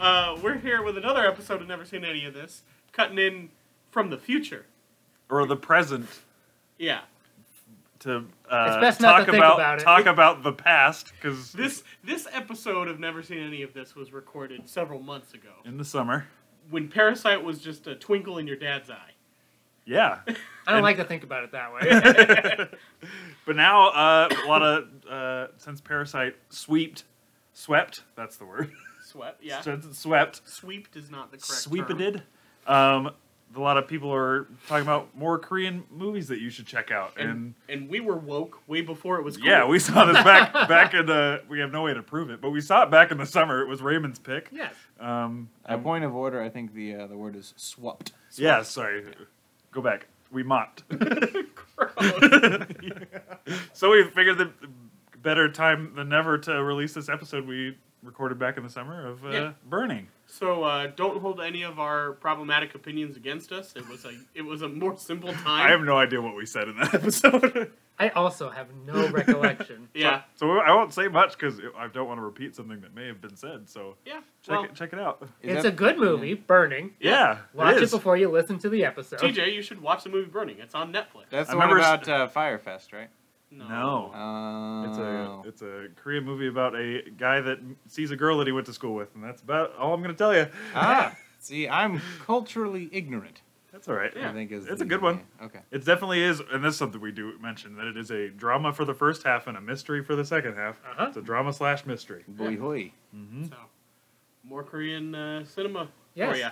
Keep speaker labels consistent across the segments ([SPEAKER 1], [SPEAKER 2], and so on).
[SPEAKER 1] uh, we're here with another episode of Never Seen Any of This, cutting in from the future.
[SPEAKER 2] or the present
[SPEAKER 1] Yeah,
[SPEAKER 2] to uh,
[SPEAKER 3] It's best not
[SPEAKER 2] talk
[SPEAKER 3] to think
[SPEAKER 2] about,
[SPEAKER 3] about it.
[SPEAKER 2] talk about the past because
[SPEAKER 1] this this episode of Never Seen Any of This was recorded several months ago
[SPEAKER 2] in the summer.
[SPEAKER 1] when Parasite was just a twinkle in your dad's eye.
[SPEAKER 2] Yeah,
[SPEAKER 3] I don't like to think about it that way.
[SPEAKER 2] but now uh, a lot of uh, since Parasite sweeped, swept. That's the word.
[SPEAKER 1] Swept, yeah.
[SPEAKER 2] Since it swept,
[SPEAKER 1] Sweeped is not the correct term.
[SPEAKER 2] sweepeded. Um, a lot of people are talking about more Korean movies that you should check out, and,
[SPEAKER 1] And, and we were woke way before it was cool.
[SPEAKER 2] yeah, we saw this back back in the. We have no way to prove it, but we saw it back in the summer. It was Raymond's pick.
[SPEAKER 3] yes.
[SPEAKER 2] Um,
[SPEAKER 4] At point of order, I think the uh, the word is swapped.
[SPEAKER 2] yeah, sorry, go back. We mocked.
[SPEAKER 1] Gross.
[SPEAKER 2] So we figured that better time than never to release this episode we recorded back in the summer of uh,
[SPEAKER 1] Yeah.
[SPEAKER 2] Burning.
[SPEAKER 1] so uh, don't hold any of our problematic opinions against us. It was a it was a more simple time.
[SPEAKER 2] I have no idea what we said in that episode.
[SPEAKER 3] I also have no recollection.
[SPEAKER 1] yeah,
[SPEAKER 2] so I won't say much because I don't want to repeat something that may have been said. So
[SPEAKER 1] yeah.
[SPEAKER 2] check
[SPEAKER 1] Well,
[SPEAKER 2] it check it out.
[SPEAKER 4] Is
[SPEAKER 3] it's
[SPEAKER 4] that-
[SPEAKER 3] a good movie, Burning.
[SPEAKER 2] Yeah,
[SPEAKER 3] Watch
[SPEAKER 2] it
[SPEAKER 3] it,
[SPEAKER 2] is.
[SPEAKER 3] before you listen to the episode.
[SPEAKER 1] TJ, you should watch the movie Burning. It's on Netflix.
[SPEAKER 4] That's
[SPEAKER 2] I
[SPEAKER 4] the one
[SPEAKER 2] remember s-
[SPEAKER 4] about uh, Firefest, right?
[SPEAKER 1] No.
[SPEAKER 2] No.
[SPEAKER 4] Uh,
[SPEAKER 2] It's a it's a Korean movie about a guy that sees a girl that he went to school with, and that's about all I'm gonna tell you.
[SPEAKER 4] ah, see, I'm culturally ignorant.
[SPEAKER 2] That's all right.
[SPEAKER 1] Yeah.
[SPEAKER 4] I think is
[SPEAKER 2] It's
[SPEAKER 4] the-
[SPEAKER 2] a good one.
[SPEAKER 4] yeah, Okay.
[SPEAKER 2] It definitely is, and this is something we do mention that it is a drama for the first half and a mystery for the second half.
[SPEAKER 3] Uh-huh.
[SPEAKER 2] It's a drama slash mystery.
[SPEAKER 4] Boy hoy.
[SPEAKER 2] Mm-hmm.
[SPEAKER 1] So, more Korean uh, cinema
[SPEAKER 3] Yes.
[SPEAKER 1] for ya.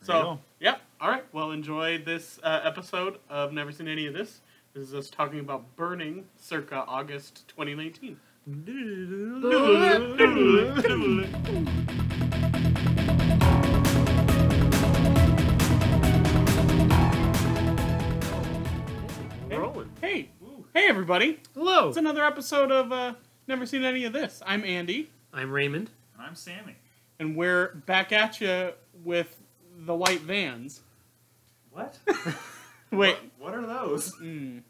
[SPEAKER 2] you
[SPEAKER 1] So,
[SPEAKER 2] go.
[SPEAKER 1] yep. All right. Well, enjoy this uh, episode of Never Seen Any of This. This is us talking about Burning circa August 2019.
[SPEAKER 3] We're rolling.
[SPEAKER 1] Hey, hey, everybody.
[SPEAKER 3] Hello.
[SPEAKER 2] Oh.
[SPEAKER 1] It's another episode of uh, Never Seen Any of This. I'm Andy,
[SPEAKER 3] I'm Raymond.
[SPEAKER 2] I'm Sammy.
[SPEAKER 1] and we're back at you with the white vans.
[SPEAKER 2] What?
[SPEAKER 1] Wait.
[SPEAKER 2] What are those?
[SPEAKER 1] Mm.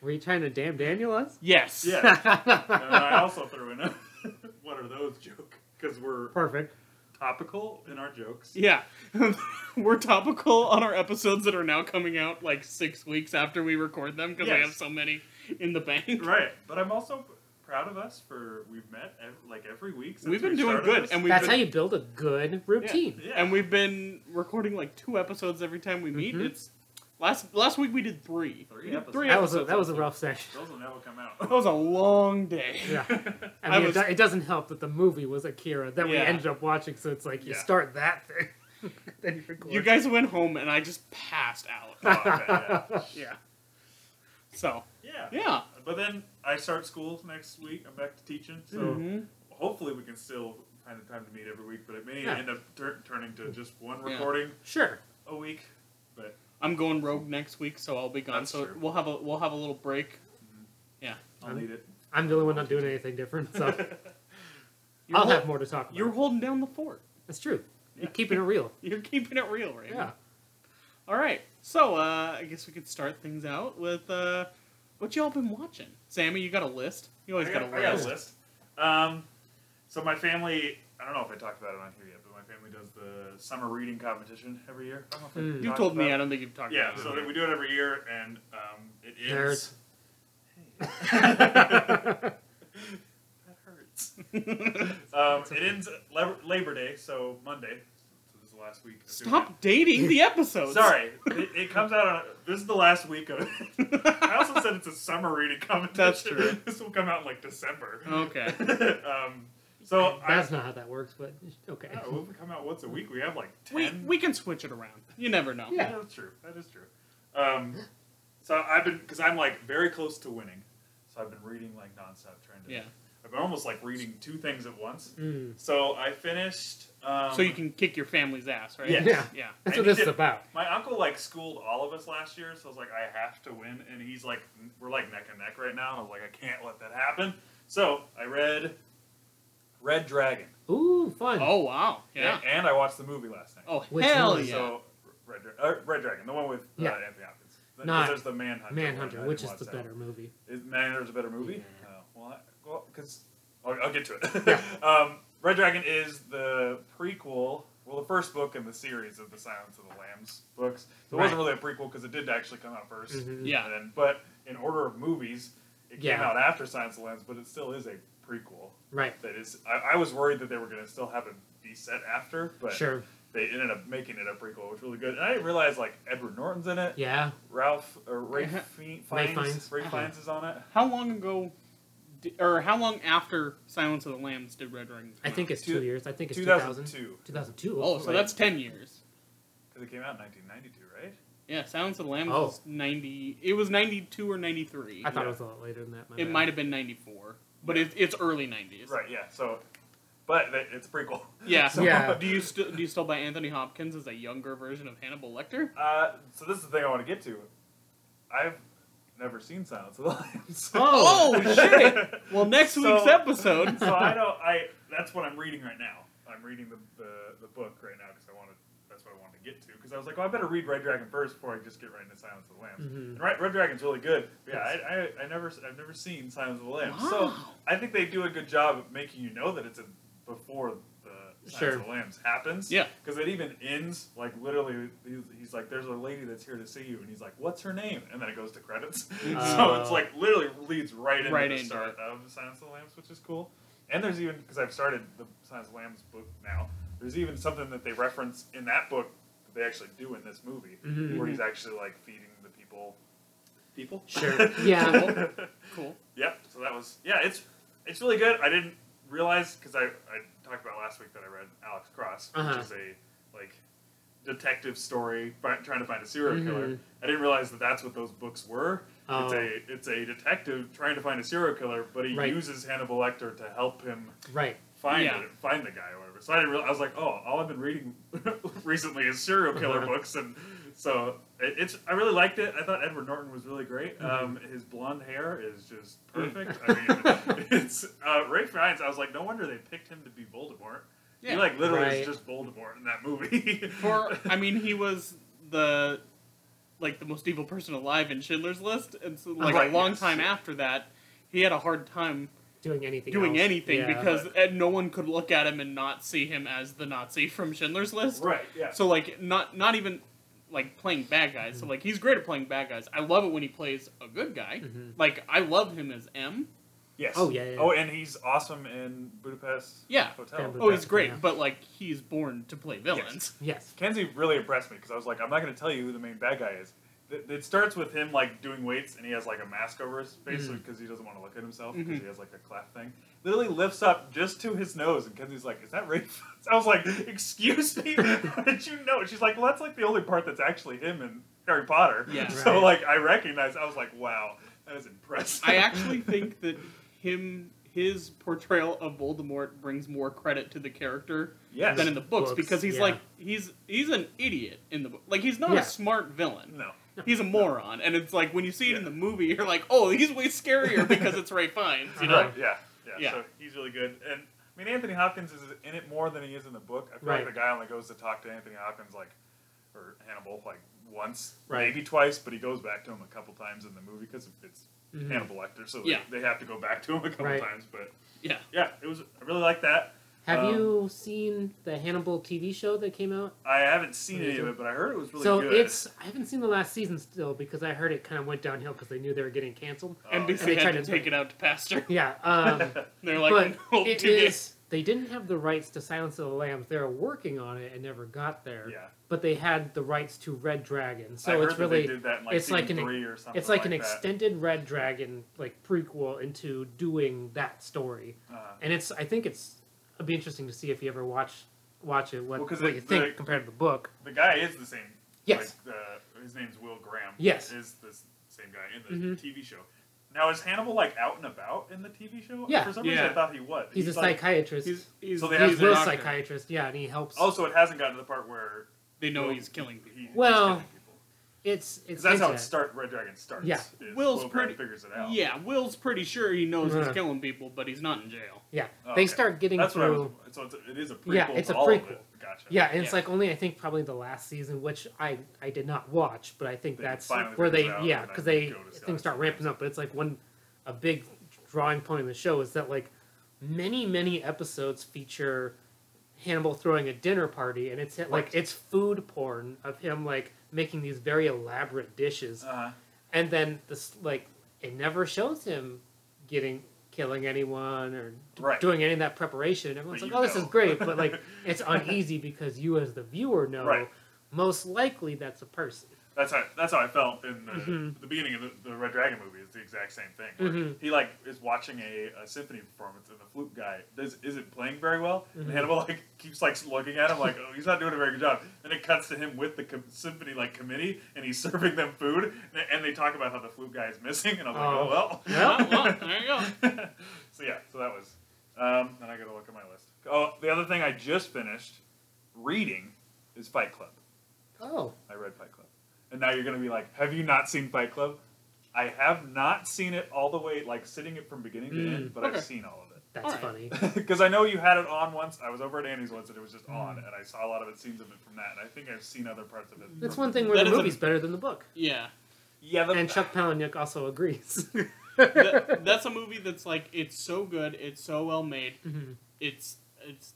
[SPEAKER 3] Were you trying to damn Daniel us?
[SPEAKER 1] Yes.
[SPEAKER 2] Yeah. and I also threw in a "What are those?" joke because we're
[SPEAKER 3] Perfect.
[SPEAKER 2] topical in our jokes.
[SPEAKER 1] Yeah. We're topical on our episodes that are now coming out like six weeks after we record them because we
[SPEAKER 2] Yes.
[SPEAKER 1] have so many in the bank.
[SPEAKER 2] Right, but I'm also proud of us for we've met ev- like every week. Since
[SPEAKER 1] We've been
[SPEAKER 2] we
[SPEAKER 1] doing
[SPEAKER 2] started
[SPEAKER 1] good,
[SPEAKER 2] this.
[SPEAKER 1] and we've
[SPEAKER 3] That's
[SPEAKER 1] been,
[SPEAKER 3] how you build a good routine.
[SPEAKER 2] yeah.
[SPEAKER 1] and we've been recording like two episodes every time we meet.
[SPEAKER 3] Mhm.
[SPEAKER 1] It's last last week we did three.
[SPEAKER 2] Three
[SPEAKER 1] We did
[SPEAKER 2] episodes.
[SPEAKER 3] That was a,
[SPEAKER 1] episodes
[SPEAKER 3] that was a
[SPEAKER 1] last
[SPEAKER 3] rough session.
[SPEAKER 2] Those will never come
[SPEAKER 1] week.
[SPEAKER 2] out. Oh,
[SPEAKER 1] That was a long day.
[SPEAKER 3] Yeah. I
[SPEAKER 1] I
[SPEAKER 3] mean, it
[SPEAKER 1] was-
[SPEAKER 3] do- it doesn't help that the movie was Akira that we
[SPEAKER 1] Yeah.
[SPEAKER 3] ended up watching, so it's like you
[SPEAKER 2] Yeah.
[SPEAKER 3] start that thing, then you record.
[SPEAKER 1] You guys went home and I just passed out.
[SPEAKER 2] Oh, yeah, yeah.
[SPEAKER 1] yeah. So
[SPEAKER 2] Yeah.
[SPEAKER 1] yeah.
[SPEAKER 2] But then I start school next week. I'm back to teaching, so
[SPEAKER 1] Mhm.
[SPEAKER 2] hopefully we can still find the time to meet every week. But it may
[SPEAKER 3] Yeah.
[SPEAKER 2] end up tur- turning to just one
[SPEAKER 1] Yeah.
[SPEAKER 2] recording
[SPEAKER 3] Sure.
[SPEAKER 2] a week. But
[SPEAKER 1] I'm going rogue next week, so I'll be gone.
[SPEAKER 2] That's
[SPEAKER 1] so
[SPEAKER 2] true.
[SPEAKER 1] we'll have a we'll have a little break.
[SPEAKER 2] I'll
[SPEAKER 3] Um,
[SPEAKER 2] need it.
[SPEAKER 3] I'm the only one not doing anything different, so
[SPEAKER 1] You're
[SPEAKER 3] I'll
[SPEAKER 1] hol-
[SPEAKER 3] have more to talk
[SPEAKER 1] You're
[SPEAKER 3] about.
[SPEAKER 1] holding down the fort.
[SPEAKER 3] That's true. You're keeping it real.
[SPEAKER 1] You're keeping it real, right?
[SPEAKER 3] Yeah.
[SPEAKER 1] All right. So uh, I guess we could start things out with uh, what y'all been watching. Sammy, you got a list? You always
[SPEAKER 2] I
[SPEAKER 1] got,
[SPEAKER 2] got,
[SPEAKER 1] a
[SPEAKER 2] I got
[SPEAKER 1] list.
[SPEAKER 2] Um, so my family, I don't know if I talked about it on here yet, but my family does the summer reading competition every year. I don't know if I
[SPEAKER 3] Mm.
[SPEAKER 2] talked
[SPEAKER 1] You told me. I
[SPEAKER 2] about it.
[SPEAKER 1] don't think you've talked
[SPEAKER 2] Yeah,
[SPEAKER 1] about
[SPEAKER 2] so
[SPEAKER 1] it.
[SPEAKER 2] that we do it every year, and um, it is.
[SPEAKER 3] Nerds.
[SPEAKER 2] That hurts. um, it ends Lab- Labor Day, so Monday. So this is the last week. of doing
[SPEAKER 1] Stop dating the
[SPEAKER 2] it.
[SPEAKER 1] episodes.
[SPEAKER 2] Sorry, it, it comes out on. This is the last week of. I also said it's a summer reading competition.
[SPEAKER 1] That's true. Oh.
[SPEAKER 2] This will come out in like December.
[SPEAKER 1] Okay.
[SPEAKER 2] um, so I, Oh.
[SPEAKER 3] That's not how that works, but okay.
[SPEAKER 2] yeah, we'll come out once a week. We have like ten.
[SPEAKER 1] We we can switch it around. You never know.
[SPEAKER 3] Yeah.
[SPEAKER 2] that's true. That is true. Um, so I've been because I'm like very close to winning, so I've been reading like nonstop, trying to.
[SPEAKER 1] Yeah.
[SPEAKER 2] I've been almost like reading two things at once.
[SPEAKER 3] Mm.
[SPEAKER 2] So I finished. Um,
[SPEAKER 1] so you can kick your family's ass, right?
[SPEAKER 2] Yes.
[SPEAKER 3] Yeah.
[SPEAKER 1] Yeah.
[SPEAKER 3] That's
[SPEAKER 2] I
[SPEAKER 3] what this
[SPEAKER 2] need
[SPEAKER 3] is
[SPEAKER 2] to-
[SPEAKER 3] about.
[SPEAKER 2] My uncle like schooled all of us last year, so I was like, I have to win, and he's like, we're like neck and neck right now, and I was like, I can't let that happen. So I read Red Dragon,
[SPEAKER 3] Ooh, fun.
[SPEAKER 1] Oh wow. Yeah.
[SPEAKER 2] and, and I watched the movie last night.
[SPEAKER 1] Oh
[SPEAKER 3] Which
[SPEAKER 1] hell
[SPEAKER 3] one?
[SPEAKER 1] yeah.
[SPEAKER 2] So Red, Dra- uh, Red Dragon, the one with uh,
[SPEAKER 3] Yeah.
[SPEAKER 2] Anthony Hopkins. Th- 'cause
[SPEAKER 3] Not
[SPEAKER 2] there's the Manhunter.
[SPEAKER 3] Manhunter,
[SPEAKER 2] one. I
[SPEAKER 3] which is
[SPEAKER 2] didn't
[SPEAKER 3] the
[SPEAKER 2] watch that
[SPEAKER 3] better movie.
[SPEAKER 2] one. Is Manhunter's a better movie? Uh,
[SPEAKER 3] Yeah.
[SPEAKER 2] Oh, well, I, well, because I'll, I'll get to it.
[SPEAKER 3] Yeah.
[SPEAKER 2] um, Red Dragon is the prequel, well, the first book in the series of the Silence of the Lambs books. So it wasn't really a prequel because it did actually come out 1st
[SPEAKER 3] Mhm.
[SPEAKER 1] Yeah.
[SPEAKER 2] And then, but in order of movies, it came
[SPEAKER 3] Yeah.
[SPEAKER 2] out after Silence of the Lambs, but it still is a prequel.
[SPEAKER 3] Right.
[SPEAKER 2] That is, I, I was worried that they were going to still have it be set after, but
[SPEAKER 3] Sure.
[SPEAKER 2] they ended up making it a prequel, which was really good. And I didn't realize like Edward Norton's in it.
[SPEAKER 3] Yeah.
[SPEAKER 2] Ralph or Ray
[SPEAKER 1] Uh-huh.
[SPEAKER 2] Fe-
[SPEAKER 3] Ray
[SPEAKER 2] Fiennes.
[SPEAKER 3] Fiennes.
[SPEAKER 2] Ray
[SPEAKER 3] Uh-huh.
[SPEAKER 2] Fiennes is on it.
[SPEAKER 1] How long ago, di- or how long after Silence of the Lambs did Red Dragon?
[SPEAKER 3] I
[SPEAKER 1] come
[SPEAKER 3] think
[SPEAKER 1] out?
[SPEAKER 3] it's two,
[SPEAKER 2] Two-
[SPEAKER 3] years. I think it's 2000.
[SPEAKER 2] 2002
[SPEAKER 3] 2002.
[SPEAKER 1] Oh, so
[SPEAKER 3] right.
[SPEAKER 1] that's ten years.
[SPEAKER 2] because it came out in 1992, right?
[SPEAKER 1] Yeah, Silence of the Lambs
[SPEAKER 3] Oh.
[SPEAKER 1] was ninety. It was ninety two or ninety three.
[SPEAKER 3] I thought
[SPEAKER 2] yeah.
[SPEAKER 3] it was a lot later than that. My
[SPEAKER 1] It
[SPEAKER 3] bad.
[SPEAKER 1] might have been ninety four, but it, it's early nineties.
[SPEAKER 2] Right. Yeah. So, but it- it's a prequel.
[SPEAKER 1] Yeah.
[SPEAKER 2] So,
[SPEAKER 3] Yeah.
[SPEAKER 1] Do you still do you still buy Anthony Hopkins as a younger version of Hannibal Lecter?
[SPEAKER 2] Uh, so this is the thing I want to get to. I've never seen Silence of the Lambs.
[SPEAKER 3] Oh.
[SPEAKER 1] Oh, shit. Well, next
[SPEAKER 2] So-
[SPEAKER 1] week's episode.
[SPEAKER 2] so I don't. I that's what I'm reading right now. I'm reading the the, the book right now because I wanted. That's what I wanted to get to because I was like, well, I better read Red Dragon first before I just get right into Silence of the Lambs.
[SPEAKER 1] Mm-hmm.
[SPEAKER 3] Mhm.
[SPEAKER 2] And Red, Red Dragon's really good. But yeah, I, I, I never I've never seen Silence of the Lambs, so
[SPEAKER 1] Wow.
[SPEAKER 2] I think they do a good job of making you know that it's a, before the Silence
[SPEAKER 3] Sure.
[SPEAKER 2] of the Lambs happens.
[SPEAKER 1] Yeah.
[SPEAKER 2] because it even ends like literally. He's, he's like, "There's a lady that's here to see you," and he's like, "What's her name?" And then it goes to credits. so
[SPEAKER 3] Oh.
[SPEAKER 2] it's like literally leads right into
[SPEAKER 1] Right
[SPEAKER 2] the
[SPEAKER 1] into
[SPEAKER 2] start of Silence of the Lambs, which is cool. And there's even because I've started the Silence of the Lambs book now. There's even something that they reference in that book that they actually do in this movie,
[SPEAKER 3] Mhm.
[SPEAKER 1] Mm-hmm.
[SPEAKER 2] where he's actually like feeding the people. People.
[SPEAKER 3] Sure. Yeah.
[SPEAKER 1] Cool.
[SPEAKER 2] Yep. So that was yeah. It's it's really good. I didn't realize because I I talked about last week that I read Alex Cross,
[SPEAKER 3] Uh-huh.
[SPEAKER 2] which is a like detective story by trying to find a serial
[SPEAKER 3] Mhm.
[SPEAKER 2] killer. I didn't realize that that's what those books were.
[SPEAKER 3] Oh.
[SPEAKER 2] It's a it's a detective trying to find a serial killer, but he
[SPEAKER 3] Right.
[SPEAKER 2] uses Hannibal Lecter to help him
[SPEAKER 3] Right.
[SPEAKER 2] find
[SPEAKER 1] Yeah.
[SPEAKER 2] it, find the guy or whatever. So I didn't realize, I was like, oh, all I've been reading recently is serial killer
[SPEAKER 3] Uh-huh.
[SPEAKER 2] books, and so it, it's I really liked it. I thought Edward Norton was really great. Um, his blonde hair is just perfect. I mean, it's uh, Ray Fiennes. I was like, no wonder they picked him to be Voldemort.
[SPEAKER 1] Yeah.
[SPEAKER 2] He like literally
[SPEAKER 3] Right.
[SPEAKER 2] is just Voldemort in that movie.
[SPEAKER 1] For I mean, he was the like the most evil person alive in Schindler's List, and so like
[SPEAKER 2] Right,
[SPEAKER 1] a long
[SPEAKER 2] yes.
[SPEAKER 1] time after that, he had a hard time
[SPEAKER 3] Doing anything.
[SPEAKER 1] doing
[SPEAKER 3] else.
[SPEAKER 1] anything
[SPEAKER 3] Yeah.
[SPEAKER 1] because uh, no one could look at him and not see him as the Nazi from Schindler's List.
[SPEAKER 2] right. Yeah.
[SPEAKER 1] So like not not even like playing bad guys. So like he's great at playing bad guys. I love it when he plays a good guy.
[SPEAKER 3] Mhm.
[SPEAKER 1] Like I love him as M.
[SPEAKER 2] yes.
[SPEAKER 3] Oh, yeah, yeah,
[SPEAKER 2] Oh, and he's awesome in Budapest.
[SPEAKER 1] Yeah.
[SPEAKER 2] Hotel.
[SPEAKER 3] But
[SPEAKER 1] Oh, he's
[SPEAKER 3] that's-
[SPEAKER 1] great,
[SPEAKER 3] yeah.
[SPEAKER 1] but like he's born to play villains.
[SPEAKER 3] Yes.
[SPEAKER 2] Kenzie really impressed me because I was like, I'm not going to tell you who the main bad guy is. Th- It starts with him like doing weights, and he has like a mask over his face
[SPEAKER 1] Mm-hmm.
[SPEAKER 3] Mhm.
[SPEAKER 2] because he doesn't want to look at himself because
[SPEAKER 1] Mhm.
[SPEAKER 2] he has like a clap thing. Literally lifts up just to his nose, and Kenzie's like, "Is that Ray?" Fiennes?" I was like, "Excuse me, how did you know?" And she's like, "Well, that's like the only part that's actually him in Harry Potter."
[SPEAKER 1] Yeah.
[SPEAKER 2] So
[SPEAKER 3] Right.
[SPEAKER 2] like, I recognize. I was like, "Wow, that is impressive."
[SPEAKER 1] I actually think that him his portrayal of Voldemort brings more credit to the character
[SPEAKER 2] yes.
[SPEAKER 1] than in the books,
[SPEAKER 3] Books,
[SPEAKER 1] because he's
[SPEAKER 3] yeah.
[SPEAKER 1] like he's he's an idiot in the book. Like he's not
[SPEAKER 3] Yeah.
[SPEAKER 1] a smart villain.
[SPEAKER 2] no.
[SPEAKER 1] He's a moron, and it's like when you see it in
[SPEAKER 2] Yeah.
[SPEAKER 1] the movie, you're like, oh, he's way scarier because it's Ray Fiennes. You know?
[SPEAKER 3] Uh-huh.
[SPEAKER 2] Right, yeah, yeah,
[SPEAKER 1] Yeah.
[SPEAKER 2] So he's really good. And I mean, Anthony Hopkins is in it more than he is in the book. I feel
[SPEAKER 3] Right.
[SPEAKER 2] like the guy only goes to talk to Anthony Hopkins like, or Hannibal like once,
[SPEAKER 3] Right.
[SPEAKER 2] maybe twice, but he goes back to him a couple times in the movie because it's
[SPEAKER 3] Mhm.
[SPEAKER 2] Hannibal Lecter, so
[SPEAKER 1] Yeah.
[SPEAKER 2] they, they have to go back to him a couple
[SPEAKER 3] Right.
[SPEAKER 2] times. But
[SPEAKER 1] Yeah.
[SPEAKER 2] yeah, it was. I really like that.
[SPEAKER 3] Have
[SPEAKER 2] Um,
[SPEAKER 3] you seen the Hannibal TV show that came out?
[SPEAKER 2] I haven't seen any of
[SPEAKER 3] Amazing.
[SPEAKER 2] it, but I heard it was really
[SPEAKER 3] so
[SPEAKER 2] good.
[SPEAKER 3] it's I haven't seen the last season still because I heard it kind of went downhill because they knew they were getting canceled.
[SPEAKER 2] Oh,
[SPEAKER 1] NBC
[SPEAKER 3] And they
[SPEAKER 1] had
[SPEAKER 3] tried
[SPEAKER 1] to
[SPEAKER 3] to
[SPEAKER 1] take
[SPEAKER 3] make-
[SPEAKER 1] it out to pasture.
[SPEAKER 3] Yeah, um,
[SPEAKER 1] They're like,
[SPEAKER 3] but
[SPEAKER 1] no,
[SPEAKER 3] it
[SPEAKER 1] too gay."
[SPEAKER 3] is. They didn't have the rights to Silence of the Lambs. They were working on it and never got there.
[SPEAKER 2] Yeah.
[SPEAKER 3] But they had the rights to Red Dragon,
[SPEAKER 2] I
[SPEAKER 3] so
[SPEAKER 2] heard
[SPEAKER 3] it's
[SPEAKER 2] that
[SPEAKER 3] really
[SPEAKER 2] they did that in like
[SPEAKER 3] it's like
[SPEAKER 2] season
[SPEAKER 3] an-
[SPEAKER 2] three or something.
[SPEAKER 3] it's like, an
[SPEAKER 2] that.
[SPEAKER 3] extended Red Dragon like prequel into doing that story.
[SPEAKER 2] Uh-huh.
[SPEAKER 3] And it's I think it's it'd be interesting to see if you ever watch watch it what,
[SPEAKER 2] Well, 'cause
[SPEAKER 3] what
[SPEAKER 2] it-
[SPEAKER 3] you think
[SPEAKER 2] the-
[SPEAKER 3] compared to the book.
[SPEAKER 2] The guy is the same.
[SPEAKER 3] Yes.
[SPEAKER 2] Like the, his name's Will Graham.
[SPEAKER 3] Yes. Mm-hmm.
[SPEAKER 2] Is the s- same guy in the TV show. Now is Hannibal like out and about in the TV show?
[SPEAKER 3] Yeah.
[SPEAKER 2] For some reason,
[SPEAKER 1] Yeah.
[SPEAKER 2] I thought he was.
[SPEAKER 3] He's, a
[SPEAKER 2] like,
[SPEAKER 3] psychiatrist.
[SPEAKER 1] He's,
[SPEAKER 3] He's,
[SPEAKER 1] he's,
[SPEAKER 2] So they have
[SPEAKER 1] he's
[SPEAKER 2] to
[SPEAKER 1] a
[SPEAKER 3] a
[SPEAKER 2] doctor.
[SPEAKER 3] psychiatrist. Yeah, and he helps.
[SPEAKER 2] Also, Oh, it hasn't gotten to the part where
[SPEAKER 1] They know
[SPEAKER 2] Will-
[SPEAKER 1] he's killing people.
[SPEAKER 2] he- he's
[SPEAKER 3] Well,
[SPEAKER 2] killing people.
[SPEAKER 3] it's it's
[SPEAKER 2] 'Cause that's how
[SPEAKER 3] hinted
[SPEAKER 2] it
[SPEAKER 3] at.
[SPEAKER 2] start. Red Dragon starts.
[SPEAKER 3] Yeah.
[SPEAKER 2] is
[SPEAKER 1] Will's
[SPEAKER 2] Will Graham
[SPEAKER 1] pretty-
[SPEAKER 2] figures it out.
[SPEAKER 1] Yeah, Will's pretty sure he knows he's
[SPEAKER 3] Uh-huh.
[SPEAKER 1] killing people, but he's not in jail.
[SPEAKER 3] Yeah,
[SPEAKER 2] Oh,
[SPEAKER 3] they
[SPEAKER 2] okay.
[SPEAKER 3] start getting
[SPEAKER 2] That's
[SPEAKER 3] through.
[SPEAKER 2] what I was. So it's a, it is a prequel.
[SPEAKER 3] Yeah, it's
[SPEAKER 2] to
[SPEAKER 3] a
[SPEAKER 2] all of
[SPEAKER 3] prequel.
[SPEAKER 2] it. Gotcha.
[SPEAKER 3] Yeah, and it's
[SPEAKER 1] Yeah.
[SPEAKER 3] like only I think probably the last season, which I I did not watch, but I think
[SPEAKER 2] They
[SPEAKER 3] that's
[SPEAKER 2] finally
[SPEAKER 3] where they
[SPEAKER 2] figure it out
[SPEAKER 3] yeah
[SPEAKER 2] and
[SPEAKER 3] because
[SPEAKER 2] then
[SPEAKER 3] they
[SPEAKER 2] go to Scotland.
[SPEAKER 3] things start ramping up. But it's like one a big drawing point in the show is that like many many episodes feature Hannibal throwing a dinner party, and it's like
[SPEAKER 2] Right.
[SPEAKER 3] it's food porn of him like making these very elaborate dishes,
[SPEAKER 2] Uh,
[SPEAKER 3] and then this like it never shows him getting killing anyone or d-
[SPEAKER 2] Right.
[SPEAKER 3] doing any of that preparation. Everyone's
[SPEAKER 2] But
[SPEAKER 3] like,
[SPEAKER 2] you
[SPEAKER 3] "Oh, this is
[SPEAKER 2] know."
[SPEAKER 3] great," but like it's uneasy because you, as the viewer, know
[SPEAKER 2] Right.
[SPEAKER 3] most likely that's a person.
[SPEAKER 2] that's how that's how I felt in the,
[SPEAKER 3] Mhm.
[SPEAKER 2] the beginning of the, the Red Dragon movie. It's the exact same thing. where
[SPEAKER 3] Mhm.
[SPEAKER 2] He like is watching a, a symphony performance, and the flute guy does, isn't playing very well. And Hannibal like keeps like looking at him like, oh, he's not doing a very good job. Then it cuts to him with the com- symphony like committee, and he's serving them food, and, and they talk about how the flute guy is missing, and I'm like,
[SPEAKER 3] Oh.
[SPEAKER 2] oh well.
[SPEAKER 1] well, well, there you go.
[SPEAKER 2] so yeah, so that was. Um, then I gotta look at my list. Oh, the other thing I just finished reading is Fight Club.
[SPEAKER 3] Oh,
[SPEAKER 2] I read Fight Club. And now you're going to be like, have you not seen Fight Club? I have not seen it all the way, like sitting it from beginning to
[SPEAKER 3] Mm.
[SPEAKER 2] end, but
[SPEAKER 1] Okay.
[SPEAKER 2] I've seen all of it.
[SPEAKER 3] that's
[SPEAKER 1] Alright.
[SPEAKER 3] funny.
[SPEAKER 2] Because I know you had it on once. I was over at Andy's once and it was just
[SPEAKER 3] Mm.
[SPEAKER 2] on, and I saw a lot of it, scenes of it from that. And I think I've seen other parts of it.
[SPEAKER 3] That's
[SPEAKER 2] from-
[SPEAKER 3] one thing where
[SPEAKER 1] That
[SPEAKER 3] the
[SPEAKER 1] is a-
[SPEAKER 3] movie's better than the book.
[SPEAKER 1] Yeah.
[SPEAKER 2] Yeah, the,
[SPEAKER 3] And Chuck Palahniuk also agrees.
[SPEAKER 1] That- that's a movie that's like it's so good, it's so well made,
[SPEAKER 3] Mhm.
[SPEAKER 1] it's it's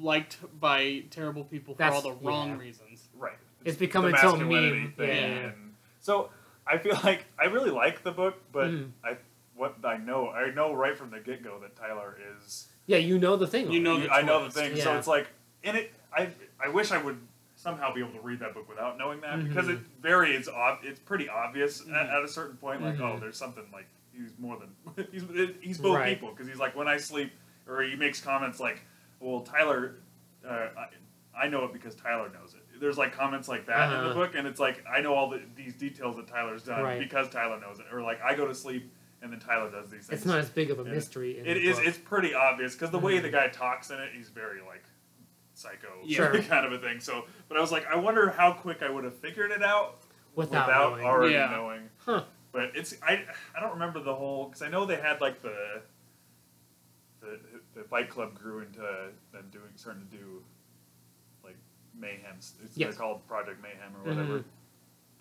[SPEAKER 1] liked by terrible people for
[SPEAKER 3] That's-
[SPEAKER 1] all the wrong
[SPEAKER 3] yeah.
[SPEAKER 1] reasons.
[SPEAKER 2] right.
[SPEAKER 3] It's
[SPEAKER 2] the
[SPEAKER 3] become its own
[SPEAKER 2] masculinity
[SPEAKER 3] meme.
[SPEAKER 2] thing,
[SPEAKER 1] Yeah.
[SPEAKER 2] and- so I feel like I really like the book, but
[SPEAKER 3] Mhm.
[SPEAKER 2] I what I know, I know right from the get go that Tyler is
[SPEAKER 3] Yeah, you know the thing.
[SPEAKER 1] You know
[SPEAKER 2] You-
[SPEAKER 1] the
[SPEAKER 2] I know the
[SPEAKER 1] twist.
[SPEAKER 2] thing. So
[SPEAKER 3] Yeah.
[SPEAKER 2] it's like, and it, I, I wish I would somehow be able to read that book without knowing that because it
[SPEAKER 3] Mhm.
[SPEAKER 2] very, it's ob- it's pretty obvious at,
[SPEAKER 3] Mm-hmm.
[SPEAKER 1] Mhm.
[SPEAKER 2] at a certain point. Like, oh,
[SPEAKER 3] Mhm.
[SPEAKER 2] there's something like he's more than he's he's both
[SPEAKER 3] Right.
[SPEAKER 2] people because he's like when I sleep or he makes comments like, well, Tyler, uh, I, I know it because Tyler knows it. There's like comments like that in the
[SPEAKER 3] Uh-huh.
[SPEAKER 2] book, and it's like I know all the, these details that Tyler's done
[SPEAKER 3] Right.
[SPEAKER 2] because Tyler knows it, or like I go to sleep and then Tyler does these things.
[SPEAKER 3] It's not as big of a
[SPEAKER 2] Yeah.
[SPEAKER 3] mystery. In
[SPEAKER 2] It
[SPEAKER 3] the
[SPEAKER 2] is.
[SPEAKER 3] book.
[SPEAKER 2] It's pretty obvious because the way the
[SPEAKER 3] Mhm.
[SPEAKER 2] guy talks in it, he's very like psycho
[SPEAKER 1] Yeah.
[SPEAKER 3] Sure.
[SPEAKER 2] kind of a thing. So, but I was like, I wonder how quick I would have figured it out
[SPEAKER 3] without, knowing.
[SPEAKER 2] already
[SPEAKER 1] Yeah.
[SPEAKER 2] knowing.
[SPEAKER 3] Huh.
[SPEAKER 2] But it's I I don't remember the whole because I know they had like the the the Fight Club grew into them doing starting to do like mayhem. It's they're
[SPEAKER 3] Yes. Mm-hmm.
[SPEAKER 2] called Project Mayhem or whatever.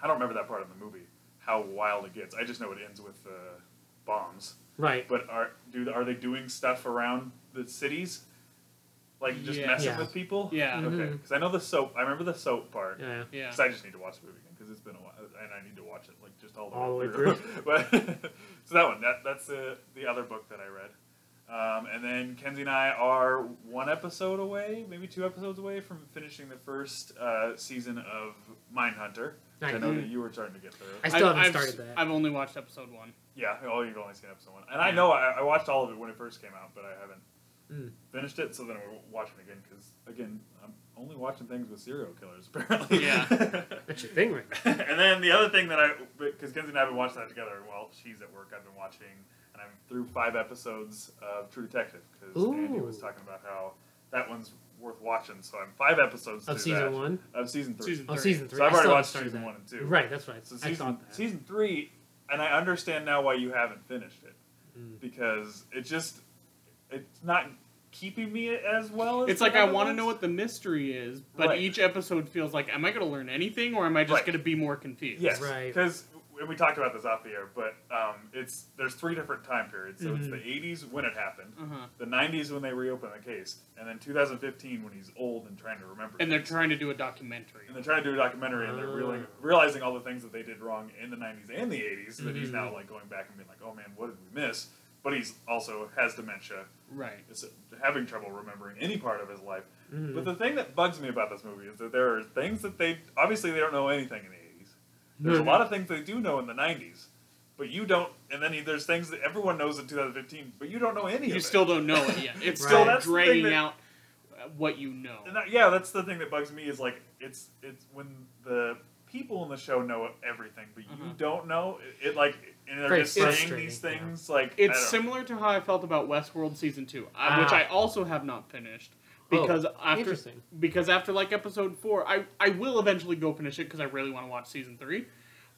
[SPEAKER 2] I don't remember that part of the movie. How wild it gets. I just know it ends with uh, bombs.
[SPEAKER 3] Right.
[SPEAKER 2] But are do are they doing stuff around the cities, like just
[SPEAKER 1] Yeah.
[SPEAKER 2] messing
[SPEAKER 3] Yeah.
[SPEAKER 2] with people?
[SPEAKER 1] Yeah.
[SPEAKER 2] Okay.
[SPEAKER 3] Mhm.
[SPEAKER 2] Because I know the soap. I remember the soap part.
[SPEAKER 3] Yeah.
[SPEAKER 1] Yeah.
[SPEAKER 2] Because I just need to watch the movie again because it's been a while, and I need to watch it like just all the
[SPEAKER 3] All
[SPEAKER 2] way
[SPEAKER 3] the way
[SPEAKER 2] through. but so that one, that that's the the other book that I read. Um, and then Kenzie and I are one episode away, maybe two episodes away from finishing the first uh, season of Mindhunter. Which I know
[SPEAKER 1] Nice.
[SPEAKER 2] that you were starting to get through.
[SPEAKER 3] I still haven't
[SPEAKER 1] I've,
[SPEAKER 3] started
[SPEAKER 1] s-
[SPEAKER 3] that.
[SPEAKER 1] I've only watched episode one.
[SPEAKER 2] Yeah, oh, you've only seen episode one, and I
[SPEAKER 1] Yeah.
[SPEAKER 2] know I, I watched all of it when it first came out, but I haven't
[SPEAKER 3] Mm.
[SPEAKER 2] finished it. So then I will watch it again because again, I'm only watching things with serial killers apparently.
[SPEAKER 1] Yeah.
[SPEAKER 3] That's your thing, right?
[SPEAKER 2] and then the other thing that I, because Kenzie and I have been watching that together, and while she's at work, I've been watching, and I'm through five episodes of True Detective because Andy
[SPEAKER 3] Ooh.
[SPEAKER 2] was talking about how that one's worth watching. So I'm five episodes
[SPEAKER 3] Of
[SPEAKER 2] through
[SPEAKER 3] season
[SPEAKER 2] that-
[SPEAKER 3] one.
[SPEAKER 2] of season three.
[SPEAKER 1] Season
[SPEAKER 3] Oh,
[SPEAKER 1] three.
[SPEAKER 3] season three.
[SPEAKER 2] So I've
[SPEAKER 3] I
[SPEAKER 2] already
[SPEAKER 3] still haven't
[SPEAKER 2] watched
[SPEAKER 3] started
[SPEAKER 2] season
[SPEAKER 3] that.
[SPEAKER 2] one and two.
[SPEAKER 3] Right. That's right.
[SPEAKER 2] So
[SPEAKER 3] I
[SPEAKER 2] season
[SPEAKER 3] thought that.
[SPEAKER 2] season three, and I understand now why you haven't finished it
[SPEAKER 3] Mm.
[SPEAKER 2] because it just it's not keeping me as well. As
[SPEAKER 1] It's
[SPEAKER 2] the
[SPEAKER 1] like I
[SPEAKER 2] other
[SPEAKER 1] want to
[SPEAKER 2] ones.
[SPEAKER 1] know what the mystery is, but
[SPEAKER 2] Right.
[SPEAKER 1] each episode feels like, am I going to learn anything, or am I just
[SPEAKER 2] Right.
[SPEAKER 1] going to be more confused?
[SPEAKER 2] Yes,
[SPEAKER 3] Right.
[SPEAKER 2] Because we talked about this off the air, but um, it's there's three different time periods. So it's
[SPEAKER 3] Mhm.
[SPEAKER 2] the '80s when it happened,
[SPEAKER 1] Uh huh.
[SPEAKER 2] the '90s when they reopened the case, and then 2015 when he's old and trying to remember.
[SPEAKER 1] And they're
[SPEAKER 2] things.
[SPEAKER 1] trying to do a documentary.
[SPEAKER 2] and they're trying to do a documentary, and they're
[SPEAKER 3] Ah.
[SPEAKER 2] reali- realizing all the things that they did wrong in the '90s and the '80s that he's
[SPEAKER 3] Mhm.
[SPEAKER 2] now like going back and being like, "Oh man, what did we miss?" But he's also has dementia,
[SPEAKER 1] Right.
[SPEAKER 2] is having trouble remembering any part of his life.
[SPEAKER 3] Mhm.
[SPEAKER 2] But the thing that bugs me about this movie is that there are things that they obviously they don't know anything in the eighties. There's a
[SPEAKER 3] Mhm.
[SPEAKER 2] lot of things they do know in the nineties, but you don't. And then there's things that everyone knows in 2015, but you don't know any. of
[SPEAKER 1] You
[SPEAKER 2] it.
[SPEAKER 1] still don't know it yet. It's
[SPEAKER 3] Right.
[SPEAKER 1] still
[SPEAKER 2] That's the thing
[SPEAKER 1] dragging
[SPEAKER 2] that-
[SPEAKER 1] out uh, what you know.
[SPEAKER 2] And that- yeah, that's the thing that bugs me is like it's it's when the people in the show know everything, but you
[SPEAKER 1] Uh-huh.
[SPEAKER 2] don't know it. Like and they're
[SPEAKER 3] Very
[SPEAKER 2] just saying
[SPEAKER 3] frustrating,
[SPEAKER 2] these
[SPEAKER 3] yeah.
[SPEAKER 2] things. Like I
[SPEAKER 1] It's
[SPEAKER 2] don't-
[SPEAKER 1] similar to how I felt about Westworld season two, uh, which
[SPEAKER 3] Ah.
[SPEAKER 1] I also have not finished
[SPEAKER 3] Oh,
[SPEAKER 1] because after
[SPEAKER 3] Interesting.
[SPEAKER 1] because after like episode four, I I will eventually go finish it because I really want to watch season three.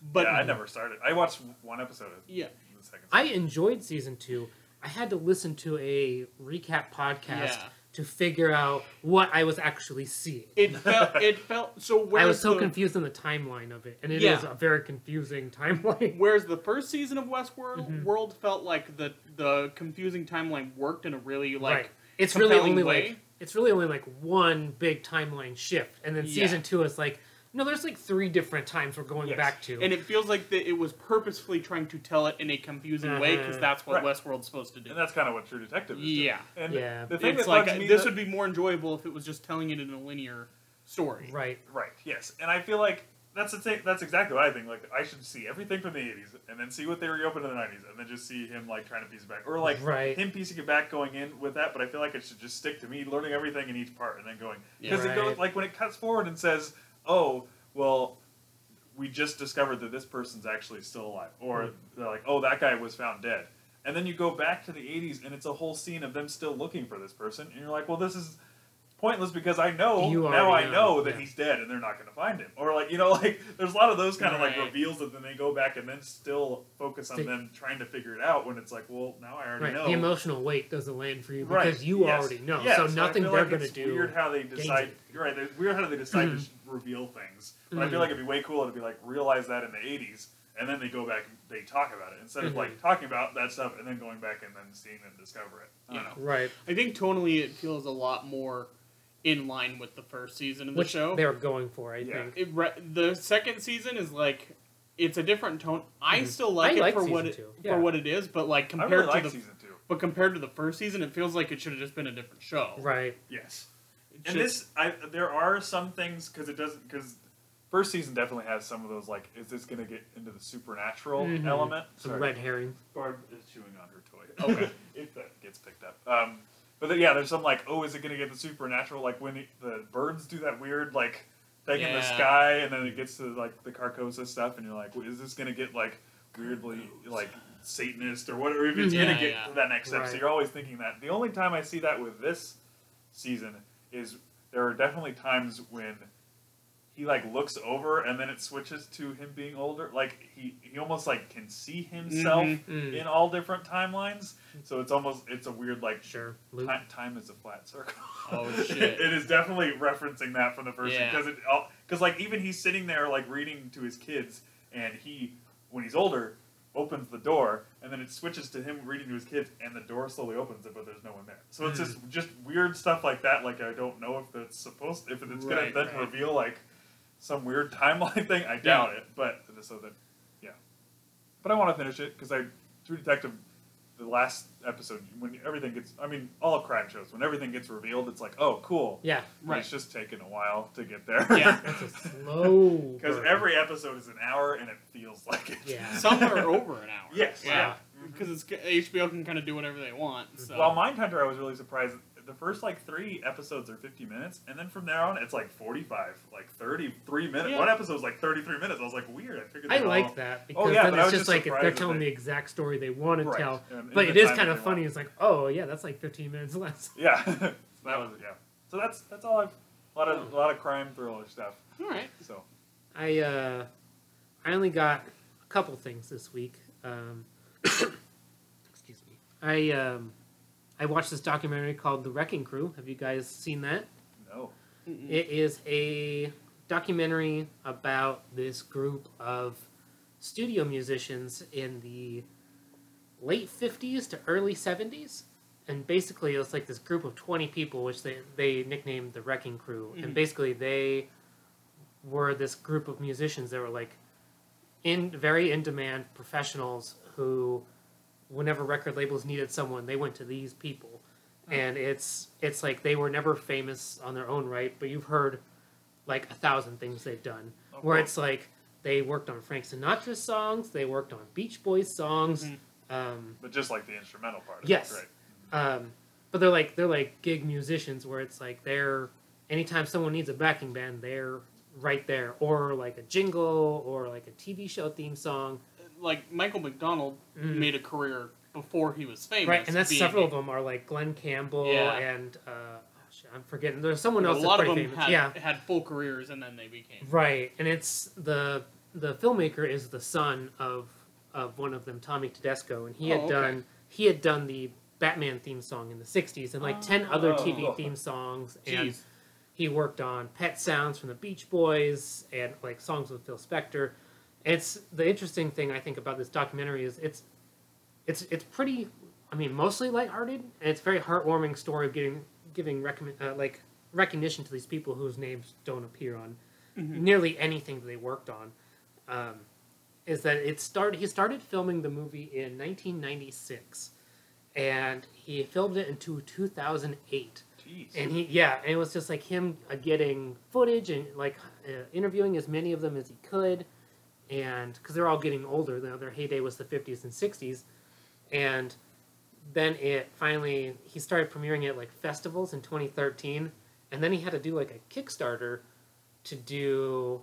[SPEAKER 1] But
[SPEAKER 2] yeah, I never started. I watched one episode. Of
[SPEAKER 1] Yeah.
[SPEAKER 2] The second.
[SPEAKER 3] I enjoyed season two. I had to listen to a recap podcast
[SPEAKER 1] Yeah.
[SPEAKER 3] to figure out what I was actually seeing.
[SPEAKER 1] It felt. It felt. So where's
[SPEAKER 3] I was so
[SPEAKER 1] the,
[SPEAKER 3] confused in the timeline of it, and it is
[SPEAKER 1] Yeah.
[SPEAKER 3] a very confusing timeline.
[SPEAKER 1] Whereas the first season of Westworld
[SPEAKER 2] Mm-hmm.
[SPEAKER 1] World felt like the the confusing timeline worked in a really like
[SPEAKER 3] right. It's really
[SPEAKER 1] compelling
[SPEAKER 3] only
[SPEAKER 1] way.
[SPEAKER 3] like it's really only like one big timeline shift, and then
[SPEAKER 1] Yeah.
[SPEAKER 3] season two is like no, there's like three different times we're going
[SPEAKER 2] Yes.
[SPEAKER 3] back to.
[SPEAKER 1] and it feels like that it was purposefully trying to tell it in a confusing way because
[SPEAKER 3] Uh-huh.
[SPEAKER 1] that's what
[SPEAKER 2] Mm-hmm. Right.
[SPEAKER 1] Westworld's supposed to do.
[SPEAKER 2] and that's kind of what True Detective is. doing.
[SPEAKER 1] Yeah.
[SPEAKER 2] and
[SPEAKER 3] Yeah.
[SPEAKER 2] The thing
[SPEAKER 1] It's
[SPEAKER 2] that
[SPEAKER 1] like
[SPEAKER 2] bugs me
[SPEAKER 1] this
[SPEAKER 2] the-
[SPEAKER 1] would be more enjoyable if it was just telling it in a linear story.
[SPEAKER 3] right.
[SPEAKER 2] Right. Yes, and I feel like that's the thing. That's exactly what I think. Like I should see everything from the '80s, and then see what they reopened in the '90s, and then just see him like trying to piece it back, or like
[SPEAKER 3] Right.
[SPEAKER 2] him piecing it back going in with that. But I feel like it should just stick to me learning everything in each part, and then going because
[SPEAKER 3] Yeah.
[SPEAKER 2] it goes
[SPEAKER 3] Right.
[SPEAKER 2] like when it cuts forward and says, "Oh, well." We just discovered that this person's actually still alive, or
[SPEAKER 3] Hmm.
[SPEAKER 2] they're like, "Oh, that guy was found dead," and then you go back to the '80s, and it's a whole scene of them still looking for this person, and you're like, "Well, this is pointless because I know
[SPEAKER 3] You
[SPEAKER 2] now
[SPEAKER 3] already
[SPEAKER 2] I
[SPEAKER 3] know,
[SPEAKER 2] know that
[SPEAKER 3] yeah.
[SPEAKER 2] he's dead and they're not going to find him. Or like you know, like there's a lot of those kind of
[SPEAKER 1] Right.
[SPEAKER 2] like reveals that then they go back and then still focus on
[SPEAKER 3] They-
[SPEAKER 2] them trying to figure it out when it's like, well, now I already
[SPEAKER 3] Right.
[SPEAKER 2] know.
[SPEAKER 3] The emotional weight doesn't land for you
[SPEAKER 2] Right,
[SPEAKER 3] because you
[SPEAKER 2] yes,
[SPEAKER 3] already know.
[SPEAKER 2] yes,
[SPEAKER 3] So
[SPEAKER 2] and I
[SPEAKER 3] nothing
[SPEAKER 2] feel
[SPEAKER 3] they're
[SPEAKER 2] like
[SPEAKER 3] gonna
[SPEAKER 2] it's
[SPEAKER 3] do.
[SPEAKER 2] Weird how they
[SPEAKER 3] gains
[SPEAKER 2] decide.
[SPEAKER 3] it. Mm-hmm.
[SPEAKER 2] You're right. It's weird how they decide to sh- reveal things. But I feel like it'd be way cooler to be like realize that in the '80s, and then they go back and they talk about it instead of
[SPEAKER 3] Mhm.
[SPEAKER 2] like talking about that stuff and then going back and then seeing them discover it. I don't
[SPEAKER 1] Yeah.
[SPEAKER 2] know.
[SPEAKER 3] Right.
[SPEAKER 1] I think tonally it feels a lot more in line with the first season of the
[SPEAKER 3] Which
[SPEAKER 1] show.
[SPEAKER 3] they're going for, I
[SPEAKER 2] Yeah.
[SPEAKER 3] think.
[SPEAKER 1] It re- the second season is like it's a different tone. I
[SPEAKER 2] Mm-hmm.
[SPEAKER 3] Mhm.
[SPEAKER 1] still like
[SPEAKER 3] I
[SPEAKER 1] it
[SPEAKER 3] like
[SPEAKER 1] for what
[SPEAKER 3] season
[SPEAKER 1] it,
[SPEAKER 3] two.
[SPEAKER 1] for
[SPEAKER 3] Yeah.
[SPEAKER 1] what it is, but like
[SPEAKER 2] I
[SPEAKER 1] compared
[SPEAKER 2] really
[SPEAKER 1] to
[SPEAKER 2] like
[SPEAKER 1] the
[SPEAKER 2] season two.
[SPEAKER 1] but compared to the first season, it feels like it should have just been a different show.
[SPEAKER 3] Right.
[SPEAKER 2] Yes.
[SPEAKER 1] It
[SPEAKER 2] And
[SPEAKER 1] should-
[SPEAKER 2] this, I there are some things because it doesn't because first season definitely has some of those like is this gonna get into the supernatural
[SPEAKER 1] Mm-hmm.
[SPEAKER 3] Mhm.
[SPEAKER 2] element?
[SPEAKER 3] Some red herring.
[SPEAKER 2] Barb is chewing on her toy.
[SPEAKER 1] Okay.
[SPEAKER 2] if that gets picked up. Um, but then, yeah, there's some like oh is it gonna get the supernatural like when the, the birds do that weird like thing in the
[SPEAKER 1] Yeah.
[SPEAKER 2] sky and then it gets to like the Carcosa stuff and you're like well, is this gonna get like weirdly like Satanist or whatever if it's
[SPEAKER 1] Mm, Yeah,
[SPEAKER 2] gonna get
[SPEAKER 1] yeah.
[SPEAKER 2] to that next step. So
[SPEAKER 3] Right.
[SPEAKER 2] you're always thinking that. The only time I see that with this season is there are definitely times when he like looks over and then it switches to him being older. Like he he almost like can see himself
[SPEAKER 1] Mhm.
[SPEAKER 3] Mm.
[SPEAKER 2] in all different timelines. So it's almost it's a weird like
[SPEAKER 3] Sure. Luke.
[SPEAKER 2] time, time is a flat circle.
[SPEAKER 1] Oh, shit.
[SPEAKER 2] it is definitely referencing that from the first
[SPEAKER 1] Yeah.
[SPEAKER 2] because it because like even he's sitting there like reading to his kids and he when he's older opens the door and then it switches to him reading to his kids and the door slowly opens it but there's no one there so it's
[SPEAKER 1] Hmm.
[SPEAKER 2] just just weird stuff like that like i don't know if that's supposed if it's gonna
[SPEAKER 1] Right,
[SPEAKER 2] then
[SPEAKER 1] right.
[SPEAKER 2] reveal like some weird timeline thing i doubt it but so that yeah but i want to finish it because i true detective the last episode when everything gets i mean all crime shows when everything gets revealed it's like oh cool
[SPEAKER 3] Yeah.
[SPEAKER 2] But
[SPEAKER 1] right.
[SPEAKER 2] it's just taken a while to get there
[SPEAKER 1] Yeah.
[SPEAKER 3] That's a slow.
[SPEAKER 2] because
[SPEAKER 3] burn.
[SPEAKER 2] every episode is an hour and it feels like it
[SPEAKER 3] Yeah.
[SPEAKER 1] Some are over an hour.
[SPEAKER 2] yes
[SPEAKER 1] yeah,
[SPEAKER 2] yeah,
[SPEAKER 1] because it's HBO can kind of do whatever they want. So
[SPEAKER 2] Well, Mindhunter, I was really surprised. The first like three episodes are 50 minutes, and then from there on, it's like 45, like 33 minutes.
[SPEAKER 1] Yeah.
[SPEAKER 2] One episode was like 33 minutes. I was like, weird. I figured.
[SPEAKER 3] I
[SPEAKER 2] they'd
[SPEAKER 3] like
[SPEAKER 2] all-
[SPEAKER 3] that because
[SPEAKER 2] Oh, yeah,
[SPEAKER 3] then
[SPEAKER 2] but I
[SPEAKER 3] it's
[SPEAKER 2] was
[SPEAKER 3] just,
[SPEAKER 2] just
[SPEAKER 3] like
[SPEAKER 2] surprised
[SPEAKER 3] they're
[SPEAKER 2] that
[SPEAKER 3] telling
[SPEAKER 2] they-
[SPEAKER 3] the exact story they want to
[SPEAKER 2] Right,
[SPEAKER 3] tell.
[SPEAKER 2] and in
[SPEAKER 3] But
[SPEAKER 2] the
[SPEAKER 3] it is
[SPEAKER 2] time
[SPEAKER 3] kind
[SPEAKER 2] that
[SPEAKER 3] of
[SPEAKER 2] they
[SPEAKER 3] funny.
[SPEAKER 2] want.
[SPEAKER 3] It's like, oh yeah, that's like 15 minutes less.
[SPEAKER 2] Yeah, So that was yeah. So that's that's all. I've, a lot
[SPEAKER 3] Oh.
[SPEAKER 2] of a lot of crime thriller stuff.
[SPEAKER 1] all right.
[SPEAKER 2] So
[SPEAKER 3] I uh, I only got a couple things this week. Um, excuse me. I um, I watched this documentary called The Wrecking Crew. Have you guys seen that?
[SPEAKER 2] no.
[SPEAKER 1] Mm-mm.
[SPEAKER 3] It is a documentary about this group of studio musicians in the late 50s to early 70s. And basically, it was like this group of 20 people, which they, they nicknamed the Wrecking Crew.
[SPEAKER 1] Mhm.
[SPEAKER 3] And basically, they were this group of musicians that were like in very in demand professionals who, whenever record labels needed someone, they went to these people and it's it's like they were never famous on their own right, but you've heard like a thousand things they've done.
[SPEAKER 2] Of
[SPEAKER 3] where
[SPEAKER 2] course.
[SPEAKER 3] it's like they worked on Frank Sinatra songs, they worked on Beach Boys songs,
[SPEAKER 1] Mhm.
[SPEAKER 3] um,
[SPEAKER 2] But just like the instrumental part. Of
[SPEAKER 3] Yes.
[SPEAKER 2] It, right.
[SPEAKER 3] um, but they're like they're like gig musicians where it's like they're anytime someone needs a backing band, they're right there, or like a jingle, or like a TV show theme song,
[SPEAKER 1] Like Michael McDonald
[SPEAKER 3] Mm.
[SPEAKER 1] made a career before he was famous.
[SPEAKER 3] right? And that's
[SPEAKER 1] being-
[SPEAKER 3] several of them are like Glenn Campbell
[SPEAKER 1] Yeah.
[SPEAKER 3] and uh, oh, shit, I'm forgetting. There's someone
[SPEAKER 1] A
[SPEAKER 3] else.
[SPEAKER 1] lot
[SPEAKER 3] that's
[SPEAKER 1] of
[SPEAKER 3] pretty
[SPEAKER 1] them
[SPEAKER 3] famous.
[SPEAKER 1] had,
[SPEAKER 3] yeah.
[SPEAKER 1] had full careers and then they became.
[SPEAKER 3] Right, and it's the the filmmaker is the son of of one of them, Tommy Tedesco, and he
[SPEAKER 1] Oh,
[SPEAKER 3] had
[SPEAKER 1] okay.
[SPEAKER 3] done he had done the Batman theme song in the 60s and like 10 other TV theme songs. And
[SPEAKER 1] Oh. Jeez.
[SPEAKER 3] he worked on Pet Sounds from the Beach Boys and like songs with Phil Spector. It's the interesting thing I think about this documentary is it's it's it's pretty I mean mostly lighthearted and it's a very heartwarming story of getting giving recommend uh, like recognition to these people whose names don't appear on nearly anything that they worked on. Um, is that it started he started filming the movie in 1996 and he filmed it into 2008
[SPEAKER 2] Jeez.
[SPEAKER 3] and he yeah and it was just like him uh, getting footage and like uh, interviewing as many of them as he could and because they're all getting older you know, their heyday was the 50s and 60s and then it finally he started premiering it at like festivals in 2013 and then he had to do like a kickstarter to do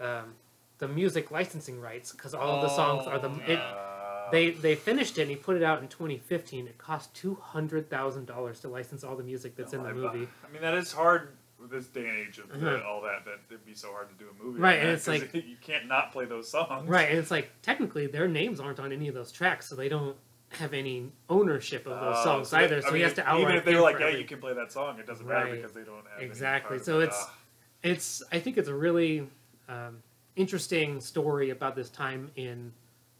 [SPEAKER 3] um, the music licensing rights because all of the songs are the it,
[SPEAKER 2] Oh, Uh,
[SPEAKER 3] they they finished it and he put it out in 2015 it cost $200000 to license all the music that's in the
[SPEAKER 2] I-
[SPEAKER 3] movie
[SPEAKER 2] I mean, that is hard with this day and age of the-
[SPEAKER 3] Uh-huh.
[SPEAKER 2] all that. That it'd be so hard to do a movie,
[SPEAKER 3] Right,
[SPEAKER 2] on
[SPEAKER 3] and
[SPEAKER 2] that,
[SPEAKER 3] it's
[SPEAKER 2] 'cause
[SPEAKER 3] like-
[SPEAKER 2] you can't not play those songs,
[SPEAKER 3] right and it's like technically their names aren't on any of those tracks so they don't have any ownership of those
[SPEAKER 2] Oh,
[SPEAKER 3] songs
[SPEAKER 2] so
[SPEAKER 3] either
[SPEAKER 2] that-
[SPEAKER 3] so
[SPEAKER 2] I
[SPEAKER 3] he
[SPEAKER 2] mean,
[SPEAKER 3] has to outright
[SPEAKER 2] even if they
[SPEAKER 3] pay
[SPEAKER 2] were like,
[SPEAKER 3] for
[SPEAKER 2] yeah,
[SPEAKER 3] every-
[SPEAKER 2] you can play that song, it doesn't matter
[SPEAKER 3] Right.
[SPEAKER 2] because they don't have any
[SPEAKER 3] Exactly.
[SPEAKER 2] part of
[SPEAKER 3] So
[SPEAKER 2] it. uh.
[SPEAKER 3] it's- it's I think it's a really um, interesting story about this time in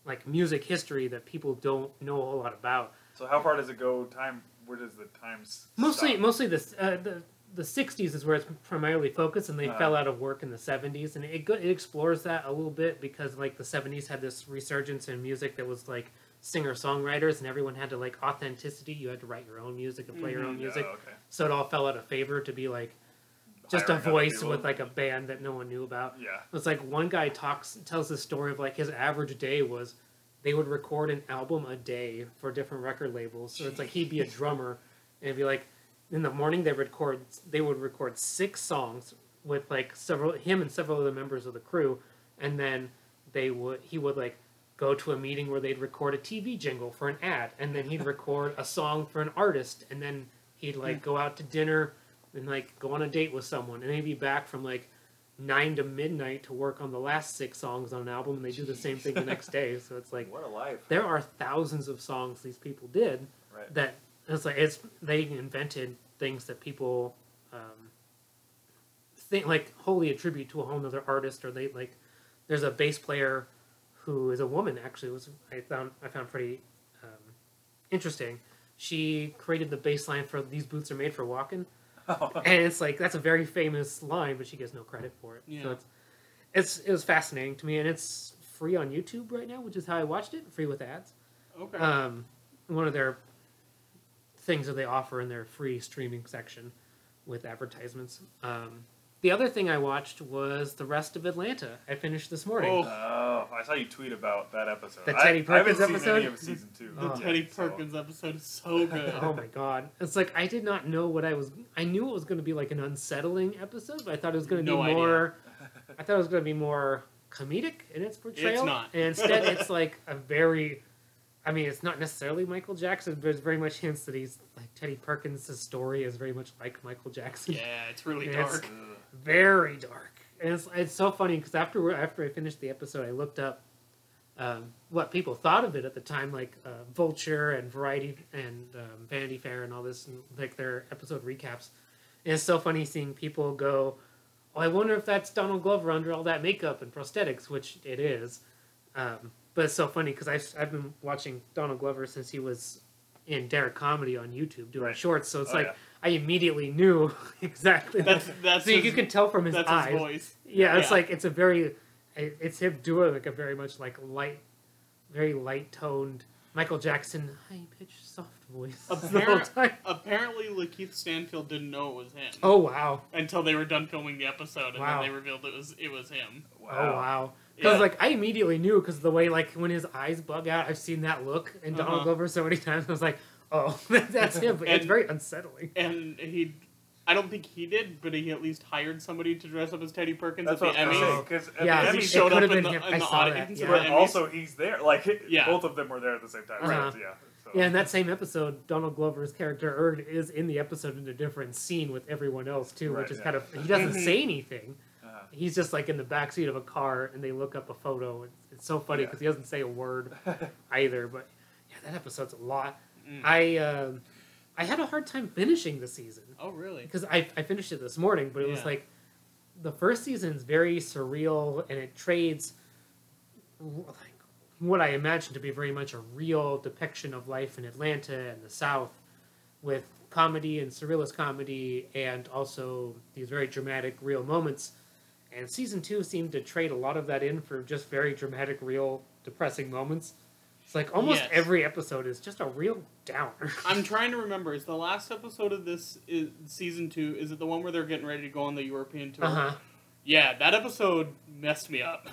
[SPEAKER 3] like music history that people don't know a whole lot about.
[SPEAKER 2] So how far does it go? Time? Where does the time? s-
[SPEAKER 3] Mostly,
[SPEAKER 2] stop?
[SPEAKER 3] mostly this uh, the the '60s is where it's primarily focused, and they
[SPEAKER 2] Uh.
[SPEAKER 3] fell out of work in the '70s, and it go- it explores that a little bit because like the '70s had this resurgence in music that was like singer songwriters, and everyone had to like authenticity. You had to write your own music and play your own
[SPEAKER 2] Yeah,
[SPEAKER 3] music,
[SPEAKER 2] okay.
[SPEAKER 3] so it all fell out of favor to be like just
[SPEAKER 2] Hiring
[SPEAKER 3] a
[SPEAKER 2] other
[SPEAKER 3] voice
[SPEAKER 2] people.
[SPEAKER 3] with like a band that no one knew about.
[SPEAKER 2] Yeah.
[SPEAKER 3] It's like one guy talks tells the story of like his average day was they would record an album a day for different record labels. So it's like he'd be a drummer and it'd be like in the morning they record they would record six songs with like several him and several other members of the crew and then they would he would like go to a meeting where they'd record a TV jingle for an ad and then he'd record a song for an artist and then he'd like go out to dinner and like go on a date with someone and they'd be back from like nine to midnight to work on the last six songs on an album and they do the same thing the next day so it's like
[SPEAKER 2] What a life.
[SPEAKER 3] there are thousands of songs these people did
[SPEAKER 2] Right.
[SPEAKER 3] that it's like it's they invented things that people um, think like wholly attribute to a whole other artist or they like there's a bass player who is a woman actually was I found I found pretty um, interesting. She created the bass line for "These Boots Are Made for Walking," and it's like that's a very famous line, but she gets no credit for it.
[SPEAKER 1] Yeah.
[SPEAKER 3] So it's it's it was fascinating to me, and it's free on YouTube right now, which is how I watched it, free with ads
[SPEAKER 1] Okay.
[SPEAKER 3] um, one of their things that they offer in their free streaming section with advertisements. Um, the other thing I watched was the rest of Atlanta. I finished this morning.
[SPEAKER 1] Oh.
[SPEAKER 2] Oh, I saw you tweet about that episode.
[SPEAKER 3] The
[SPEAKER 2] I-
[SPEAKER 3] Teddy
[SPEAKER 2] I haven't
[SPEAKER 3] Perkins
[SPEAKER 2] seen
[SPEAKER 3] episode?
[SPEAKER 2] any of season two.
[SPEAKER 1] the
[SPEAKER 3] Oh.
[SPEAKER 2] yet,
[SPEAKER 1] Teddy
[SPEAKER 2] so-
[SPEAKER 1] Perkins episode is so good.
[SPEAKER 3] Oh my god! It's like I did not know what I was. I knew it was going to be like an unsettling episode, but I thought it was going to
[SPEAKER 1] No
[SPEAKER 3] be
[SPEAKER 1] idea.
[SPEAKER 3] more. I thought it was going to be more comedic in its portrayal.
[SPEAKER 1] not.
[SPEAKER 3] And instead, it's like a very. I mean, it's not necessarily Michael Jackson, but it's very much hints that he's like Teddy Perkins' story is very much like Michael Jackson.
[SPEAKER 1] yeah, it's really
[SPEAKER 3] It's-
[SPEAKER 1] dark.
[SPEAKER 3] very dark. And it's, it's so funny because after after I finished the episode, I looked up um, what people thought of it at the time, like uh, Vulture and Variety and um, Vanity Fair and all this, and, like their episode recaps. And it's so funny seeing people go, "Oh, I wonder if that's Donald Glover under all that makeup and prosthetics," which it is. Um, but it's so funny because I've, I've been watching Donald Glover since he was in Derek Comedy on YouTube doing
[SPEAKER 2] Right.
[SPEAKER 3] shorts, so it's
[SPEAKER 2] Oh,
[SPEAKER 3] like
[SPEAKER 2] yeah.
[SPEAKER 3] I immediately knew exactly
[SPEAKER 1] That's that's
[SPEAKER 3] so
[SPEAKER 1] his,
[SPEAKER 3] you can tell from his
[SPEAKER 1] that's
[SPEAKER 3] eyes.
[SPEAKER 1] his voice.
[SPEAKER 3] yeah, it's
[SPEAKER 1] Yeah.
[SPEAKER 3] like it's a very, it- it's him doing like a very much like light, very light toned Michael Jackson high pitched soft voice the whole
[SPEAKER 1] Apparent-
[SPEAKER 3] time.
[SPEAKER 1] Apparently, Lakeith Stanfield didn't know it was him
[SPEAKER 3] Oh wow!
[SPEAKER 1] until they were done filming the episode, and
[SPEAKER 3] Wow.
[SPEAKER 1] then they revealed it was it was him.
[SPEAKER 3] Oh
[SPEAKER 2] Wow.
[SPEAKER 3] wow! Because
[SPEAKER 1] Yeah.
[SPEAKER 3] like I immediately knew because the way like when his eyes bug out, I've seen that look in Donald
[SPEAKER 1] Uh-huh.
[SPEAKER 3] Glover so many times. I was like, oh, that's him. But it's
[SPEAKER 1] And-
[SPEAKER 3] very unsettling.
[SPEAKER 1] And he, I don't think he did, but he at least hired somebody to dress up as Teddy Perkins
[SPEAKER 2] That's
[SPEAKER 1] at
[SPEAKER 2] what
[SPEAKER 1] the
[SPEAKER 2] I was
[SPEAKER 1] Emmys.
[SPEAKER 2] saying. Because
[SPEAKER 3] Yeah,
[SPEAKER 1] And
[SPEAKER 3] it
[SPEAKER 1] he
[SPEAKER 2] Emmys,
[SPEAKER 3] should-
[SPEAKER 1] showed up
[SPEAKER 3] could've
[SPEAKER 1] in
[SPEAKER 3] been
[SPEAKER 1] the,
[SPEAKER 3] him.
[SPEAKER 1] in
[SPEAKER 3] I
[SPEAKER 1] the
[SPEAKER 3] saw that,
[SPEAKER 1] audience.
[SPEAKER 3] yeah.
[SPEAKER 1] of the
[SPEAKER 2] but
[SPEAKER 1] Emmys.
[SPEAKER 2] also he's there. Like it-
[SPEAKER 1] Yeah.
[SPEAKER 2] both of them were there at the same time.
[SPEAKER 3] Uh-huh.
[SPEAKER 2] Right? Yeah. So.
[SPEAKER 3] Yeah, in that same episode, Donald Glover's character Erd is in the episode in a different scene with everyone else too,
[SPEAKER 2] Right,
[SPEAKER 3] which is
[SPEAKER 2] yeah.
[SPEAKER 3] kind of he doesn't
[SPEAKER 1] Mhm.
[SPEAKER 3] say anything.
[SPEAKER 2] Uh-huh.
[SPEAKER 3] He's just like in the backseat of a car, and they look up a photo. It's, it's so funny
[SPEAKER 2] Yeah.
[SPEAKER 3] because he doesn't say a word either. But yeah, that episode's a lot. I um I had a hard time finishing the season
[SPEAKER 1] Oh, really?
[SPEAKER 3] because I I finished it this morning, but it was
[SPEAKER 1] Yeah.
[SPEAKER 3] like the first season's very surreal and it trades w- like what I imagine to be very much a real depiction of life in Atlanta and the South with comedy and surrealist comedy and also these very dramatic real moments. And season two seemed to trade a lot of that in for just very dramatic, real, depressing moments. It's like almost
[SPEAKER 1] Yes.
[SPEAKER 3] every episode is just a real downer.
[SPEAKER 1] I'm trying to remember. Is the last episode of this is season two? Is it the one where they're getting ready to go on the European tour?
[SPEAKER 3] Uh huh.
[SPEAKER 1] Yeah, that episode messed me up.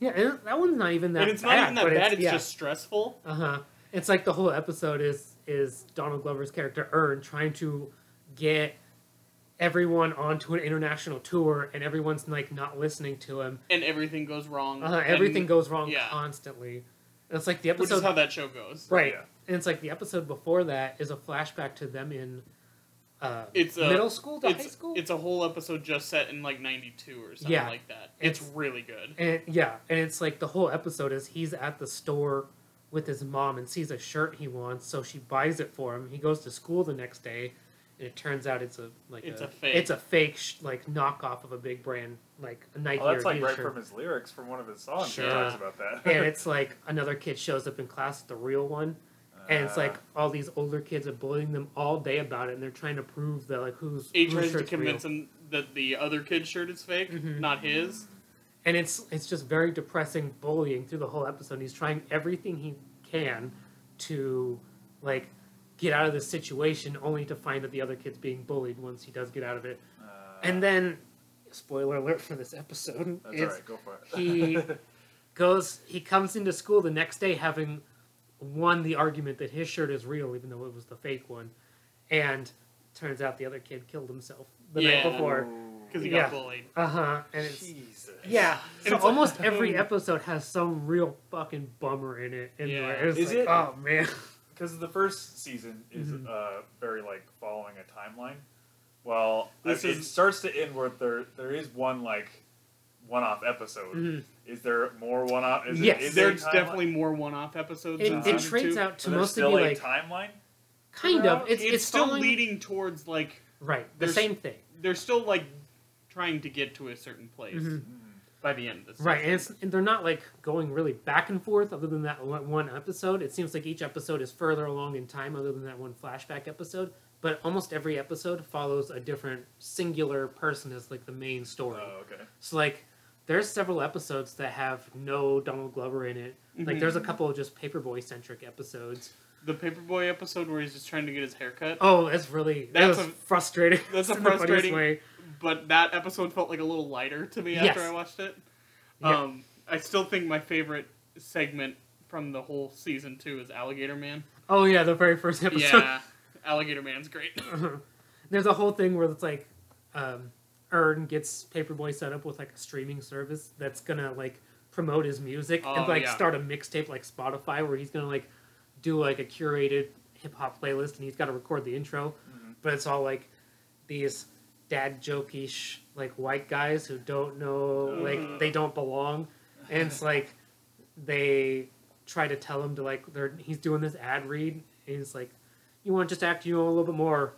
[SPEAKER 3] Yeah, and that one's not even that.
[SPEAKER 1] and it's not
[SPEAKER 3] bad,
[SPEAKER 1] even that
[SPEAKER 3] but
[SPEAKER 1] bad.
[SPEAKER 3] It's,
[SPEAKER 1] It's,
[SPEAKER 3] yeah.
[SPEAKER 1] just stressful.
[SPEAKER 3] Uh huh. It's like the whole episode is is Donald Glover's character Earn trying to get everyone onto an international tour, and everyone's like not listening to him.
[SPEAKER 1] and everything goes wrong.
[SPEAKER 3] Uh, everything
[SPEAKER 1] and,
[SPEAKER 3] goes wrong
[SPEAKER 1] yeah.
[SPEAKER 3] constantly. And it's like the
[SPEAKER 1] which is
[SPEAKER 3] episode,
[SPEAKER 1] how that show goes.
[SPEAKER 3] right?
[SPEAKER 2] Yeah.
[SPEAKER 3] And it's like the episode before that is a flashback to them in uh,
[SPEAKER 1] It's a-
[SPEAKER 3] middle school to
[SPEAKER 1] It's,
[SPEAKER 3] high school.
[SPEAKER 1] it's a whole episode just set in like '92 or something
[SPEAKER 3] Yeah.
[SPEAKER 1] like that. It's,
[SPEAKER 3] It's-
[SPEAKER 1] really good.
[SPEAKER 3] And yeah, and it's like the whole episode is he's at the store with his mom and sees a shirt he wants, so she buys it for him. He goes to school the next day, and it turns out it's a like
[SPEAKER 1] It's a fake.
[SPEAKER 3] It's a fake sh- like knockoff of a big brand like a Nike
[SPEAKER 2] Well, Oh, that's
[SPEAKER 3] or
[SPEAKER 2] like
[SPEAKER 3] Adidas
[SPEAKER 2] right
[SPEAKER 3] shirt.
[SPEAKER 2] from his lyrics from one of his songs.
[SPEAKER 1] Sure.
[SPEAKER 2] He talks about that.
[SPEAKER 3] and it's like another kid shows up in class, the real one, and it's like
[SPEAKER 2] Ah.
[SPEAKER 3] all these older kids are bullying them all day about it, and they're trying to prove that like who's
[SPEAKER 1] He
[SPEAKER 3] whose
[SPEAKER 1] tries to
[SPEAKER 3] shirt's real.
[SPEAKER 1] convince him that the other kid's shirt is fake,
[SPEAKER 3] Mhm.
[SPEAKER 1] not his.
[SPEAKER 3] and it's it's just very depressing bullying through the whole episode. He's trying everything he can to like get out of this situation, only to find that the other kid's being bullied once he does get out of it.
[SPEAKER 2] uh,
[SPEAKER 3] And then, spoiler alert for this episode,
[SPEAKER 2] that's all
[SPEAKER 3] is
[SPEAKER 2] right. Go for it.
[SPEAKER 3] he goes he comes into school the next day having won the argument that his shirt is real, even though it was the fake one, and turns out the other kid killed himself the
[SPEAKER 1] Yeah.
[SPEAKER 3] night before.
[SPEAKER 1] Because he
[SPEAKER 3] Yeah.
[SPEAKER 1] got bullied.
[SPEAKER 3] Uh huh. And it's
[SPEAKER 2] Jesus.
[SPEAKER 3] yeah,
[SPEAKER 1] And
[SPEAKER 3] so
[SPEAKER 1] it's like- um,
[SPEAKER 3] almost every episode has some real fucking bummer in it. And
[SPEAKER 1] Yeah.
[SPEAKER 3] like, it's
[SPEAKER 2] Is
[SPEAKER 3] like,
[SPEAKER 2] it-
[SPEAKER 3] Oh man.
[SPEAKER 2] Because the first season is
[SPEAKER 3] Mhm.
[SPEAKER 2] uh, very like following a timeline. Well,
[SPEAKER 1] This
[SPEAKER 2] it
[SPEAKER 1] is-
[SPEAKER 2] starts to end where there there is one like one-off episode.
[SPEAKER 3] Mhm.
[SPEAKER 2] Is there more one-off? Is
[SPEAKER 3] Yes.
[SPEAKER 2] it, is there a
[SPEAKER 1] There's
[SPEAKER 2] timeline?
[SPEAKER 1] definitely more one-off episodes.
[SPEAKER 3] It,
[SPEAKER 1] in
[SPEAKER 2] Uh,
[SPEAKER 3] it
[SPEAKER 1] season
[SPEAKER 3] trades
[SPEAKER 1] two.
[SPEAKER 3] out to
[SPEAKER 2] But there's
[SPEAKER 3] mostly
[SPEAKER 2] still
[SPEAKER 3] be
[SPEAKER 2] a
[SPEAKER 3] like
[SPEAKER 2] timeline.
[SPEAKER 3] kind of. It's,
[SPEAKER 1] It's,
[SPEAKER 3] it's,
[SPEAKER 1] still
[SPEAKER 3] following-
[SPEAKER 1] leading towards like
[SPEAKER 3] Right, the
[SPEAKER 1] there's-
[SPEAKER 3] same thing.
[SPEAKER 1] they're still like trying to get to a certain place
[SPEAKER 3] Mhm.
[SPEAKER 1] by the end of this.
[SPEAKER 3] Right, and, it's, and they're not like going really back and forth. Other than that one one episode, it seems like each episode is further along in time. Other than that one flashback episode, but almost every episode follows a different singular person as like the main story.
[SPEAKER 2] Oh, okay.
[SPEAKER 3] So like there's several episodes that have no Donald Glover in it.
[SPEAKER 1] Mhm.
[SPEAKER 3] Like there's a couple of just paperboy centric episodes.
[SPEAKER 1] The Paperboy episode where he's just trying to get his haircut,
[SPEAKER 3] Oh, that's really
[SPEAKER 1] That's
[SPEAKER 3] that was
[SPEAKER 1] a-
[SPEAKER 3] frustrating.
[SPEAKER 1] that's a
[SPEAKER 3] in the funniest
[SPEAKER 1] frustrating-
[SPEAKER 3] way.
[SPEAKER 1] but that episode felt like a little lighter to me after
[SPEAKER 3] Yes.
[SPEAKER 1] I watched it.
[SPEAKER 3] Yeah.
[SPEAKER 1] Um, I still think my favorite segment from the whole season two is Alligator Man.
[SPEAKER 3] Oh yeah, the very first episode.
[SPEAKER 1] Yeah, Alligator Man's great.
[SPEAKER 3] There's a whole thing where it's like um Ern gets Paperboy set up with like a streaming service that's gonna like promote his music and
[SPEAKER 1] Oh,
[SPEAKER 3] like
[SPEAKER 1] yeah.
[SPEAKER 3] start a mixtape like Spotify where he's gonna like do like a curated hip hop playlist and he's gotta record the intro.
[SPEAKER 1] Mm-hmm.
[SPEAKER 3] But it's all like these dad jokeish like white guys who don't know like they don't belong. And it's like they try to tell him to like they're he's doing this ad read and he's like, You wanna just act you know a little bit more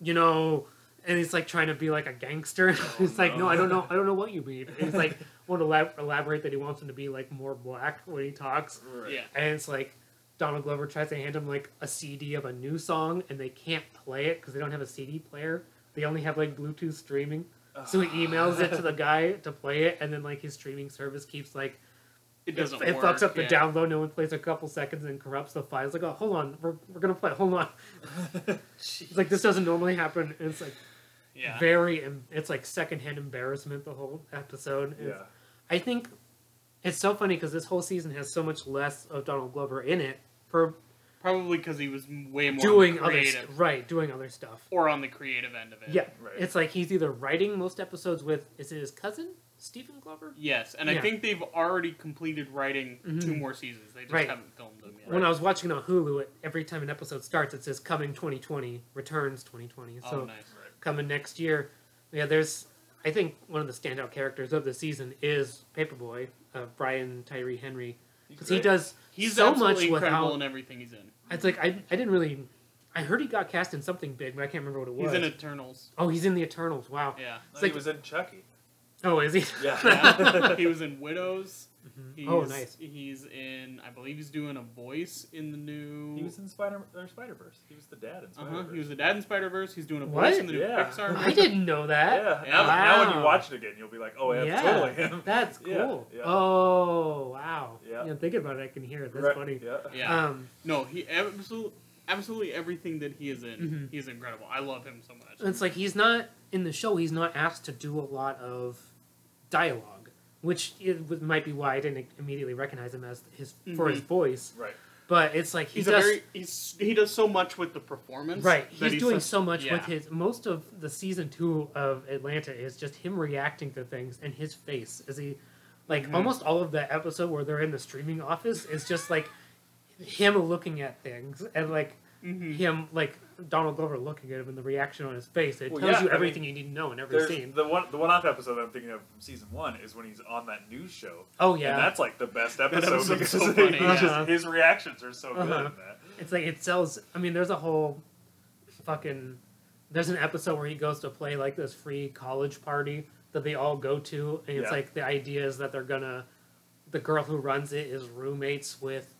[SPEAKER 3] you know and he's like trying to be like a gangster. it's like, no, I don't know I don't know what you mean. And he's like want to elab- elaborate that he wants him to be like more black when he talks.
[SPEAKER 2] Right.
[SPEAKER 1] Yeah,
[SPEAKER 3] And it's like Donald Glover tries to hand him like a CD of a new song, and they can't play it because they don't have a CD player. They only have like Bluetooth streaming. So he emails it to the guy to play it, and then like his streaming service keeps like
[SPEAKER 1] it doesn't.
[SPEAKER 3] it
[SPEAKER 1] work.
[SPEAKER 3] fucks up the
[SPEAKER 1] yeah.
[SPEAKER 3] download. No one plays a couple seconds and corrupts the file. It's like, oh, hold on, we're, we're gonna play. it. Hold on, it's like this doesn't normally happen. And it's like
[SPEAKER 1] Yeah,
[SPEAKER 3] very, em- it's like secondhand embarrassment the whole episode. It's-
[SPEAKER 2] Yeah.
[SPEAKER 3] I think it's so funny because this whole season has so much less of Donald Glover in it per
[SPEAKER 1] probably because he was way more
[SPEAKER 3] doing other
[SPEAKER 1] creative
[SPEAKER 3] st- right, doing other stuff.
[SPEAKER 1] or on the creative end of it.
[SPEAKER 3] Yeah,
[SPEAKER 2] Right.
[SPEAKER 3] it's like he's either writing most episodes with is it his cousin Stephen Glover?
[SPEAKER 1] Yes, and I
[SPEAKER 3] Yeah.
[SPEAKER 1] think they've already completed writing two
[SPEAKER 3] Mhm.
[SPEAKER 1] more seasons. They just
[SPEAKER 3] Right.
[SPEAKER 1] haven't filmed them yet.
[SPEAKER 3] When I was watching it on Hulu, it, every time an episode starts, it says coming 2020, returns 2020.
[SPEAKER 1] oh,
[SPEAKER 3] so
[SPEAKER 1] nice.
[SPEAKER 3] coming next year. Yeah, there's I think one of the standout characters of the season is Paperboy, uh, Brian Tyree Henry, because he does
[SPEAKER 1] He's
[SPEAKER 3] so much
[SPEAKER 1] absolutely
[SPEAKER 3] with
[SPEAKER 1] incredible
[SPEAKER 3] how
[SPEAKER 1] in everything he's in.
[SPEAKER 3] it's like I, I didn't really I heard he got cast in something big, but I can't remember what it was.
[SPEAKER 1] He's in Eternals.
[SPEAKER 3] oh, he's in the Eternals. Wow.
[SPEAKER 1] Yeah.
[SPEAKER 3] It's
[SPEAKER 2] he
[SPEAKER 3] like,
[SPEAKER 2] was in Chucky.
[SPEAKER 3] oh, is he? Mm-hmm.
[SPEAKER 1] Yeah. he was in Widows. He's,
[SPEAKER 3] Oh, nice.
[SPEAKER 1] He's in. I believe he's doing a voice in the new.
[SPEAKER 2] He was in Spider or Spider Verse. He was the dad in Spider
[SPEAKER 1] uh-huh.
[SPEAKER 2] Verse.
[SPEAKER 1] He was the dad in Spider Verse. He's doing a
[SPEAKER 3] What?
[SPEAKER 1] voice in the new
[SPEAKER 2] Yeah.
[SPEAKER 1] Pixar.
[SPEAKER 3] I
[SPEAKER 1] movie.
[SPEAKER 3] didn't know that.
[SPEAKER 2] Yeah.
[SPEAKER 1] Yeah.
[SPEAKER 2] Now, now when
[SPEAKER 3] Wow.
[SPEAKER 2] you watch it again, you'll be like, oh, yeah, it's
[SPEAKER 3] Yeah.
[SPEAKER 2] totally him.
[SPEAKER 3] That's
[SPEAKER 2] Yeah,
[SPEAKER 3] cool.
[SPEAKER 2] yeah.
[SPEAKER 3] Oh wow.
[SPEAKER 2] Yeah.
[SPEAKER 3] You know, thinking about it, I can hear it. That's
[SPEAKER 2] Right,
[SPEAKER 3] funny.
[SPEAKER 2] Yeah.
[SPEAKER 1] Yeah.
[SPEAKER 3] Um,
[SPEAKER 1] no, he absolutely, absolutely everything that he is in,
[SPEAKER 3] Mhm.
[SPEAKER 1] he's incredible. I love him so much.
[SPEAKER 3] it's like he's not in the show. He's not asked to do a lot of dialogue, which is, might be why I didn't immediately recognize him as his for his
[SPEAKER 1] Mhm.
[SPEAKER 3] voice.
[SPEAKER 2] Right.
[SPEAKER 3] But it's like he
[SPEAKER 1] He's
[SPEAKER 3] does
[SPEAKER 1] a very. He's he does so much with the performance.
[SPEAKER 3] right.
[SPEAKER 1] that
[SPEAKER 3] He's, doing
[SPEAKER 1] such-
[SPEAKER 3] so much with
[SPEAKER 1] yeah.
[SPEAKER 3] his. Most of the season two of Atlanta is just him reacting to things and his face as he, like
[SPEAKER 1] Mhm.
[SPEAKER 3] almost all of the episode where they're in the streaming office is just like him looking at things and like
[SPEAKER 1] Mhm.
[SPEAKER 3] him like Donald Glover looking at him and the reaction on his face. It
[SPEAKER 2] Well,
[SPEAKER 3] tells
[SPEAKER 2] yeah,
[SPEAKER 3] you
[SPEAKER 2] I
[SPEAKER 3] everything you need to know in every
[SPEAKER 2] There's
[SPEAKER 3] scene.
[SPEAKER 2] the one the one off episode that I'm thinking of from season one is when he's on that news show.
[SPEAKER 3] oh
[SPEAKER 2] And
[SPEAKER 3] yeah,
[SPEAKER 2] that's like the best episode
[SPEAKER 1] episode's
[SPEAKER 2] because
[SPEAKER 1] so
[SPEAKER 2] it's
[SPEAKER 1] funny,
[SPEAKER 2] just-
[SPEAKER 3] yeah.
[SPEAKER 2] his reactions are so good
[SPEAKER 3] Uh-huh.
[SPEAKER 2] in that.
[SPEAKER 3] it's like it sells. I mean, there's a whole fucking. There's an episode where he goes to play like this free college party that they all go to, and it's
[SPEAKER 2] Yeah.
[SPEAKER 3] like the idea is that they're gonna. The girl who runs it is roommates with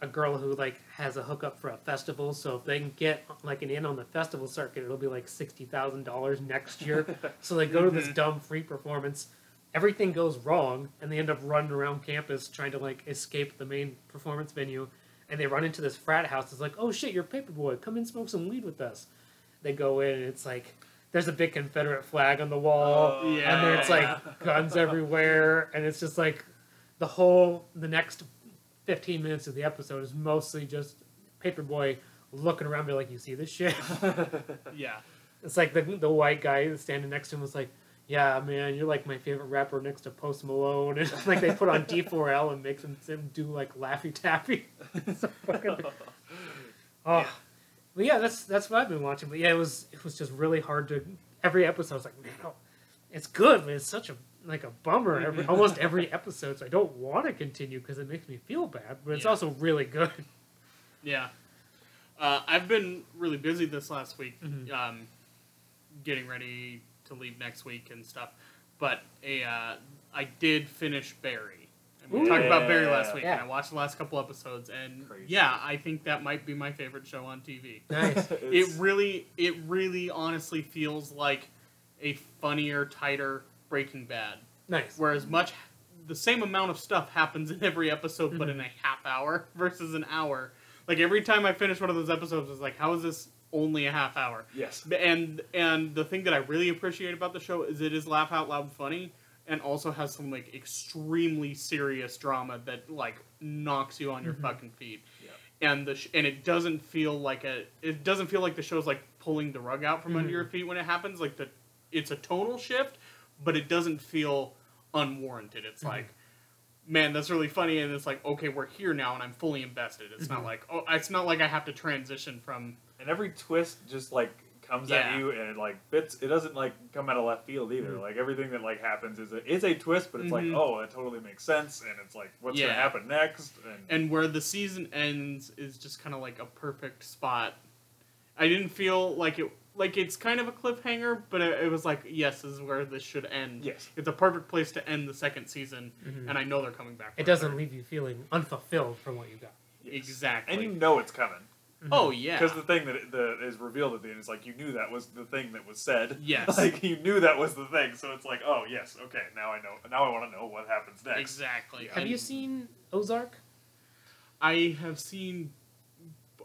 [SPEAKER 3] a girl who like has a hookup for a festival. So if they can get like an in on the festival circuit, it'll be like sixty thousand dollars next year. so they go to this dumb free performance. Everything goes wrong, and they end up running around campus trying to like escape the main performance venue. And they run into this frat house. It's like, oh shit, you're paperboy. Come and smoke some weed with us. They go in, and it's like there's a big Confederate flag on the wall
[SPEAKER 2] Oh,
[SPEAKER 1] yeah.
[SPEAKER 3] and then it's like guns everywhere, and it's just like the whole the next fifteen minutes of the episode is mostly just Paperboy looking around, be like, "You see this shit?"
[SPEAKER 1] Yeah.
[SPEAKER 3] it's like the the white guy standing next to him was like, "Yeah, man, you're like my favorite rapper next to Post Malone," and it's like they put on D4L and makes him, him do like Laffy Taffy. It's so fucking Oh,
[SPEAKER 1] Yeah.
[SPEAKER 3] but yeah, that's that's what I've been watching. But yeah, it was it was just really hard to every episode. I was like, man, oh, it's good, but it's such a like a bummer. Every, almost every episode, so I don't want to continue because it makes me feel bad. But it's
[SPEAKER 1] Yeah.
[SPEAKER 3] also really good.
[SPEAKER 1] Yeah. Uh, I've been really busy this last week,
[SPEAKER 3] Mhm.
[SPEAKER 1] um, getting ready to leave next week and stuff. But a, uh, I did finish Barry. And we
[SPEAKER 3] Ooh.
[SPEAKER 1] talked about Barry
[SPEAKER 2] Yeah.
[SPEAKER 1] last week, and
[SPEAKER 3] Yeah.
[SPEAKER 1] I watched the last couple episodes, and
[SPEAKER 2] Crazy.
[SPEAKER 1] yeah, I think that might be my favorite show on TV.
[SPEAKER 3] Nice.
[SPEAKER 1] It
[SPEAKER 2] It's-
[SPEAKER 1] really, it really, honestly feels like a funnier, tighter Breaking Bad,
[SPEAKER 3] Nice.
[SPEAKER 1] where as much, the same amount of stuff happens in every episode, but in a half hour versus an hour. Like every time I finish one of those episodes, it's like, how is this only a half hour?
[SPEAKER 2] yes.
[SPEAKER 1] And and the thing that I really appreciate about the show is it is laugh out loud funny, and also has some like extremely serious drama that like knocks you on your fucking feet.
[SPEAKER 2] Yeah.
[SPEAKER 1] And the sh- and it doesn't feel like a it doesn't feel like the show's like pulling the rug out from under your feet when it happens. Like the it's a tonal shift, but it doesn't feel unwarranted. It's like. Man, that's really funny, and it's like, okay, we're here now, and I'm fully invested. It's not like, oh, it's not like I have to transition from
[SPEAKER 2] And every twist just like comes
[SPEAKER 1] Yeah.
[SPEAKER 2] at you and it like fits it doesn't like come out of left field either.
[SPEAKER 3] Mhm.
[SPEAKER 2] Like everything that like happens is a it's a twist, but it's
[SPEAKER 1] Mhm.
[SPEAKER 2] like, oh, it totally makes sense and it's like what's
[SPEAKER 1] Yeah.
[SPEAKER 2] gonna happen next and,
[SPEAKER 1] and where the season ends is just kind of like a perfect spot. I didn't feel like it like it's kind of a cliffhanger, but it, it was like yes, this is where this should end.
[SPEAKER 2] Yes.
[SPEAKER 1] it's a perfect place to end the second season,
[SPEAKER 3] Mhm.
[SPEAKER 1] and I know they're coming back. for
[SPEAKER 3] It
[SPEAKER 1] a
[SPEAKER 3] doesn't
[SPEAKER 1] third.
[SPEAKER 3] leave you feeling unfulfilled from what you got.
[SPEAKER 2] yes.
[SPEAKER 1] exactly.
[SPEAKER 2] And you know it's coming.
[SPEAKER 1] oh yeah,
[SPEAKER 2] Because the thing that, that is revealed at the end is like you knew that was the thing that was said.
[SPEAKER 1] Yes.
[SPEAKER 2] like you knew that was the thing. So it's like, oh yes, okay, now I know. Now I want to know what happens next.
[SPEAKER 1] exactly.
[SPEAKER 3] Have
[SPEAKER 1] And
[SPEAKER 3] you seen Ozark?
[SPEAKER 1] I have seen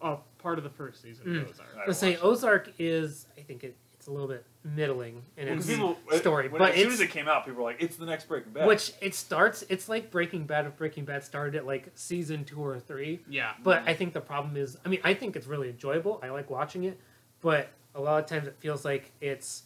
[SPEAKER 1] uh, part of the first season.
[SPEAKER 3] Mm.
[SPEAKER 1] Of Ozark.
[SPEAKER 2] I
[SPEAKER 3] Let's say
[SPEAKER 2] watched
[SPEAKER 3] Ozark is. I think it, it's a little bit middling in
[SPEAKER 2] Well, 'cause
[SPEAKER 3] its
[SPEAKER 2] people,
[SPEAKER 3] story,
[SPEAKER 2] when-
[SPEAKER 3] but
[SPEAKER 2] as soon
[SPEAKER 3] it's-
[SPEAKER 2] as it came out, people were like, "It's the next Breaking Bad."
[SPEAKER 3] Which it starts, it's like Breaking Bad. If Breaking Bad started at like season two or three,
[SPEAKER 1] Yeah,
[SPEAKER 3] but I think the problem is, I mean, I think it's really enjoyable. I like watching it, but a lot of times it feels like it's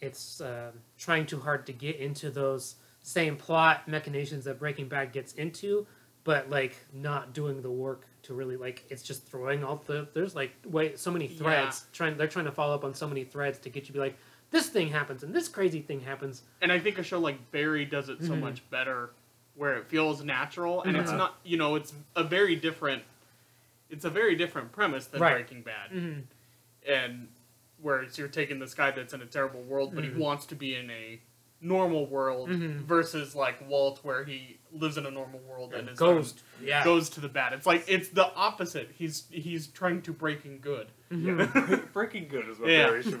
[SPEAKER 3] it's um trying too hard to get into those same plot machinations that Breaking Bad gets into, but like not doing the work to really like it's just throwing all the there's like wait so many
[SPEAKER 1] Yeah.
[SPEAKER 3] threads trying they're trying to follow up on so many threads to get you to be like this thing happens and this crazy thing happens
[SPEAKER 1] and I think a show like Barry does it so
[SPEAKER 3] Mhm.
[SPEAKER 1] much better where it feels natural and it's
[SPEAKER 2] Mhm.
[SPEAKER 1] not you know it's a very different it's a very different premise than
[SPEAKER 3] Right.
[SPEAKER 1] Breaking Bad and where it's you're taking this guy that's in a terrible world but
[SPEAKER 3] Mhm.
[SPEAKER 1] he wants to be in a normal world
[SPEAKER 3] Mhm.
[SPEAKER 1] versus like Walt where he lives in a normal world and, is
[SPEAKER 3] Ghost. Yeah.
[SPEAKER 1] goes to the bad it's like it's the opposite he's he's trying to breaking good
[SPEAKER 2] Yeah. Breaking Good is
[SPEAKER 1] Mm-hmm.
[SPEAKER 2] what
[SPEAKER 1] Yeah.
[SPEAKER 2] Barry should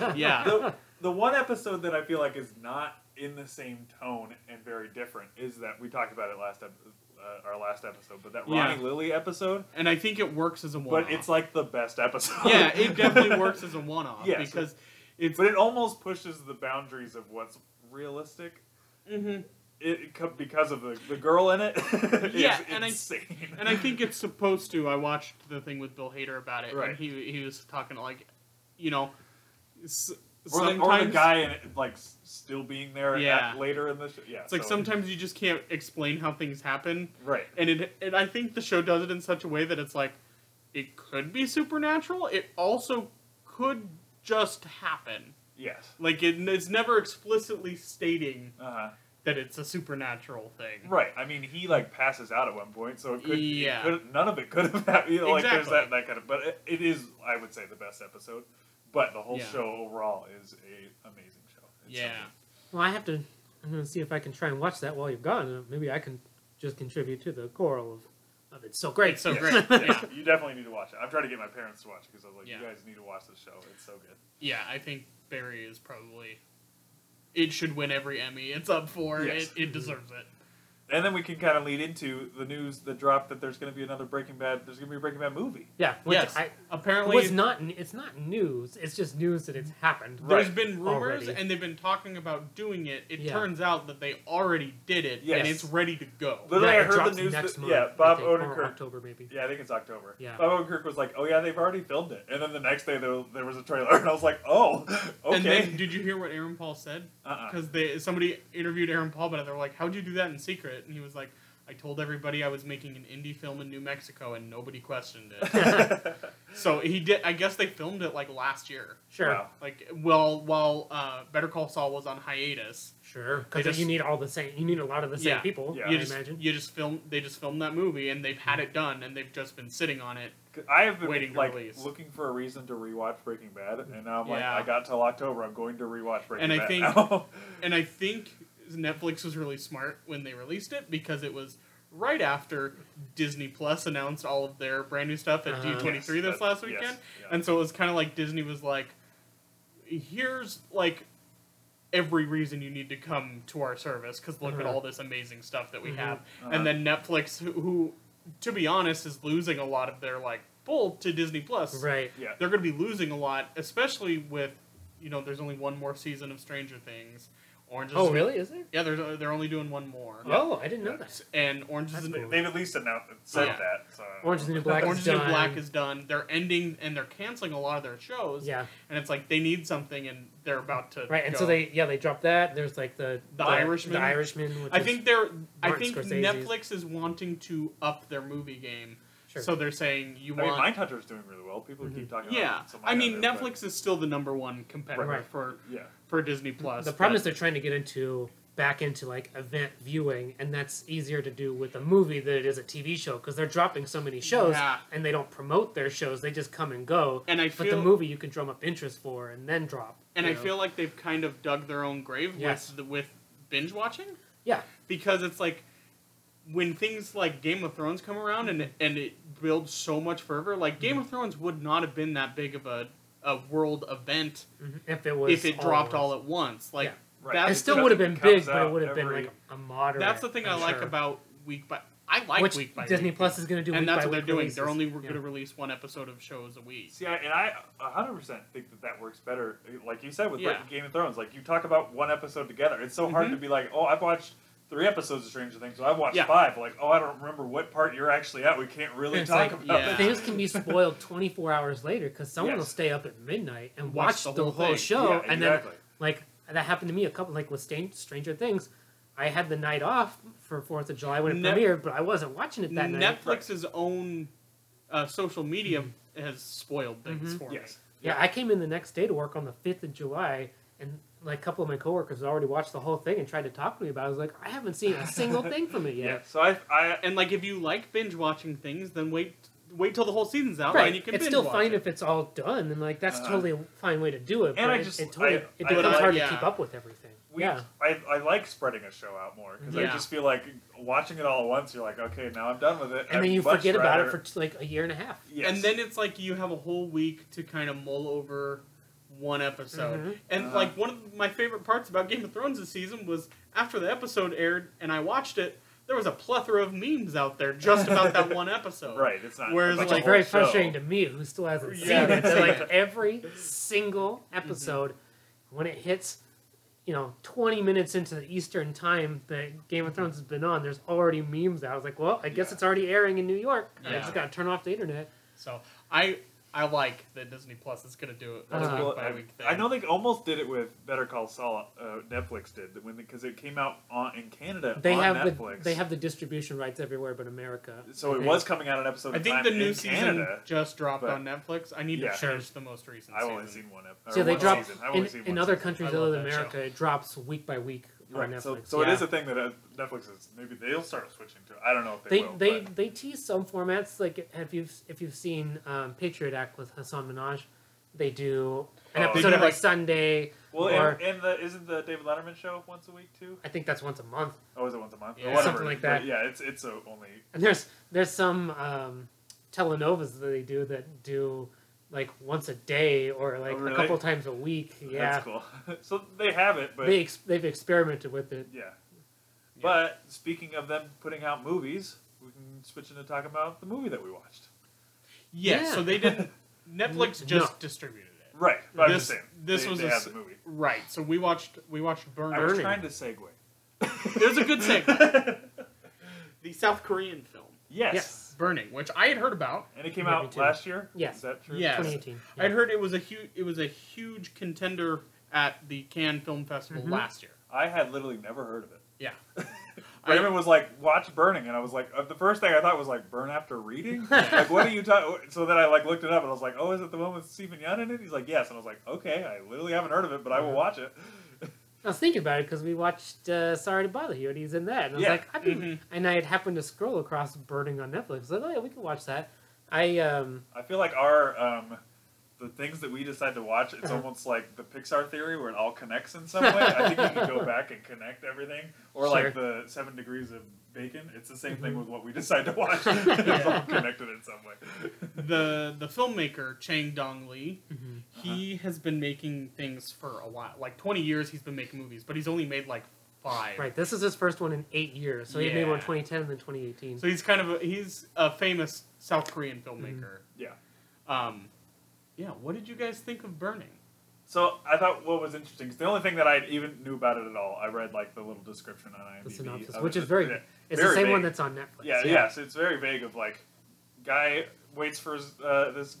[SPEAKER 2] called.
[SPEAKER 1] yeah
[SPEAKER 2] the, the one episode that I feel like is not in the same tone and very different is that we talked about it last ep- uh, our last episode, but that
[SPEAKER 1] Yeah.
[SPEAKER 2] Ronnie Lilly episode.
[SPEAKER 1] and I think it works as a one
[SPEAKER 2] But it's like the best episode.
[SPEAKER 1] yeah it definitely works as a one off
[SPEAKER 2] Yes.
[SPEAKER 1] because it's
[SPEAKER 2] But it almost pushes the boundaries of what's realistic.
[SPEAKER 1] Mhm.
[SPEAKER 2] It, it co- because of the, the girl in it. is
[SPEAKER 1] Yeah, and I-
[SPEAKER 2] insane.
[SPEAKER 1] and I think it's supposed to. I watched the thing with Bill Hader about it,
[SPEAKER 2] Right.
[SPEAKER 1] and he he was talking like, you know, s-
[SPEAKER 2] or, the,
[SPEAKER 1] sometimes
[SPEAKER 2] or the guy in it, like s- still being there at-
[SPEAKER 1] Yeah.
[SPEAKER 2] later in the show. Yeah,
[SPEAKER 1] it's like
[SPEAKER 2] so-
[SPEAKER 1] sometimes you just can't explain how things happen,
[SPEAKER 2] right.
[SPEAKER 1] and it and I think the show does it in such a way that it's like it could be supernatural. It also could just happen.
[SPEAKER 2] Yes.
[SPEAKER 1] Like it, it's never explicitly stating
[SPEAKER 2] Uh huh.
[SPEAKER 1] that it's a supernatural thing.
[SPEAKER 2] Right. I mean, he like passes out at one point, so it could.
[SPEAKER 1] Yeah.
[SPEAKER 2] Yeah. Could, none of it could have happened. You know, Like there's that
[SPEAKER 1] Exactly.
[SPEAKER 2] that kind of. But it, it is, I would say, the best episode. But the whole
[SPEAKER 1] Yeah.
[SPEAKER 2] show overall is a amazing show. It's
[SPEAKER 1] Yeah.
[SPEAKER 3] Well, I have to. I'm going to see if I can try and watch that while you're gone. Uh, Maybe I can just contribute to the choral of, of it's so great.
[SPEAKER 1] It's so
[SPEAKER 2] Yes,
[SPEAKER 1] great.
[SPEAKER 2] yes,
[SPEAKER 1] Yeah.
[SPEAKER 2] You definitely need to watch it. I'm trying to get my parents to watch it because I was like,
[SPEAKER 1] Yeah.
[SPEAKER 2] you guys need to watch this show. It's so good.
[SPEAKER 1] yeah, I think Barry is probably it should win every Emmy it's up for.
[SPEAKER 2] Yes.
[SPEAKER 1] It, it deserves it.
[SPEAKER 2] And then we can kind of lead into the news that dropped that there's going to be another Breaking Bad. There's going to be a Breaking Bad movie.
[SPEAKER 3] yeah. Which
[SPEAKER 1] yes,
[SPEAKER 3] I,
[SPEAKER 1] apparently
[SPEAKER 3] was not. n- It's not news. It's just news that it's happened.
[SPEAKER 2] Right.
[SPEAKER 1] there's been rumors
[SPEAKER 3] Already.
[SPEAKER 1] and they've been talking about doing it. It
[SPEAKER 3] Yeah.
[SPEAKER 1] turns out that they already did it
[SPEAKER 2] Yes.
[SPEAKER 1] and it's ready to go.
[SPEAKER 2] Literally,
[SPEAKER 3] yeah,
[SPEAKER 2] I
[SPEAKER 3] it
[SPEAKER 2] heard
[SPEAKER 3] drops
[SPEAKER 2] the news.
[SPEAKER 3] next
[SPEAKER 2] that,
[SPEAKER 3] month,
[SPEAKER 2] yeah,
[SPEAKER 3] I
[SPEAKER 2] Bob
[SPEAKER 3] think, or
[SPEAKER 2] Odenkirk.
[SPEAKER 3] October maybe.
[SPEAKER 2] Yeah, I think it's October.
[SPEAKER 3] Yeah.
[SPEAKER 2] Bob Odenkirk was like, "Oh yeah, they've already filmed it," and then the next day there, there was a trailer, and I was like, "Oh,
[SPEAKER 1] And
[SPEAKER 2] okay."
[SPEAKER 1] then did you hear what Aaron Paul said?
[SPEAKER 2] uh-uh.
[SPEAKER 1] Because they somebody interviewed Aaron Paul but they were like, How'd you do that in secret? And he was like, I told everybody I was making an indie film in New Mexico and nobody questioned it. so he did I guess they filmed it like last year.
[SPEAKER 3] Sure.
[SPEAKER 2] Wow.
[SPEAKER 1] Like well, while uh, Better Call Saul was on hiatus,
[SPEAKER 3] Sure.
[SPEAKER 1] They
[SPEAKER 3] Because
[SPEAKER 1] just-
[SPEAKER 3] you need all the same. You need a lot of the same
[SPEAKER 1] Yeah.
[SPEAKER 3] people.
[SPEAKER 2] Yeah.
[SPEAKER 3] I
[SPEAKER 1] you just
[SPEAKER 3] imagine.
[SPEAKER 1] you just film they just filmed that movie and they've had it done and they've just been sitting on it.
[SPEAKER 2] 'Cause I have been
[SPEAKER 1] Waiting to
[SPEAKER 2] like
[SPEAKER 1] release.
[SPEAKER 2] looking for a reason to rewatch Breaking Bad, and now I'm
[SPEAKER 1] Yeah.
[SPEAKER 2] like, I got till October. I'm going to rewatch Breaking
[SPEAKER 1] And I
[SPEAKER 2] Bad.
[SPEAKER 1] think-
[SPEAKER 2] now.
[SPEAKER 1] And I think Netflix was really smart when they released it because it was right after Disney Plus announced all of their brand new stuff at
[SPEAKER 3] Uh-huh.
[SPEAKER 1] D23
[SPEAKER 2] Yes,
[SPEAKER 1] this
[SPEAKER 2] that-
[SPEAKER 1] last
[SPEAKER 2] yes,
[SPEAKER 1] weekend.
[SPEAKER 2] yeah.
[SPEAKER 1] And so it was kind of like Disney was like here's like every reason you need to come to our service cuz look at
[SPEAKER 3] Uh-huh.
[SPEAKER 1] all this amazing stuff that we
[SPEAKER 3] Mhm.
[SPEAKER 1] have.
[SPEAKER 2] Uh-huh.
[SPEAKER 1] And then Netflix who, who to be honest is losing a lot of their like pull to Disney Plus
[SPEAKER 3] Right.
[SPEAKER 2] yeah,
[SPEAKER 1] they're going to be losing a lot, especially with, you know, there's only one more season of Stranger Things. Orange is
[SPEAKER 3] Oh, really? Is there?
[SPEAKER 1] Yeah, they're, they're only doing one more.
[SPEAKER 3] Oh, I didn't know that.
[SPEAKER 1] And Orange is,
[SPEAKER 3] That's
[SPEAKER 1] the,
[SPEAKER 3] cool.
[SPEAKER 2] they've at least announced said
[SPEAKER 1] Yeah.
[SPEAKER 2] that. So.
[SPEAKER 3] Orange is the New Black
[SPEAKER 1] Orange
[SPEAKER 3] is
[SPEAKER 1] is the
[SPEAKER 3] done.
[SPEAKER 1] New Black is done. They're ending and they're canceling a lot of their shows.
[SPEAKER 3] Yeah.
[SPEAKER 1] And it's like they need something and they're about to.
[SPEAKER 3] Right. And
[SPEAKER 1] go.
[SPEAKER 3] so they yeah they dropped that. There's like the
[SPEAKER 1] The Irishman?
[SPEAKER 3] The Irishman. Which
[SPEAKER 1] I
[SPEAKER 3] is-
[SPEAKER 1] think they're. I
[SPEAKER 3] Martin
[SPEAKER 1] think
[SPEAKER 3] Scorsese's.
[SPEAKER 1] Netflix is wanting to up their movie game.
[SPEAKER 3] Sure.
[SPEAKER 1] So they're saying you
[SPEAKER 2] I mean,
[SPEAKER 1] want.
[SPEAKER 2] Mindhunter's doing really well. People keep talking
[SPEAKER 1] Mm-hmm. yeah.
[SPEAKER 2] about it. so
[SPEAKER 1] I mean,
[SPEAKER 2] Mindhunter, but-
[SPEAKER 1] Netflix is still the number one competitor
[SPEAKER 3] Right.
[SPEAKER 1] for
[SPEAKER 2] Yeah.
[SPEAKER 1] for Disney Plus.
[SPEAKER 3] the problem
[SPEAKER 1] but-
[SPEAKER 3] is they're trying to get into back into like event viewing, and that's easier to do with a movie than it is a TV show because they're dropping so many shows
[SPEAKER 1] Yeah.
[SPEAKER 3] and they don't promote their shows; they just come and go.
[SPEAKER 1] And I
[SPEAKER 3] but the
[SPEAKER 1] feel-
[SPEAKER 3] movie you can drum up interest for and then drop.
[SPEAKER 1] And
[SPEAKER 3] you
[SPEAKER 1] I
[SPEAKER 3] know?
[SPEAKER 1] feel like they've kind of dug their own grave
[SPEAKER 3] Yes.
[SPEAKER 1] with the, with binge watching
[SPEAKER 3] yeah,
[SPEAKER 1] because it's like when things like Game of Thrones come around and
[SPEAKER 3] Mm-hmm.
[SPEAKER 1] and it builds so much fervor. Like Game of Thrones would not have been that big of a a world event
[SPEAKER 3] mhm, if it was
[SPEAKER 1] if it dropped all
[SPEAKER 3] of
[SPEAKER 1] at once. Like
[SPEAKER 3] Yeah.
[SPEAKER 2] Right.
[SPEAKER 1] That
[SPEAKER 3] it
[SPEAKER 1] That's
[SPEAKER 3] still
[SPEAKER 2] Nothing
[SPEAKER 3] would have been
[SPEAKER 2] comes
[SPEAKER 3] big, but
[SPEAKER 2] out
[SPEAKER 3] it would have been
[SPEAKER 2] every-
[SPEAKER 3] like a moderate.
[SPEAKER 1] that's the thing
[SPEAKER 3] I'm
[SPEAKER 1] I like
[SPEAKER 3] sure.
[SPEAKER 1] about week by I like
[SPEAKER 3] Which
[SPEAKER 1] week by
[SPEAKER 3] Disney
[SPEAKER 1] week.
[SPEAKER 3] Plus is going to do,
[SPEAKER 1] and
[SPEAKER 3] week
[SPEAKER 1] that's
[SPEAKER 3] by
[SPEAKER 1] what they're
[SPEAKER 3] week
[SPEAKER 1] doing.
[SPEAKER 3] Releases.
[SPEAKER 1] They're only we're
[SPEAKER 3] Yeah.
[SPEAKER 1] going to release one episode of shows a week.
[SPEAKER 2] See, I, and I 100% think that that works better, like you said with
[SPEAKER 1] Yeah.
[SPEAKER 2] Breaking Game of Thrones. Like, you talk about one episode together. It's so hard
[SPEAKER 1] Mhm.
[SPEAKER 2] to be like, oh, I've watched three episodes of Stranger Things, so I've watched
[SPEAKER 1] Yeah.
[SPEAKER 2] five. Like, oh, I don't remember what part you're actually at. We can't really
[SPEAKER 3] It's
[SPEAKER 2] talk
[SPEAKER 3] like,
[SPEAKER 2] about
[SPEAKER 1] yeah.
[SPEAKER 2] this.
[SPEAKER 3] things can be spoiled 24 hours later because someone will
[SPEAKER 2] Yes.
[SPEAKER 3] stay up at midnight and watch,
[SPEAKER 1] Watch
[SPEAKER 3] the,
[SPEAKER 1] the
[SPEAKER 3] whole,
[SPEAKER 1] whole thing.
[SPEAKER 3] show
[SPEAKER 2] Yeah,
[SPEAKER 3] and then
[SPEAKER 2] exactly.
[SPEAKER 3] like that happened to me a couple like with Stan- stranger things i had the night off for fourth of july when it
[SPEAKER 1] Net-
[SPEAKER 3] premiered but i wasn't watching it that night
[SPEAKER 1] Netflix's own uh, social media has spoiled things
[SPEAKER 3] Mhm.
[SPEAKER 1] for me.
[SPEAKER 2] Yes.
[SPEAKER 3] yeah i came in the next day to work on the 5th of july And like a couple of my coworkers had already watched the whole thing and tried to talk to me about. it. I was like, I haven't seen a single thing from it yet.
[SPEAKER 2] Yeah. So I, I
[SPEAKER 1] And like, if you like binge watching things, then wait, wait till the whole season's out,
[SPEAKER 3] Right.
[SPEAKER 1] and you can
[SPEAKER 3] it's
[SPEAKER 1] binge
[SPEAKER 3] still
[SPEAKER 1] watch
[SPEAKER 3] fine
[SPEAKER 1] it.
[SPEAKER 3] if it's all done, and like that's
[SPEAKER 2] Uh-huh.
[SPEAKER 3] totally a fine way to do it.
[SPEAKER 2] And
[SPEAKER 3] but
[SPEAKER 2] I
[SPEAKER 3] it-
[SPEAKER 2] just-
[SPEAKER 3] it, totally,
[SPEAKER 2] I-
[SPEAKER 3] it
[SPEAKER 2] I-
[SPEAKER 3] becomes
[SPEAKER 1] I-
[SPEAKER 3] hard
[SPEAKER 1] yeah.
[SPEAKER 3] to keep up with everything.
[SPEAKER 2] we,
[SPEAKER 3] yeah,
[SPEAKER 2] I, I like spreading a show out more because
[SPEAKER 1] Yeah.
[SPEAKER 2] I just feel like watching it all at once. You're like, okay, now I'm done with it.
[SPEAKER 3] and
[SPEAKER 2] I'd
[SPEAKER 3] then you
[SPEAKER 2] much
[SPEAKER 3] forget about it
[SPEAKER 2] rather-
[SPEAKER 3] for t- like a year and a half.
[SPEAKER 2] Yes.
[SPEAKER 1] And then it's like you have a whole week to kind of mull over one episode.
[SPEAKER 3] Mhm.
[SPEAKER 1] And
[SPEAKER 2] Uh-huh.
[SPEAKER 1] like one of my favorite parts about Game of Thrones this season was after the episode aired and I watched it, there was a plethora of memes out there just about that one episode.
[SPEAKER 2] right, it's not.
[SPEAKER 1] Whereas,
[SPEAKER 2] about
[SPEAKER 3] Which
[SPEAKER 2] the
[SPEAKER 1] like,
[SPEAKER 3] is
[SPEAKER 2] whole
[SPEAKER 3] very
[SPEAKER 2] show.
[SPEAKER 3] frustrating to me, who still hasn't seen
[SPEAKER 2] Yeah,
[SPEAKER 3] it. That,
[SPEAKER 2] that's-
[SPEAKER 3] like every single episode, when it hits, you know, twenty minutes into the Eastern time that Game of Thrones has been on, there's already memes out. I was like, well, I guess
[SPEAKER 2] Mm-hmm. Yeah.
[SPEAKER 3] it's already airing in New York. I
[SPEAKER 1] Yeah.
[SPEAKER 3] just gotta turn off the internet.
[SPEAKER 1] So I I like that Disney Plus is gonna do it on
[SPEAKER 3] Uh,
[SPEAKER 1] a
[SPEAKER 2] Well,
[SPEAKER 1] week by week thing.
[SPEAKER 2] I, I know they almost did it with Better Call Saul. Uh, Netflix did that when because it came out on, in Canada
[SPEAKER 3] They
[SPEAKER 2] on
[SPEAKER 3] have
[SPEAKER 2] Netflix.
[SPEAKER 3] the they have the distribution rights everywhere but America.
[SPEAKER 2] so it
[SPEAKER 3] And-
[SPEAKER 2] was coming out an episode.
[SPEAKER 1] I
[SPEAKER 2] at a
[SPEAKER 1] think
[SPEAKER 2] time
[SPEAKER 1] the new
[SPEAKER 2] in
[SPEAKER 1] season
[SPEAKER 2] Canada.
[SPEAKER 1] just dropped
[SPEAKER 2] but-
[SPEAKER 1] on Netflix. I need
[SPEAKER 2] Yeah.
[SPEAKER 1] to finish the most recent
[SPEAKER 2] I've
[SPEAKER 1] season.
[SPEAKER 2] only seen one episode.
[SPEAKER 3] So they
[SPEAKER 2] one
[SPEAKER 3] drop
[SPEAKER 2] season. I've only
[SPEAKER 3] in,
[SPEAKER 2] seen
[SPEAKER 3] in
[SPEAKER 2] one
[SPEAKER 3] other
[SPEAKER 2] season.
[SPEAKER 3] countries
[SPEAKER 1] I love
[SPEAKER 3] other than
[SPEAKER 1] that show.
[SPEAKER 3] America. It drops week by week on
[SPEAKER 2] Right.
[SPEAKER 3] Netflix.
[SPEAKER 2] So, so
[SPEAKER 3] yeah.
[SPEAKER 2] it is a thing that uh, Netflix is maybe they'll start switching to. I don't know if they,
[SPEAKER 3] they
[SPEAKER 2] will.
[SPEAKER 3] they,
[SPEAKER 2] but
[SPEAKER 3] they tease some formats like if you've if you've seen um, Patriot Act with Hassan Minaj, they do
[SPEAKER 2] Oh,
[SPEAKER 3] an
[SPEAKER 2] they
[SPEAKER 3] episode
[SPEAKER 1] do,
[SPEAKER 3] every
[SPEAKER 1] like-
[SPEAKER 3] Sunday.
[SPEAKER 2] well,
[SPEAKER 3] or
[SPEAKER 2] and, and the isn't the David Letterman show once a week too?
[SPEAKER 3] I think that's once a month.
[SPEAKER 2] Oh, is it once a month? Or
[SPEAKER 1] Yeah.
[SPEAKER 2] whatever.
[SPEAKER 3] Something like that.
[SPEAKER 2] But yeah, it's it's uh, only
[SPEAKER 3] And there's there's some um, telenovas that they do that do like once a day or like
[SPEAKER 2] Oh, really?
[SPEAKER 3] a couple times a week. Yeah,
[SPEAKER 2] that's cool. so they have it, but
[SPEAKER 3] they ex- they've experimented with it.
[SPEAKER 2] yeah. But speaking of them putting out movies, we can switch into talking about the movie that we watched.
[SPEAKER 1] Yeah,
[SPEAKER 3] Yeah.
[SPEAKER 1] so they didn't Netflix just distributed it.
[SPEAKER 2] Right. But I'm just
[SPEAKER 1] This-
[SPEAKER 2] saying.
[SPEAKER 1] this
[SPEAKER 2] they,
[SPEAKER 1] was
[SPEAKER 2] they
[SPEAKER 1] a
[SPEAKER 2] have
[SPEAKER 1] s-
[SPEAKER 2] the movie.
[SPEAKER 1] Right. So we watched we watched Burn.
[SPEAKER 2] I was
[SPEAKER 3] Burning.
[SPEAKER 2] trying to segue.
[SPEAKER 1] There's a good segue. the South Korean film
[SPEAKER 2] Yes.
[SPEAKER 3] Yes.
[SPEAKER 1] Burning, which I had heard about.
[SPEAKER 2] And it came
[SPEAKER 3] Yeah, me
[SPEAKER 2] out
[SPEAKER 3] too.
[SPEAKER 2] last year.
[SPEAKER 3] Yes.
[SPEAKER 2] Is that true?
[SPEAKER 1] Yes.
[SPEAKER 3] 2018. yeah.
[SPEAKER 1] I'd heard it was a huge it was a huge contender at the Cannes Film Festival
[SPEAKER 3] Mhm.
[SPEAKER 1] last year.
[SPEAKER 2] I had literally never heard of it.
[SPEAKER 1] Yeah. I-
[SPEAKER 2] Raymond was like, "Watch Burning," and I was like, uh, "The first thing I thought was like, burn after reading." like, what are you talking? So then I like looked it up, and I was like, "Oh, is it the one with Stephen Yeun in it?" He's like, "Yes," and I was like, "Okay, I literally haven't heard of it, but
[SPEAKER 1] Uh-huh.
[SPEAKER 2] I will watch it."
[SPEAKER 3] I was thinking about it because we watched uh, Sorry to Bother You, and he's in that. And I was
[SPEAKER 2] Yeah. mm-hmm.
[SPEAKER 3] like, I've been, and I had happened to scroll across Burning on Netflix. I was like, oh yeah, we can watch that. I um,
[SPEAKER 2] I feel like our um, the things that we decide to watch, it's
[SPEAKER 3] Uh-huh.
[SPEAKER 2] almost like the Pixar theory where it all connects in some way. I think you can go back and connect everything, or like the Seven Degrees of Bacon. It's the same
[SPEAKER 3] Mm-hmm.
[SPEAKER 2] thing with what we decide to watch. it's all connected in some way.
[SPEAKER 1] The the filmmaker Chang Dong Lee, he has been making things for a while. Like 20 years he's been making movies, but he's only made like 5.
[SPEAKER 3] right, this is his first one in eight years. So he made
[SPEAKER 1] Yeah.
[SPEAKER 3] one in 2010 and then 2018.
[SPEAKER 1] So he's kind of a, he's a famous South Korean filmmaker.
[SPEAKER 2] Mm-hmm. Yeah.
[SPEAKER 1] Um yeah, what did you guys think of Burning?
[SPEAKER 2] So I thought what was interesting because the only thing that I even knew about it at all, I read like the little description on IMDb,
[SPEAKER 3] the synopsis,
[SPEAKER 2] of
[SPEAKER 3] which
[SPEAKER 2] it.
[SPEAKER 3] is very,
[SPEAKER 2] yeah,
[SPEAKER 3] it's
[SPEAKER 2] very
[SPEAKER 3] the same one
[SPEAKER 2] vague.
[SPEAKER 3] that's on Netflix.
[SPEAKER 2] yeah, yeah. So it's very vague of like, guy waits for his, uh, this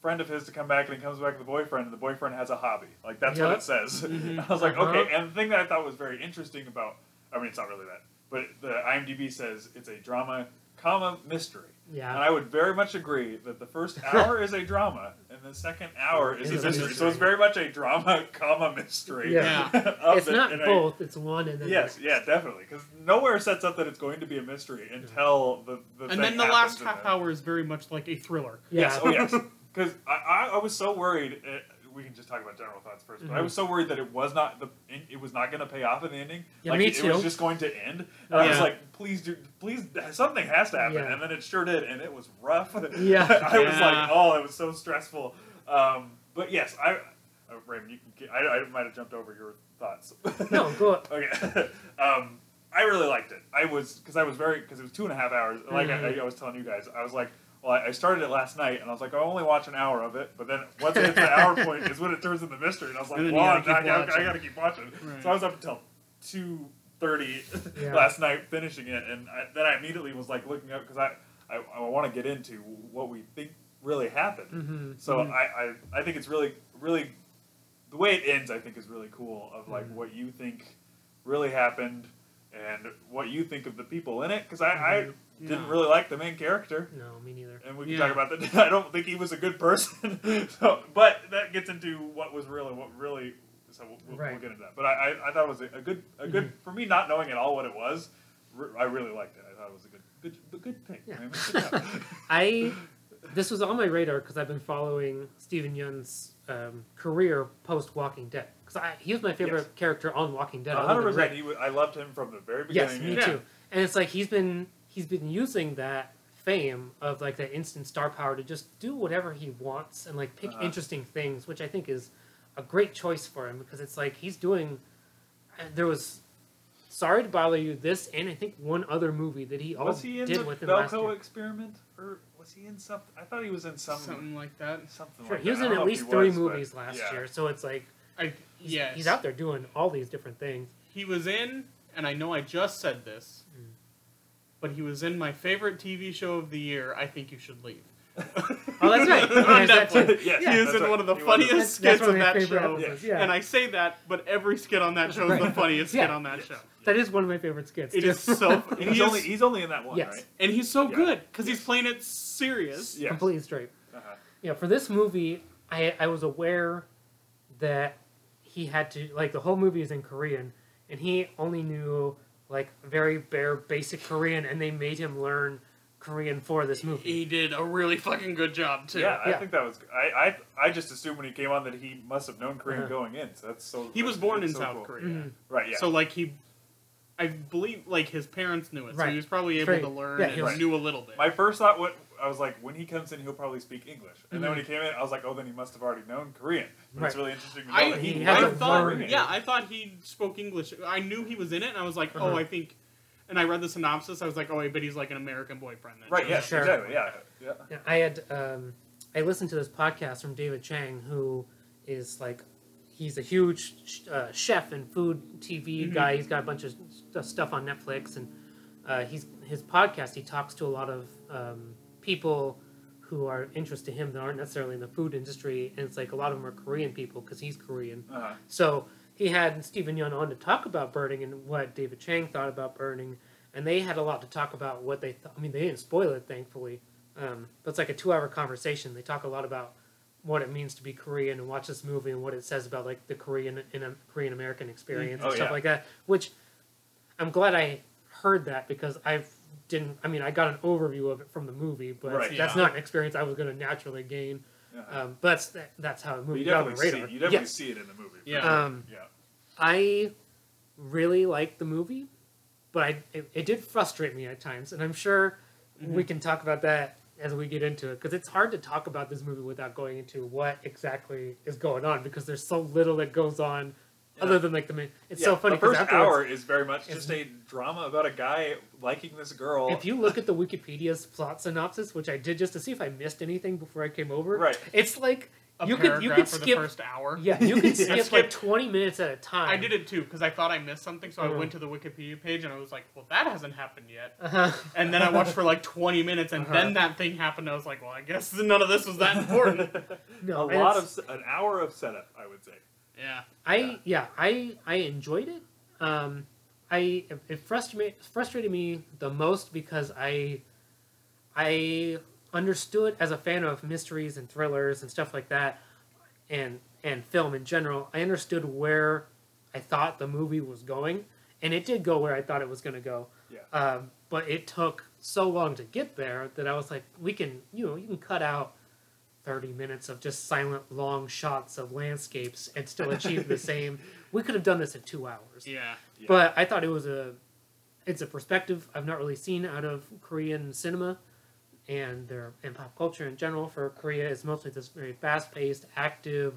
[SPEAKER 2] friend of his to come back, and he comes back with a boyfriend, and the boyfriend has a hobby. Like that's what
[SPEAKER 3] Yep.
[SPEAKER 2] it says.
[SPEAKER 1] Mhm.
[SPEAKER 2] I was like,
[SPEAKER 3] Uh-huh.
[SPEAKER 2] okay. And the thing that I thought was very interesting about, I mean, it's not really that, but the IMDb says it's a drama, comma mystery.
[SPEAKER 3] Yeah.
[SPEAKER 2] And I would very much agree that the first hour is a drama and the second hour is a
[SPEAKER 3] Is a
[SPEAKER 2] mystery. So it's
[SPEAKER 3] mystery.
[SPEAKER 2] very much a drama, comma mystery.
[SPEAKER 3] Yeah.
[SPEAKER 2] of
[SPEAKER 3] It's
[SPEAKER 2] the-
[SPEAKER 3] not
[SPEAKER 2] and I-
[SPEAKER 3] both, it's one and then
[SPEAKER 2] yes,
[SPEAKER 3] the
[SPEAKER 2] yeah,
[SPEAKER 3] next.
[SPEAKER 2] definitely. Because nowhere sets up that it's going to be a mystery until the, the thing
[SPEAKER 1] and then the
[SPEAKER 2] happens
[SPEAKER 1] last
[SPEAKER 2] in
[SPEAKER 1] half
[SPEAKER 2] the-
[SPEAKER 1] hour is very much like a thriller.
[SPEAKER 3] Yeah.
[SPEAKER 2] Yes, oh yes. Because I, I, I was so worried. Uh, we can just talk about general thoughts 1st But I
[SPEAKER 3] Mhm.
[SPEAKER 2] was so worried that it was not the in- it was not going to pay off in the ending.
[SPEAKER 3] Yeah,
[SPEAKER 2] like
[SPEAKER 3] me
[SPEAKER 2] it, it was
[SPEAKER 3] too.
[SPEAKER 2] just going to end. And I was
[SPEAKER 1] Yeah.
[SPEAKER 2] like, please do, please something has to happen.
[SPEAKER 3] Yeah.
[SPEAKER 2] And then it sure did, and it was rough.
[SPEAKER 3] Yeah.
[SPEAKER 2] I was
[SPEAKER 1] Yeah.
[SPEAKER 2] like, oh, it was so stressful. Um, but yes, I uh, Raymond, you can, get- I, I might have jumped over your thoughts.
[SPEAKER 3] No, go up.
[SPEAKER 2] Okay. um, I really liked it. I was because I was very because it was two and a half hours. Like I,
[SPEAKER 1] Mm-hmm.
[SPEAKER 3] Mhm.
[SPEAKER 2] I was telling you guys, I was like, well, I, I started it last night, and I was like, I'll only watch an hour of it. But then once it hits the hour point, is when it turns into mystery, and I was like,
[SPEAKER 1] And then
[SPEAKER 2] well,
[SPEAKER 1] you
[SPEAKER 2] I,
[SPEAKER 1] gotta keep
[SPEAKER 2] gotta- I
[SPEAKER 1] watching.
[SPEAKER 2] gotta keep watching.
[SPEAKER 1] Right.
[SPEAKER 2] So I was up until two thirty
[SPEAKER 3] Yeah.
[SPEAKER 2] last night finishing it, and I, then I immediately was like looking up because I I, I want to get into what we think really happened.
[SPEAKER 3] Mhm.
[SPEAKER 2] So I, I I think it's really really the way it ends I think is really cool of like
[SPEAKER 3] Mhm.
[SPEAKER 2] what you think really happened and what you think of the people in it because I,
[SPEAKER 3] Mhm.
[SPEAKER 2] I didn't
[SPEAKER 1] Yeah.
[SPEAKER 2] really like the main character
[SPEAKER 3] No, me neither.
[SPEAKER 2] and we can
[SPEAKER 1] Yeah.
[SPEAKER 2] talk about that I don't think he was a good person so but that gets into what was real and what really so we'll, we'll,
[SPEAKER 3] Right. Mm-hmm.
[SPEAKER 2] we'll get into that. But I, I, I thought it was a, a good, a good for me not knowing at all what it was. re- I really liked it. I thought it was a good, good, good pick.
[SPEAKER 3] Yeah.
[SPEAKER 2] Raymond. Good job.
[SPEAKER 3] I this was on my radar because I've been following Stephen Yun's um, career post Walking Dead because he was my favorite
[SPEAKER 2] Yes.
[SPEAKER 3] character on Walking Dead.
[SPEAKER 2] A
[SPEAKER 3] other
[SPEAKER 2] hundred
[SPEAKER 3] than
[SPEAKER 2] percent.
[SPEAKER 3] Rick.
[SPEAKER 2] He, wa- I loved him from the very
[SPEAKER 3] Yes,
[SPEAKER 2] beginning.
[SPEAKER 3] me
[SPEAKER 1] Yeah.
[SPEAKER 3] too. And it's like he's been he's been using that fame of like that instant star power to just do whatever he wants and like pick
[SPEAKER 2] Uh-huh.
[SPEAKER 3] interesting things, which I think is a great choice for him because it's like he's doing. uh, There was sorry to bother you. This and I think one other movie that he also
[SPEAKER 2] was he in
[SPEAKER 3] did
[SPEAKER 2] the
[SPEAKER 3] with him last
[SPEAKER 2] Belco
[SPEAKER 3] year.
[SPEAKER 2] experiment, or was he in something? I thought he was in some something.
[SPEAKER 1] something like that.
[SPEAKER 3] Sure,
[SPEAKER 2] like
[SPEAKER 3] he was
[SPEAKER 2] that. Oh I don't
[SPEAKER 3] in at
[SPEAKER 2] know if
[SPEAKER 3] least
[SPEAKER 2] he
[SPEAKER 3] three
[SPEAKER 2] was, but
[SPEAKER 3] movies last
[SPEAKER 2] yeah.
[SPEAKER 3] year, so it's like
[SPEAKER 1] I
[SPEAKER 3] he's,
[SPEAKER 1] yes,
[SPEAKER 3] he's out there doing all these different things.
[SPEAKER 1] He was in, and I know I just said this,
[SPEAKER 3] Mm.
[SPEAKER 1] but he was in my favorite TV show of the year. I think you should leave.
[SPEAKER 3] Oh, that's right.
[SPEAKER 1] on
[SPEAKER 3] There's that too.
[SPEAKER 1] Netflix.
[SPEAKER 2] Yes,
[SPEAKER 1] he was
[SPEAKER 2] that's
[SPEAKER 1] in
[SPEAKER 2] right.
[SPEAKER 1] one of the
[SPEAKER 2] He was in-
[SPEAKER 1] funniest
[SPEAKER 3] That's- that's
[SPEAKER 1] skits
[SPEAKER 3] one of
[SPEAKER 1] of
[SPEAKER 3] my
[SPEAKER 1] that
[SPEAKER 3] favorite
[SPEAKER 1] show.
[SPEAKER 3] episodes, yeah.
[SPEAKER 1] And I say that, but every skit on that show is the
[SPEAKER 3] Right.
[SPEAKER 1] funniest skit
[SPEAKER 3] Yeah.
[SPEAKER 1] on that show.
[SPEAKER 3] that is one of my favorite skits.
[SPEAKER 1] It
[SPEAKER 3] too.
[SPEAKER 1] is so.
[SPEAKER 2] And
[SPEAKER 1] He's,
[SPEAKER 2] he's only he's only in that one,
[SPEAKER 3] Yes.
[SPEAKER 2] right?
[SPEAKER 1] and he's so
[SPEAKER 2] Yeah.
[SPEAKER 1] good because he's playing it serious.
[SPEAKER 2] Yes.
[SPEAKER 3] completely straight.
[SPEAKER 2] Uh-huh.
[SPEAKER 3] Yeah, for this movie, I I was aware that he had to like the whole movie is in Korean, and he only knew like very bare basic Korean, and they made him learn Korean for this movie.
[SPEAKER 1] He did a really fucking good job too.
[SPEAKER 2] Yeah, I
[SPEAKER 3] Yeah.
[SPEAKER 2] think that was. I, I I just assumed when he came on that he must have known Korean
[SPEAKER 3] Uh-huh.
[SPEAKER 2] going in. So that's so.
[SPEAKER 1] He was born
[SPEAKER 2] it's
[SPEAKER 1] in
[SPEAKER 2] so
[SPEAKER 1] South
[SPEAKER 2] cool.
[SPEAKER 1] Korea.
[SPEAKER 3] Mhm.
[SPEAKER 2] Right. Yeah.
[SPEAKER 1] So like he, I believe like his parents knew it, so
[SPEAKER 3] Right.
[SPEAKER 1] he was probably able
[SPEAKER 3] Right.
[SPEAKER 1] to learn
[SPEAKER 3] Yeah, he
[SPEAKER 1] and
[SPEAKER 2] was-
[SPEAKER 1] knew a little bit.
[SPEAKER 2] My first thought, what I was like, when he comes in, he'll probably speak English. And then when he came in, I was like, oh, then he must have already known Korean. But it's
[SPEAKER 3] Mm-hmm. Right.
[SPEAKER 2] really interesting. To know
[SPEAKER 1] I,
[SPEAKER 2] that
[SPEAKER 3] he
[SPEAKER 2] he
[SPEAKER 1] I
[SPEAKER 3] had to
[SPEAKER 2] learned
[SPEAKER 1] thought,
[SPEAKER 3] learn
[SPEAKER 2] Korean.
[SPEAKER 1] yeah, I thought he spoke English. I knew he was in it, and I was like, oh,
[SPEAKER 3] Uh-huh.
[SPEAKER 1] I think. And I read the synopsis. I was like, oh, I bet he's like an American boyfriend. Then.
[SPEAKER 2] Right.
[SPEAKER 1] So-
[SPEAKER 2] Yeah.
[SPEAKER 3] Sure.
[SPEAKER 2] Exactly. Yeah. Yeah.
[SPEAKER 3] Yeah, I had um, I listened to this podcast from David Chang, who is like he's a huge sh- uh, chef and food TV guy. He's got a bunch of st- uh, stuff on Netflix, and uh, he's his podcast. He talks to a lot of um, people who are interested to him that aren't necessarily in the food industry, and it's like a lot of them are Korean people because he's Korean.
[SPEAKER 2] Uh-huh.
[SPEAKER 3] So he had Stephen Yun on to talk about burning and what David Chang thought about burning, and they had a lot to talk about what they thought. I mean, they didn't spoil it, thankfully. Um, but it's like a two-hour conversation. They talk a lot about what it means to be Korean and watch this movie and what it says about like the Korean and um, Korean American experience
[SPEAKER 2] Oh,
[SPEAKER 3] and stuff
[SPEAKER 2] yeah.
[SPEAKER 3] like that. Which I'm glad I heard that because I didn't. I mean, I got an overview of it from the movie, but
[SPEAKER 2] Right,
[SPEAKER 3] that's
[SPEAKER 1] yeah.
[SPEAKER 3] not an experience I was going to naturally gain.
[SPEAKER 2] Yeah.
[SPEAKER 3] Um, but that's that's how the
[SPEAKER 2] But
[SPEAKER 3] movie
[SPEAKER 2] you
[SPEAKER 3] got on the
[SPEAKER 2] definitely see.
[SPEAKER 3] radar.
[SPEAKER 2] You definitely
[SPEAKER 3] Yes.
[SPEAKER 2] see it in the movie. for
[SPEAKER 1] Yeah.
[SPEAKER 2] sure.
[SPEAKER 3] Um,
[SPEAKER 2] yeah.
[SPEAKER 3] I really liked the movie, but I, it, it did frustrate me at times, and I'm sure
[SPEAKER 2] Mm-hmm.
[SPEAKER 3] we can talk about that as we get into it because it's hard to talk about this movie without going into what exactly is going on because there's so little that goes on other than like the main. It's so
[SPEAKER 2] Yeah,
[SPEAKER 3] funny
[SPEAKER 2] The
[SPEAKER 3] because
[SPEAKER 2] first
[SPEAKER 3] afterwards,
[SPEAKER 2] hour is very much
[SPEAKER 3] it's-
[SPEAKER 2] just a drama about a guy liking this girl.
[SPEAKER 3] if you look at the Wikipedia's plot synopsis, which I did just to see if I missed anything before I came over,
[SPEAKER 2] Right.
[SPEAKER 3] It's like
[SPEAKER 1] A
[SPEAKER 3] you could
[SPEAKER 1] paragraph
[SPEAKER 3] you could
[SPEAKER 1] for
[SPEAKER 3] skip.
[SPEAKER 1] the first hour.
[SPEAKER 3] Yeah, you could skip like
[SPEAKER 1] skipped-
[SPEAKER 3] 20 minutes at a time.
[SPEAKER 1] I did it too because I thought I missed something, so
[SPEAKER 3] Mhm.
[SPEAKER 1] I went to the Wikipedia page and I was like, well, that hasn't happened yet.
[SPEAKER 3] Uh-huh.
[SPEAKER 1] And then I watched for like 20 minutes, and
[SPEAKER 3] Uh-huh.
[SPEAKER 1] then that thing happened. I was like, well, I guess none of this was that important.
[SPEAKER 3] No,
[SPEAKER 2] a
[SPEAKER 3] and
[SPEAKER 2] lot
[SPEAKER 3] it's-
[SPEAKER 2] of s- an hour of setup, I would say.
[SPEAKER 1] yeah.
[SPEAKER 3] I
[SPEAKER 2] Yeah.
[SPEAKER 3] yeah, I I enjoyed it. Um, I it frustrated frustrated me the most because I I understood as a fan of mysteries and thrillers and stuff like that, and and film in general. I understood where I thought the movie was going, and it did go where I thought it was going to go.
[SPEAKER 2] Yeah.
[SPEAKER 3] Um, but it took so long to get there that I was like, we can, you know, you can cut out 30 minutes of just silent, long shots of landscapes and still achieve the same. We could have done this in two hours.
[SPEAKER 1] Yeah.
[SPEAKER 2] Yeah.
[SPEAKER 3] But I thought it was a, it's a perspective I've not really seen out of Korean cinema and their and pop culture in general for Korea is mostly this very fast paced, active,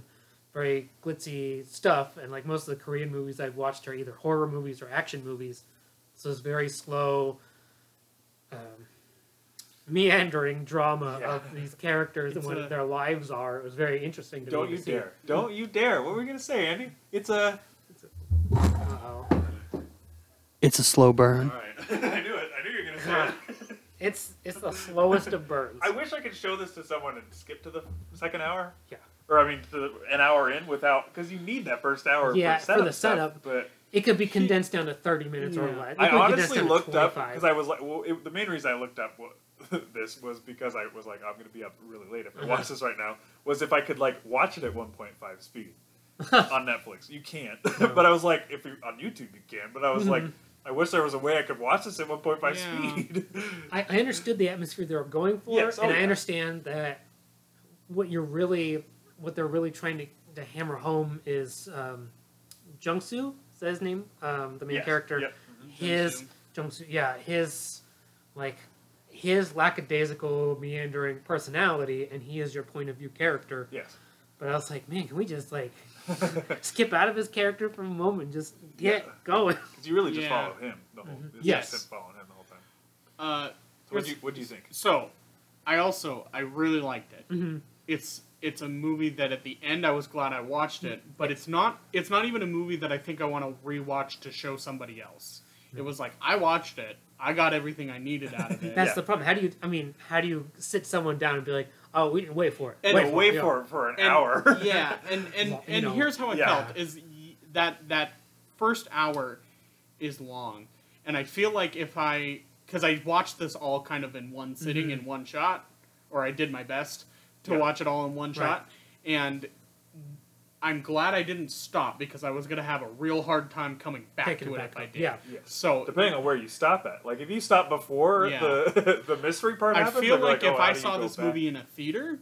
[SPEAKER 3] very glitzy stuff. And like most of the Korean movies I've watched are either horror movies or action movies. So it's very slow, um, meandering drama
[SPEAKER 2] Yeah.
[SPEAKER 3] of these characters
[SPEAKER 1] It's
[SPEAKER 3] and what
[SPEAKER 1] a-
[SPEAKER 3] their lives are. It was very interesting to
[SPEAKER 2] Don't
[SPEAKER 3] me
[SPEAKER 2] you
[SPEAKER 3] to see.
[SPEAKER 2] dare! Don't you dare! What were we gonna say, Andy? It's a.
[SPEAKER 3] Uh-oh.
[SPEAKER 5] It's a slow
[SPEAKER 2] All
[SPEAKER 5] burn.
[SPEAKER 2] right. I knew it. I knew you were gonna say it.
[SPEAKER 3] It's it's the slowest of burns.
[SPEAKER 2] I wish I could show this to someone and skip to the second hour.
[SPEAKER 3] Yeah.
[SPEAKER 2] Or I mean, to the, an hour in without because you need that first hour.
[SPEAKER 3] Yeah,
[SPEAKER 2] for,
[SPEAKER 3] for
[SPEAKER 2] setup
[SPEAKER 3] the
[SPEAKER 2] stuff,
[SPEAKER 3] setup.
[SPEAKER 2] but
[SPEAKER 3] It could be condensed down to thirty minutes or
[SPEAKER 1] Yeah.
[SPEAKER 3] less. It
[SPEAKER 2] I
[SPEAKER 3] could be condensed
[SPEAKER 2] honestly
[SPEAKER 3] down to
[SPEAKER 2] looked up
[SPEAKER 3] 25.
[SPEAKER 2] because I was like, well, it, the main reason I looked up what, this was because I
[SPEAKER 3] Uh-huh.
[SPEAKER 2] was like, I'm gonna be up really late if I watch this right now. Was if I could like watch it at 1.5 speed. on Netflix. You can't. but I was like, if you on YouTube you can. But I was
[SPEAKER 3] Mm-hmm.
[SPEAKER 2] like, I wish there was a way I could watch this at 1.5
[SPEAKER 1] Yeah.
[SPEAKER 2] speed.
[SPEAKER 3] I, I understood the atmosphere they were going for,
[SPEAKER 2] Yes, oh
[SPEAKER 3] and I
[SPEAKER 2] yeah.
[SPEAKER 3] understand that what you're really, what they're really trying to, to hammer home is um, Jungsu. Is that his name? Um, the main
[SPEAKER 2] Yes,
[SPEAKER 3] character.
[SPEAKER 2] yep.
[SPEAKER 3] His Jungsu. Yeah, his like his lackadaisical, meandering personality, and he is your point of view character.
[SPEAKER 2] Yes.
[SPEAKER 3] But I was like, man, can we just like skip out of his character for a moment and just get going?
[SPEAKER 2] Because you really just
[SPEAKER 1] Yeah.
[SPEAKER 2] follow him the whole. It's
[SPEAKER 3] Mm-hmm. Yes.
[SPEAKER 2] just him following him the whole time.
[SPEAKER 1] Uh,
[SPEAKER 2] So what do you what do you think?
[SPEAKER 1] so I also I really liked it.
[SPEAKER 3] Mhm.
[SPEAKER 1] It's it's a movie that at the end I was glad I watched it, but it's not it's not even a movie that I think I want to rewatch to show somebody else. It
[SPEAKER 3] Hmm.
[SPEAKER 1] was like I watched it, I got everything I needed out of it.
[SPEAKER 3] That's
[SPEAKER 2] Yeah.
[SPEAKER 3] the problem. How do you? I mean, how do you sit someone down and be like, "Oh, we didn't wait for it."
[SPEAKER 1] And
[SPEAKER 2] Wait,
[SPEAKER 3] it,
[SPEAKER 2] wait
[SPEAKER 3] yeah.
[SPEAKER 2] for it for an
[SPEAKER 1] And-
[SPEAKER 2] hour.
[SPEAKER 1] yeah, and and
[SPEAKER 3] You
[SPEAKER 1] and
[SPEAKER 3] know.
[SPEAKER 1] here's how it
[SPEAKER 2] Yeah.
[SPEAKER 1] felt is y- that that first hour is long, and I feel like if I because I watched this all kind of in one sitting
[SPEAKER 3] Mm-hmm.
[SPEAKER 1] in one shot, or I did my best to
[SPEAKER 2] Yeah.
[SPEAKER 1] watch it all in one
[SPEAKER 3] Right.
[SPEAKER 1] shot, and I'm glad I didn't stop because I was gonna have a real hard time coming back
[SPEAKER 3] Picking
[SPEAKER 1] to it
[SPEAKER 3] back
[SPEAKER 1] if I
[SPEAKER 3] up,
[SPEAKER 1] did.
[SPEAKER 3] yeah.
[SPEAKER 2] Yes.
[SPEAKER 1] So
[SPEAKER 2] Depending on where you stop at, like if you stop before
[SPEAKER 1] Yeah.
[SPEAKER 2] the the mystery part
[SPEAKER 1] I
[SPEAKER 2] happens,
[SPEAKER 1] feel
[SPEAKER 2] then you're
[SPEAKER 1] like,
[SPEAKER 2] oh,
[SPEAKER 1] if
[SPEAKER 2] how
[SPEAKER 1] I
[SPEAKER 2] do you
[SPEAKER 1] saw
[SPEAKER 2] go
[SPEAKER 1] this
[SPEAKER 2] back?
[SPEAKER 1] movie in a theater,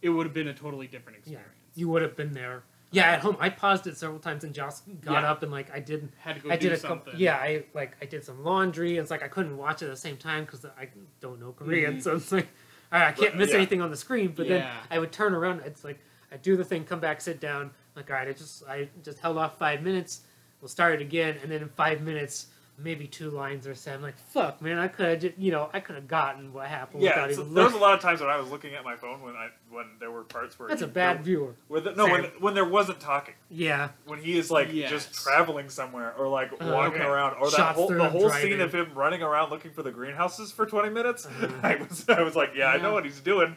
[SPEAKER 1] it would have been a totally different
[SPEAKER 3] Yeah,
[SPEAKER 1] experience.
[SPEAKER 3] you would have been there. Yeah, at home, I paused it several times and just got
[SPEAKER 1] Yeah.
[SPEAKER 3] up and like I did.
[SPEAKER 1] Had to go
[SPEAKER 3] I
[SPEAKER 1] do
[SPEAKER 3] did a
[SPEAKER 1] something.
[SPEAKER 3] couple. Yeah, I like I did some laundry. And it's like I couldn't watch it at the same time because I don't know Korean, so it's like all right, I can't
[SPEAKER 2] But,
[SPEAKER 3] miss
[SPEAKER 2] yeah.
[SPEAKER 3] anything on the screen. But then
[SPEAKER 1] Mm-hmm. Yeah.
[SPEAKER 3] I would turn around. It's like I do the thing, come back, sit down. Like all right, I just I just held off five minutes. We'll start it again, and then in five minutes. Maybe two lines or so. I'm like, fuck, man, I could have, just, you know, I could have gotten what happened
[SPEAKER 2] Yeah,
[SPEAKER 3] without
[SPEAKER 2] so
[SPEAKER 3] even
[SPEAKER 2] there was a
[SPEAKER 3] looking.
[SPEAKER 2] lot of times when I was looking at my phone when I when there were parts where
[SPEAKER 3] That's a
[SPEAKER 2] you-
[SPEAKER 3] bad
[SPEAKER 2] there-
[SPEAKER 3] viewer.
[SPEAKER 2] where the- no, when,
[SPEAKER 3] Sam.
[SPEAKER 2] when there wasn't talking,
[SPEAKER 3] Yeah.
[SPEAKER 2] when he is like just
[SPEAKER 1] Yes. Uh,
[SPEAKER 2] traveling somewhere or like walking
[SPEAKER 3] okay.
[SPEAKER 2] around, or that
[SPEAKER 3] Shots
[SPEAKER 2] whole
[SPEAKER 3] through
[SPEAKER 2] the
[SPEAKER 3] him
[SPEAKER 2] whole scene
[SPEAKER 3] driving.
[SPEAKER 2] of him running around looking for the greenhouses for twenty minutes, I was I was like, yeah,
[SPEAKER 1] Uh-huh. Yeah.
[SPEAKER 2] I
[SPEAKER 1] Uh-huh.
[SPEAKER 2] know what he's doing.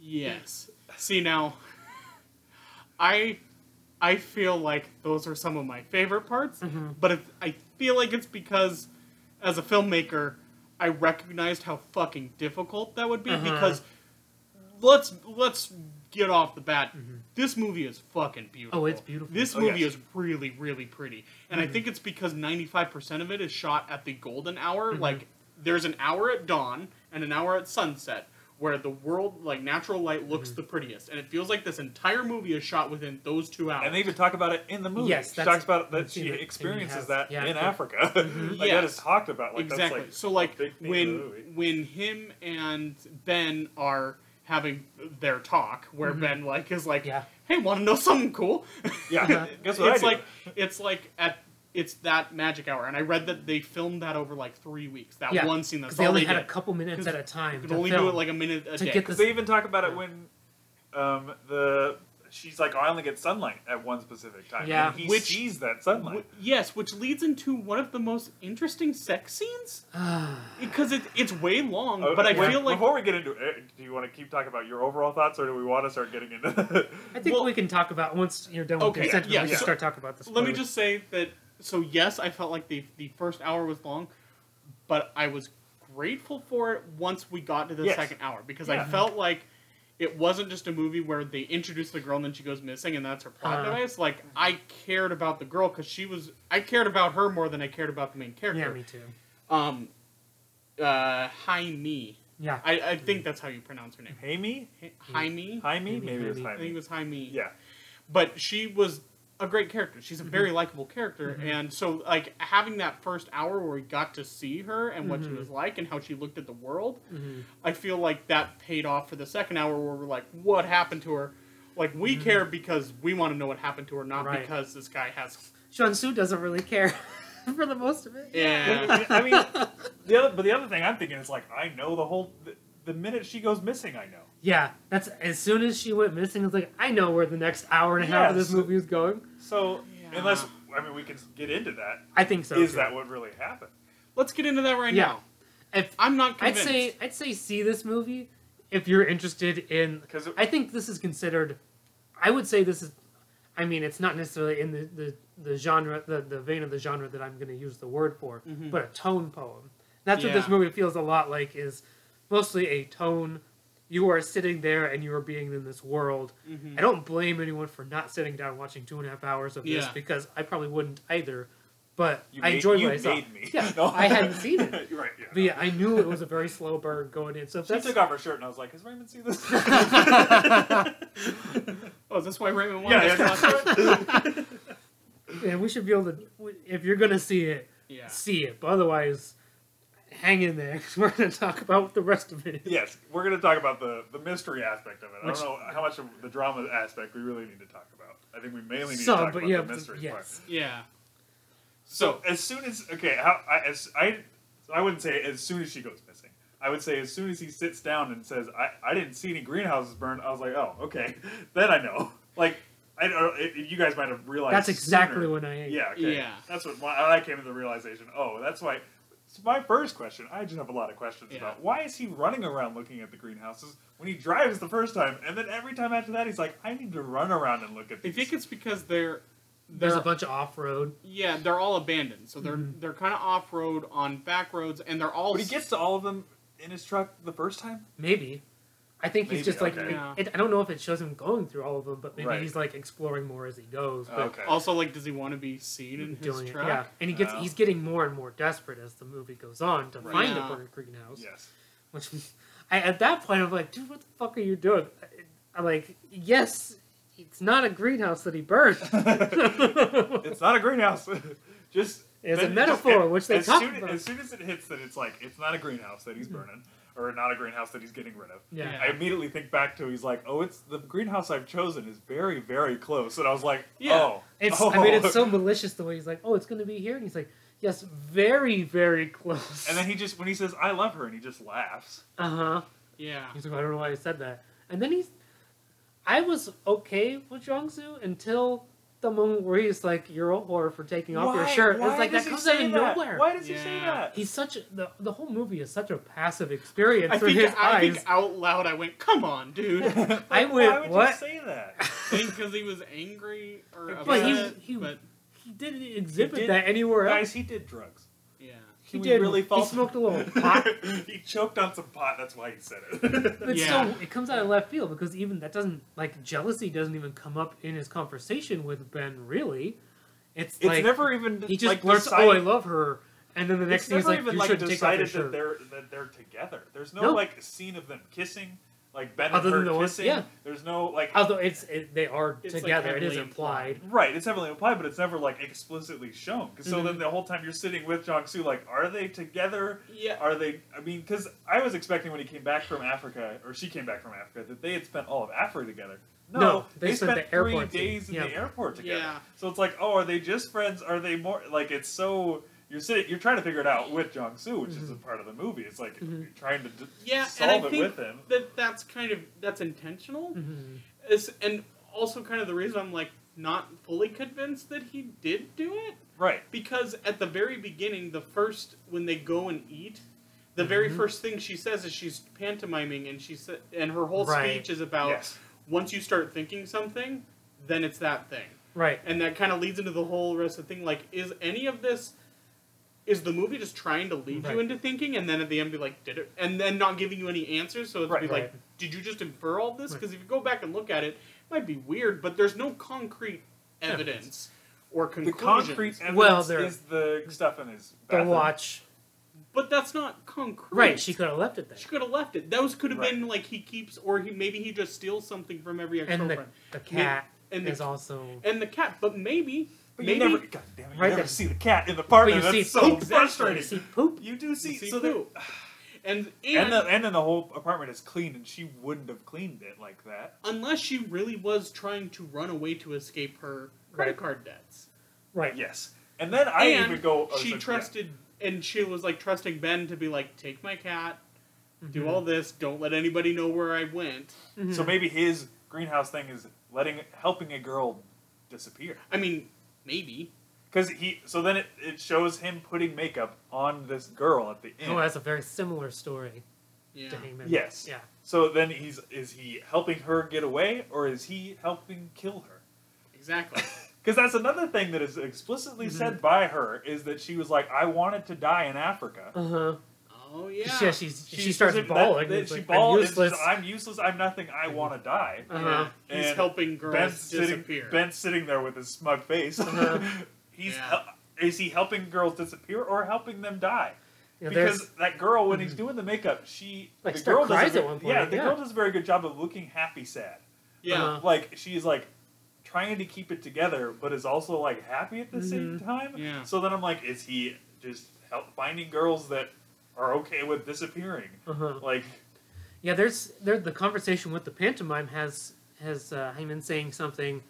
[SPEAKER 1] Yes. See now, I I feel like those are some of my favorite parts,
[SPEAKER 3] Mm-hmm.
[SPEAKER 1] but it, I feel like it's because as a filmmaker, I recognized how fucking difficult that would be
[SPEAKER 3] Uh-huh.
[SPEAKER 1] because let's let's get off the bat. This movie is fucking beautiful.
[SPEAKER 3] Mm-hmm. Oh, it's beautiful.
[SPEAKER 1] This
[SPEAKER 2] Oh,
[SPEAKER 1] movie
[SPEAKER 2] yes.
[SPEAKER 1] is really really pretty. And I
[SPEAKER 2] Mm-hmm.
[SPEAKER 1] think it's because 95% of it is shot at the golden hour,
[SPEAKER 2] Mm-hmm.
[SPEAKER 1] like there's an hour at dawn and an hour at sunset where the world like natural light looks
[SPEAKER 2] Mm-hmm.
[SPEAKER 1] the prettiest and it feels like this entire movie is shot within those 2 hours.
[SPEAKER 2] and they even talk about it in the movie.
[SPEAKER 3] Yes,
[SPEAKER 2] she
[SPEAKER 3] that's-
[SPEAKER 2] talks about
[SPEAKER 3] I've
[SPEAKER 2] that
[SPEAKER 3] seen
[SPEAKER 2] she
[SPEAKER 3] it in
[SPEAKER 2] experiences
[SPEAKER 3] house.
[SPEAKER 2] that
[SPEAKER 3] Yeah,
[SPEAKER 2] in
[SPEAKER 3] yeah.
[SPEAKER 2] Africa. like
[SPEAKER 1] Yeah.
[SPEAKER 2] that is talked about. Like
[SPEAKER 1] exactly.
[SPEAKER 2] that's
[SPEAKER 1] so
[SPEAKER 2] a
[SPEAKER 1] like
[SPEAKER 2] big theme of the
[SPEAKER 1] when
[SPEAKER 2] movie.
[SPEAKER 1] when him and Ben are having their talk where
[SPEAKER 2] Mm-hmm.
[SPEAKER 1] Ben like is like
[SPEAKER 3] Yeah.
[SPEAKER 1] hey want to know something cool
[SPEAKER 2] yeah, guess what?
[SPEAKER 1] it's
[SPEAKER 2] I do?
[SPEAKER 1] like it's like at it's that magic hour and I read that they filmed that over like 3 weeks. That
[SPEAKER 3] yeah.
[SPEAKER 1] one scene that's
[SPEAKER 3] 'cause they
[SPEAKER 1] all
[SPEAKER 3] only
[SPEAKER 1] they
[SPEAKER 3] had
[SPEAKER 1] did.
[SPEAKER 3] a couple minutes
[SPEAKER 1] 'Cause
[SPEAKER 3] at a time.
[SPEAKER 1] You could
[SPEAKER 3] to
[SPEAKER 1] only do
[SPEAKER 3] film.
[SPEAKER 1] it like a minute a
[SPEAKER 3] to
[SPEAKER 1] day.
[SPEAKER 3] get the-
[SPEAKER 2] They even talk about it when um, the she's like, I only get sunlight at one specific time.
[SPEAKER 3] Yeah.
[SPEAKER 2] and he
[SPEAKER 1] Which-
[SPEAKER 2] sees that sunlight.
[SPEAKER 1] Wh- yes, which leads into one of the most interesting sex scenes because it, it's way long,
[SPEAKER 2] Oh,
[SPEAKER 1] but I
[SPEAKER 2] wait,
[SPEAKER 1] feel like
[SPEAKER 2] before we get into it, do you want to keep talking about your overall thoughts, or do we want to start getting into?
[SPEAKER 3] I think
[SPEAKER 1] Well-
[SPEAKER 3] we can talk about once you're done with
[SPEAKER 1] Okay,
[SPEAKER 3] consent.
[SPEAKER 1] yeah,
[SPEAKER 3] we
[SPEAKER 1] yeah.
[SPEAKER 3] can start talking about this.
[SPEAKER 1] let me just say that. So yes, I felt like the the first hour was long, but I was grateful for it once we got to the
[SPEAKER 2] Yes.
[SPEAKER 1] second hour because I
[SPEAKER 2] Yeah.
[SPEAKER 1] felt like it wasn't just a movie where they introduce the girl and then she goes missing and that's her plot
[SPEAKER 3] Uh-huh.
[SPEAKER 1] device. Like I cared about the girl because she was I cared about her more than I cared about the main character.
[SPEAKER 3] Yeah, me too.
[SPEAKER 1] um, uh, Jaime.
[SPEAKER 3] Yeah.
[SPEAKER 1] I, I
[SPEAKER 3] Mm.
[SPEAKER 1] think that's how you pronounce her name.
[SPEAKER 2] Jaime,
[SPEAKER 1] Jaime.
[SPEAKER 2] Jaime,
[SPEAKER 3] Maybe
[SPEAKER 2] maybe it was
[SPEAKER 3] Jaime.
[SPEAKER 1] I think it
[SPEAKER 2] Jaime.
[SPEAKER 1] was Jaime.
[SPEAKER 2] Yeah,
[SPEAKER 1] But she was a great character. She's a
[SPEAKER 3] Mm-hmm.
[SPEAKER 1] very likable character, and so like having that first hour where we got to see her and what
[SPEAKER 3] Mm-hmm.
[SPEAKER 1] she was like and how she looked at the world, I feel like that paid off for the second hour where we're like, what happened to her? Like we care because we want to know what happened to her, not
[SPEAKER 3] Mm-hmm. Right.
[SPEAKER 1] because this guy has.
[SPEAKER 3] Shun Su doesn't really care for the most of it.
[SPEAKER 1] Yeah.
[SPEAKER 2] I mean, the other, but the other thing I'm thinking is like, I know the whole. The, the minute she goes missing, I know.
[SPEAKER 3] Yeah, that's as soon as she went missing. It's like I know where the next hour and a half of this
[SPEAKER 2] Yes.
[SPEAKER 3] movie is going.
[SPEAKER 2] So
[SPEAKER 1] Yeah.
[SPEAKER 2] unless I mean, we can get into that.
[SPEAKER 3] I think so.
[SPEAKER 2] Is
[SPEAKER 3] too.
[SPEAKER 2] that what really happened?
[SPEAKER 1] Let's get into that right
[SPEAKER 3] Yeah.
[SPEAKER 1] now.
[SPEAKER 3] If
[SPEAKER 1] I'm not
[SPEAKER 3] I'd
[SPEAKER 1] convinced.
[SPEAKER 3] say I'd say see this movie if you're interested in
[SPEAKER 2] 'Cause it-
[SPEAKER 3] I think this is considered I would say this is I mean it's not necessarily in the the, the genre the, the vein of the genre that I'm going to use the word for
[SPEAKER 2] Mm-hmm.
[SPEAKER 3] but a tone poem. That's what this
[SPEAKER 1] Yeah.
[SPEAKER 3] movie feels a lot like is mostly a tone you are sitting there and you are being in this world.
[SPEAKER 2] Mm-hmm.
[SPEAKER 3] I don't blame anyone for not sitting down watching two and a half hours of this
[SPEAKER 1] Yeah.
[SPEAKER 3] because I probably wouldn't either. But
[SPEAKER 2] You
[SPEAKER 3] I
[SPEAKER 2] made-
[SPEAKER 3] enjoyed
[SPEAKER 2] you
[SPEAKER 3] what I saw.
[SPEAKER 2] made me.
[SPEAKER 3] Yeah,
[SPEAKER 2] No.
[SPEAKER 3] I hadn't seen it.
[SPEAKER 2] You're right. Yeah.
[SPEAKER 3] But yeah, I knew it was a very slow burn going in. So if
[SPEAKER 2] She
[SPEAKER 3] that's
[SPEAKER 2] took off her shirt, and I was like, "Has Raymond seen this?"
[SPEAKER 1] Oh, is this why Raymond won?
[SPEAKER 2] yeah, yeah.
[SPEAKER 3] yeah, we should be able to. If you're gonna see it,
[SPEAKER 1] yeah.
[SPEAKER 3] see it. But otherwise, hang in there 'cause we're gonna talk about what the rest of it. is.
[SPEAKER 2] yes, we're going to talk about the, the mystery aspect of it.
[SPEAKER 3] Which-
[SPEAKER 2] I don't know how much of the drama aspect we really need to talk about. I think we mainly need
[SPEAKER 3] Some,
[SPEAKER 2] to talk
[SPEAKER 3] but
[SPEAKER 2] about
[SPEAKER 3] yeah,
[SPEAKER 2] the mystery
[SPEAKER 3] yes.
[SPEAKER 2] part.
[SPEAKER 1] Yeah.
[SPEAKER 2] So as soon as okay, how I, as I I wouldn't say as soon as she goes missing. I would say as soon as he sits down and says, "I, I didn't see any greenhouses burned," I was like, "Oh, okay, then I know." Like I don't. It, you guys might have realized.
[SPEAKER 3] That's exactly
[SPEAKER 2] sooner.
[SPEAKER 3] when I.
[SPEAKER 2] Yeah. Okay.
[SPEAKER 1] Yeah.
[SPEAKER 2] That's what my, I came to the realization. Oh, that's why. So my first question. I just have a lot of questions
[SPEAKER 1] Yeah.
[SPEAKER 2] about why is he running around looking at the greenhouses when he drives the first time, and then every time after that he's like, I need to run around and look at
[SPEAKER 1] I
[SPEAKER 2] these.
[SPEAKER 1] think it's because they're
[SPEAKER 3] There's
[SPEAKER 1] they're
[SPEAKER 3] a bunch of off road.
[SPEAKER 1] yeah they're all abandoned, so they're
[SPEAKER 3] Mm-hmm.
[SPEAKER 1] they're kind of off road on back roads, and they're all
[SPEAKER 2] but oh, he gets to all of them in his truck the first time.
[SPEAKER 3] Maybe. I think he's
[SPEAKER 2] Maybe,
[SPEAKER 3] just like.
[SPEAKER 2] okay.
[SPEAKER 1] Yeah.
[SPEAKER 3] It, I don't know if it shows him going through all of them, but maybe
[SPEAKER 2] Right.
[SPEAKER 3] he's like exploring more as he goes. But
[SPEAKER 2] Okay.
[SPEAKER 1] also like does he want to be seen in his
[SPEAKER 3] doing it,
[SPEAKER 1] truck?
[SPEAKER 3] yeah. And he gets.
[SPEAKER 2] Oh.
[SPEAKER 3] He's getting more and more desperate as the movie goes on to find
[SPEAKER 1] Yeah.
[SPEAKER 3] a burning greenhouse.
[SPEAKER 2] Yes.
[SPEAKER 3] which I, at that point I'm like, dude, what the fuck are you doing? I'm like, yes, it's not a greenhouse that he burned.
[SPEAKER 2] it's not a greenhouse. just then it
[SPEAKER 3] It's a
[SPEAKER 2] just
[SPEAKER 3] metaphor,
[SPEAKER 2] hit-
[SPEAKER 3] which they
[SPEAKER 2] as
[SPEAKER 3] talk
[SPEAKER 2] soon,
[SPEAKER 3] about. Mm-hmm.
[SPEAKER 2] As soon as it hits that it's like it's not a greenhouse that he's burning, or not a greenhouse that he's getting rid of.
[SPEAKER 3] yeah.
[SPEAKER 2] I immediately think back to he's like, oh, it's the greenhouse I've chosen is very, very close, and I was like,
[SPEAKER 1] Yeah.
[SPEAKER 2] oh,
[SPEAKER 3] It's
[SPEAKER 2] oh.
[SPEAKER 3] I mean it's so malicious the way he's like, oh, it's gonna be here, and he's like, yes, very very close.
[SPEAKER 2] And then he just when he says I love her, and he just laughs.
[SPEAKER 3] uh huh.
[SPEAKER 1] Yeah.
[SPEAKER 3] He's like, I don't know why I said that. And then he's, I was okay with Zhu until the moment where he's like, you're a whore for taking off your
[SPEAKER 2] Why-
[SPEAKER 3] shirt.
[SPEAKER 2] why
[SPEAKER 3] it's like
[SPEAKER 2] does
[SPEAKER 3] that
[SPEAKER 2] he
[SPEAKER 3] comes
[SPEAKER 2] say
[SPEAKER 3] out of
[SPEAKER 2] that?
[SPEAKER 3] nowhere.
[SPEAKER 2] Why does he say
[SPEAKER 1] Yeah.
[SPEAKER 2] that?
[SPEAKER 3] He's such the the whole movie is such a passive experience
[SPEAKER 1] I
[SPEAKER 3] through
[SPEAKER 1] think
[SPEAKER 3] his
[SPEAKER 1] I
[SPEAKER 3] eyes.
[SPEAKER 1] think out loud I went, "Come on, dude,"
[SPEAKER 2] Like, Why
[SPEAKER 3] I went,
[SPEAKER 2] would
[SPEAKER 3] "What?"
[SPEAKER 2] you say that?
[SPEAKER 1] because he was angry or upset.
[SPEAKER 3] But
[SPEAKER 1] But,
[SPEAKER 3] he- he- he didn't exhibit
[SPEAKER 2] did-
[SPEAKER 3] that anywhere else.
[SPEAKER 2] Guys, he did drugs.
[SPEAKER 1] yeah,
[SPEAKER 3] He
[SPEAKER 2] can we
[SPEAKER 3] did.
[SPEAKER 2] really
[SPEAKER 3] he
[SPEAKER 2] fault him?
[SPEAKER 3] smoked a little pot.
[SPEAKER 2] he choked on some pot. That's why he said it.
[SPEAKER 3] But
[SPEAKER 1] Yeah.
[SPEAKER 3] so it comes out of left field because even that doesn't like jealousy doesn't even come up in his conversation with Ben. Really, it's,
[SPEAKER 2] It's
[SPEAKER 3] like
[SPEAKER 2] never even
[SPEAKER 3] he just
[SPEAKER 2] like,
[SPEAKER 3] blurts,
[SPEAKER 2] decided-
[SPEAKER 3] "Oh, I love her," and then the next
[SPEAKER 2] it's
[SPEAKER 3] thing is
[SPEAKER 2] never
[SPEAKER 3] like,
[SPEAKER 2] even
[SPEAKER 3] "You
[SPEAKER 2] like
[SPEAKER 3] should take off your
[SPEAKER 2] decided that
[SPEAKER 3] shirt."
[SPEAKER 2] they're that they're together. There's no,
[SPEAKER 3] No.
[SPEAKER 2] like scene of them kissing, like Ben
[SPEAKER 3] Other
[SPEAKER 2] and
[SPEAKER 3] than
[SPEAKER 2] her
[SPEAKER 3] the one-
[SPEAKER 2] kissing.
[SPEAKER 3] yeah.
[SPEAKER 2] There's no like
[SPEAKER 3] Although it's it, they are
[SPEAKER 1] It's, like,
[SPEAKER 3] together, it is
[SPEAKER 1] heavily
[SPEAKER 3] implied.
[SPEAKER 2] right. It's heavily implied, but it's never like explicitly shown. 'Cause so
[SPEAKER 3] Mhm.
[SPEAKER 2] then the whole time you're sitting with Jong Soo, like, are they together?
[SPEAKER 1] yeah.
[SPEAKER 2] Are they? I mean, because I was expecting when he came back from Africa, or she came back from Africa, that they had spent all of Africa together. No,
[SPEAKER 3] No, they
[SPEAKER 2] they,
[SPEAKER 3] spent
[SPEAKER 2] spent,
[SPEAKER 3] the
[SPEAKER 2] three
[SPEAKER 3] airport to-
[SPEAKER 2] days in the
[SPEAKER 3] yeah.
[SPEAKER 2] airport together.
[SPEAKER 1] Yeah.
[SPEAKER 2] So it's like, oh, are they just friends? Are they more like? It's so you're sitting, you're trying to figure it out with Jong Soo, which
[SPEAKER 3] Mm-hmm.
[SPEAKER 2] is a part of the movie. It's like you're trying to d-
[SPEAKER 1] Yeah, and
[SPEAKER 2] solve
[SPEAKER 1] I
[SPEAKER 2] it
[SPEAKER 1] think
[SPEAKER 2] with him.
[SPEAKER 1] that that's kind of that's intentional.
[SPEAKER 3] Mhm.
[SPEAKER 1] It's, and also kind of the reason I'm like not fully convinced that he did do it
[SPEAKER 2] Right.
[SPEAKER 1] because at the very beginning, the first when they go and eat, the very
[SPEAKER 2] Mm-hmm.
[SPEAKER 3] Mhm.
[SPEAKER 1] first thing she says is she's pantomiming, and she sa- and her whole
[SPEAKER 3] Right.
[SPEAKER 1] speech is about
[SPEAKER 2] yes.
[SPEAKER 1] once you start thinking something, then it's that thing,
[SPEAKER 3] Right.
[SPEAKER 1] and that kind of leads into the whole rest of the thing. Like, is any of this? Is the movie just trying to lead
[SPEAKER 3] Right.
[SPEAKER 1] you into thinking, and then at the end be like, did it, and then not giving you any answers? So it's
[SPEAKER 2] Right,
[SPEAKER 1] be like, did you just infer all this? Because if you go back and look at it, it might be weird, but there's no concrete
[SPEAKER 3] Evidence.
[SPEAKER 1] evidence, or
[SPEAKER 2] The
[SPEAKER 1] conclusions.
[SPEAKER 2] concrete evidence
[SPEAKER 3] Well, there-
[SPEAKER 2] is the stuff in his
[SPEAKER 3] The
[SPEAKER 2] bathroom.
[SPEAKER 3] watch.
[SPEAKER 1] But that's not concrete.
[SPEAKER 3] Right. She could have left it there.
[SPEAKER 1] She could have left it. Those could have
[SPEAKER 2] Right.
[SPEAKER 1] been like he keeps, or he maybe he just steals something from every ex
[SPEAKER 3] And the,
[SPEAKER 1] girlfriend
[SPEAKER 3] the cat
[SPEAKER 1] and the-
[SPEAKER 3] is also
[SPEAKER 1] and, the cat. But maybe,
[SPEAKER 2] But
[SPEAKER 1] maybe
[SPEAKER 2] you never, God damn it, you
[SPEAKER 3] Right
[SPEAKER 2] never
[SPEAKER 3] there.
[SPEAKER 2] see the cat in the apartment.
[SPEAKER 3] But you
[SPEAKER 2] That's
[SPEAKER 3] see
[SPEAKER 2] so
[SPEAKER 3] poop.
[SPEAKER 2] frustrating.
[SPEAKER 3] you see poop.
[SPEAKER 2] You do see,
[SPEAKER 1] you see
[SPEAKER 2] so there-
[SPEAKER 1] poo. and and,
[SPEAKER 2] and the and then the whole apartment is clean, and she wouldn't have cleaned it like that.
[SPEAKER 1] unless she really was trying to run away to escape her credit
[SPEAKER 3] Right.
[SPEAKER 1] card debts,
[SPEAKER 3] Right.
[SPEAKER 2] Yes, and then I
[SPEAKER 1] and
[SPEAKER 2] even go. oh,
[SPEAKER 1] she
[SPEAKER 2] so- yeah.
[SPEAKER 1] trusted, and she was like trusting Ben to be like, take my cat,
[SPEAKER 3] Mm-hmm.
[SPEAKER 1] do all this, don't let anybody know where I went.
[SPEAKER 2] So maybe his greenhouse thing is letting helping a girl disappear
[SPEAKER 1] I mean, maybe.
[SPEAKER 2] because he. So then it, it shows him putting makeup on this girl at the end.
[SPEAKER 3] Oh, that's a very similar story
[SPEAKER 1] Yeah.
[SPEAKER 3] to Hangman.
[SPEAKER 2] Yes.
[SPEAKER 3] Yeah.
[SPEAKER 2] so then he's is he helping her get away, or is he helping kill her?
[SPEAKER 1] Exactly.
[SPEAKER 2] Because that's another thing that
[SPEAKER 3] Mm-hmm.
[SPEAKER 2] is explicitly said by her is that she was like, "I wanted to die in Africa."
[SPEAKER 3] Uh huh.
[SPEAKER 1] Oh yeah.
[SPEAKER 3] Yeah, she's, she, starts
[SPEAKER 2] that-
[SPEAKER 3] bawling.
[SPEAKER 2] that-
[SPEAKER 3] It's
[SPEAKER 2] she
[SPEAKER 3] like, I'm
[SPEAKER 2] bawls.
[SPEAKER 3] useless.
[SPEAKER 2] It's just, I'm useless. I'm nothing. I want to die.
[SPEAKER 3] Uh-huh.
[SPEAKER 1] Yeah, He's
[SPEAKER 2] And
[SPEAKER 1] helping girls
[SPEAKER 2] Ben's sitting.
[SPEAKER 1] disappear.
[SPEAKER 2] Ben's sitting there with his smug face.
[SPEAKER 3] Uh-huh.
[SPEAKER 2] he's
[SPEAKER 1] Yeah.
[SPEAKER 2] hel- is he helping girls disappear or helping them die?
[SPEAKER 3] You know, there's- Mm-hmm.
[SPEAKER 2] because that girl, when he's doing the makeup, she
[SPEAKER 3] Like,
[SPEAKER 2] the
[SPEAKER 3] start
[SPEAKER 2] girl does a
[SPEAKER 3] cries
[SPEAKER 2] ve-
[SPEAKER 3] at one point,
[SPEAKER 2] Yeah, the
[SPEAKER 3] yeah.
[SPEAKER 2] girl does a very good job of looking happy, sad.
[SPEAKER 1] yeah.
[SPEAKER 3] Uh-huh.
[SPEAKER 2] Like she's like trying to keep it together, but is also like happy at the
[SPEAKER 3] Mm-hmm.
[SPEAKER 2] same time.
[SPEAKER 1] Yeah.
[SPEAKER 2] So then I'm like, is he just help finding girls that are okay with disappearing?
[SPEAKER 3] uh-huh.
[SPEAKER 2] Like,
[SPEAKER 3] Yeah, there's there the conversation with the pantomime has has uh, Hyman saying something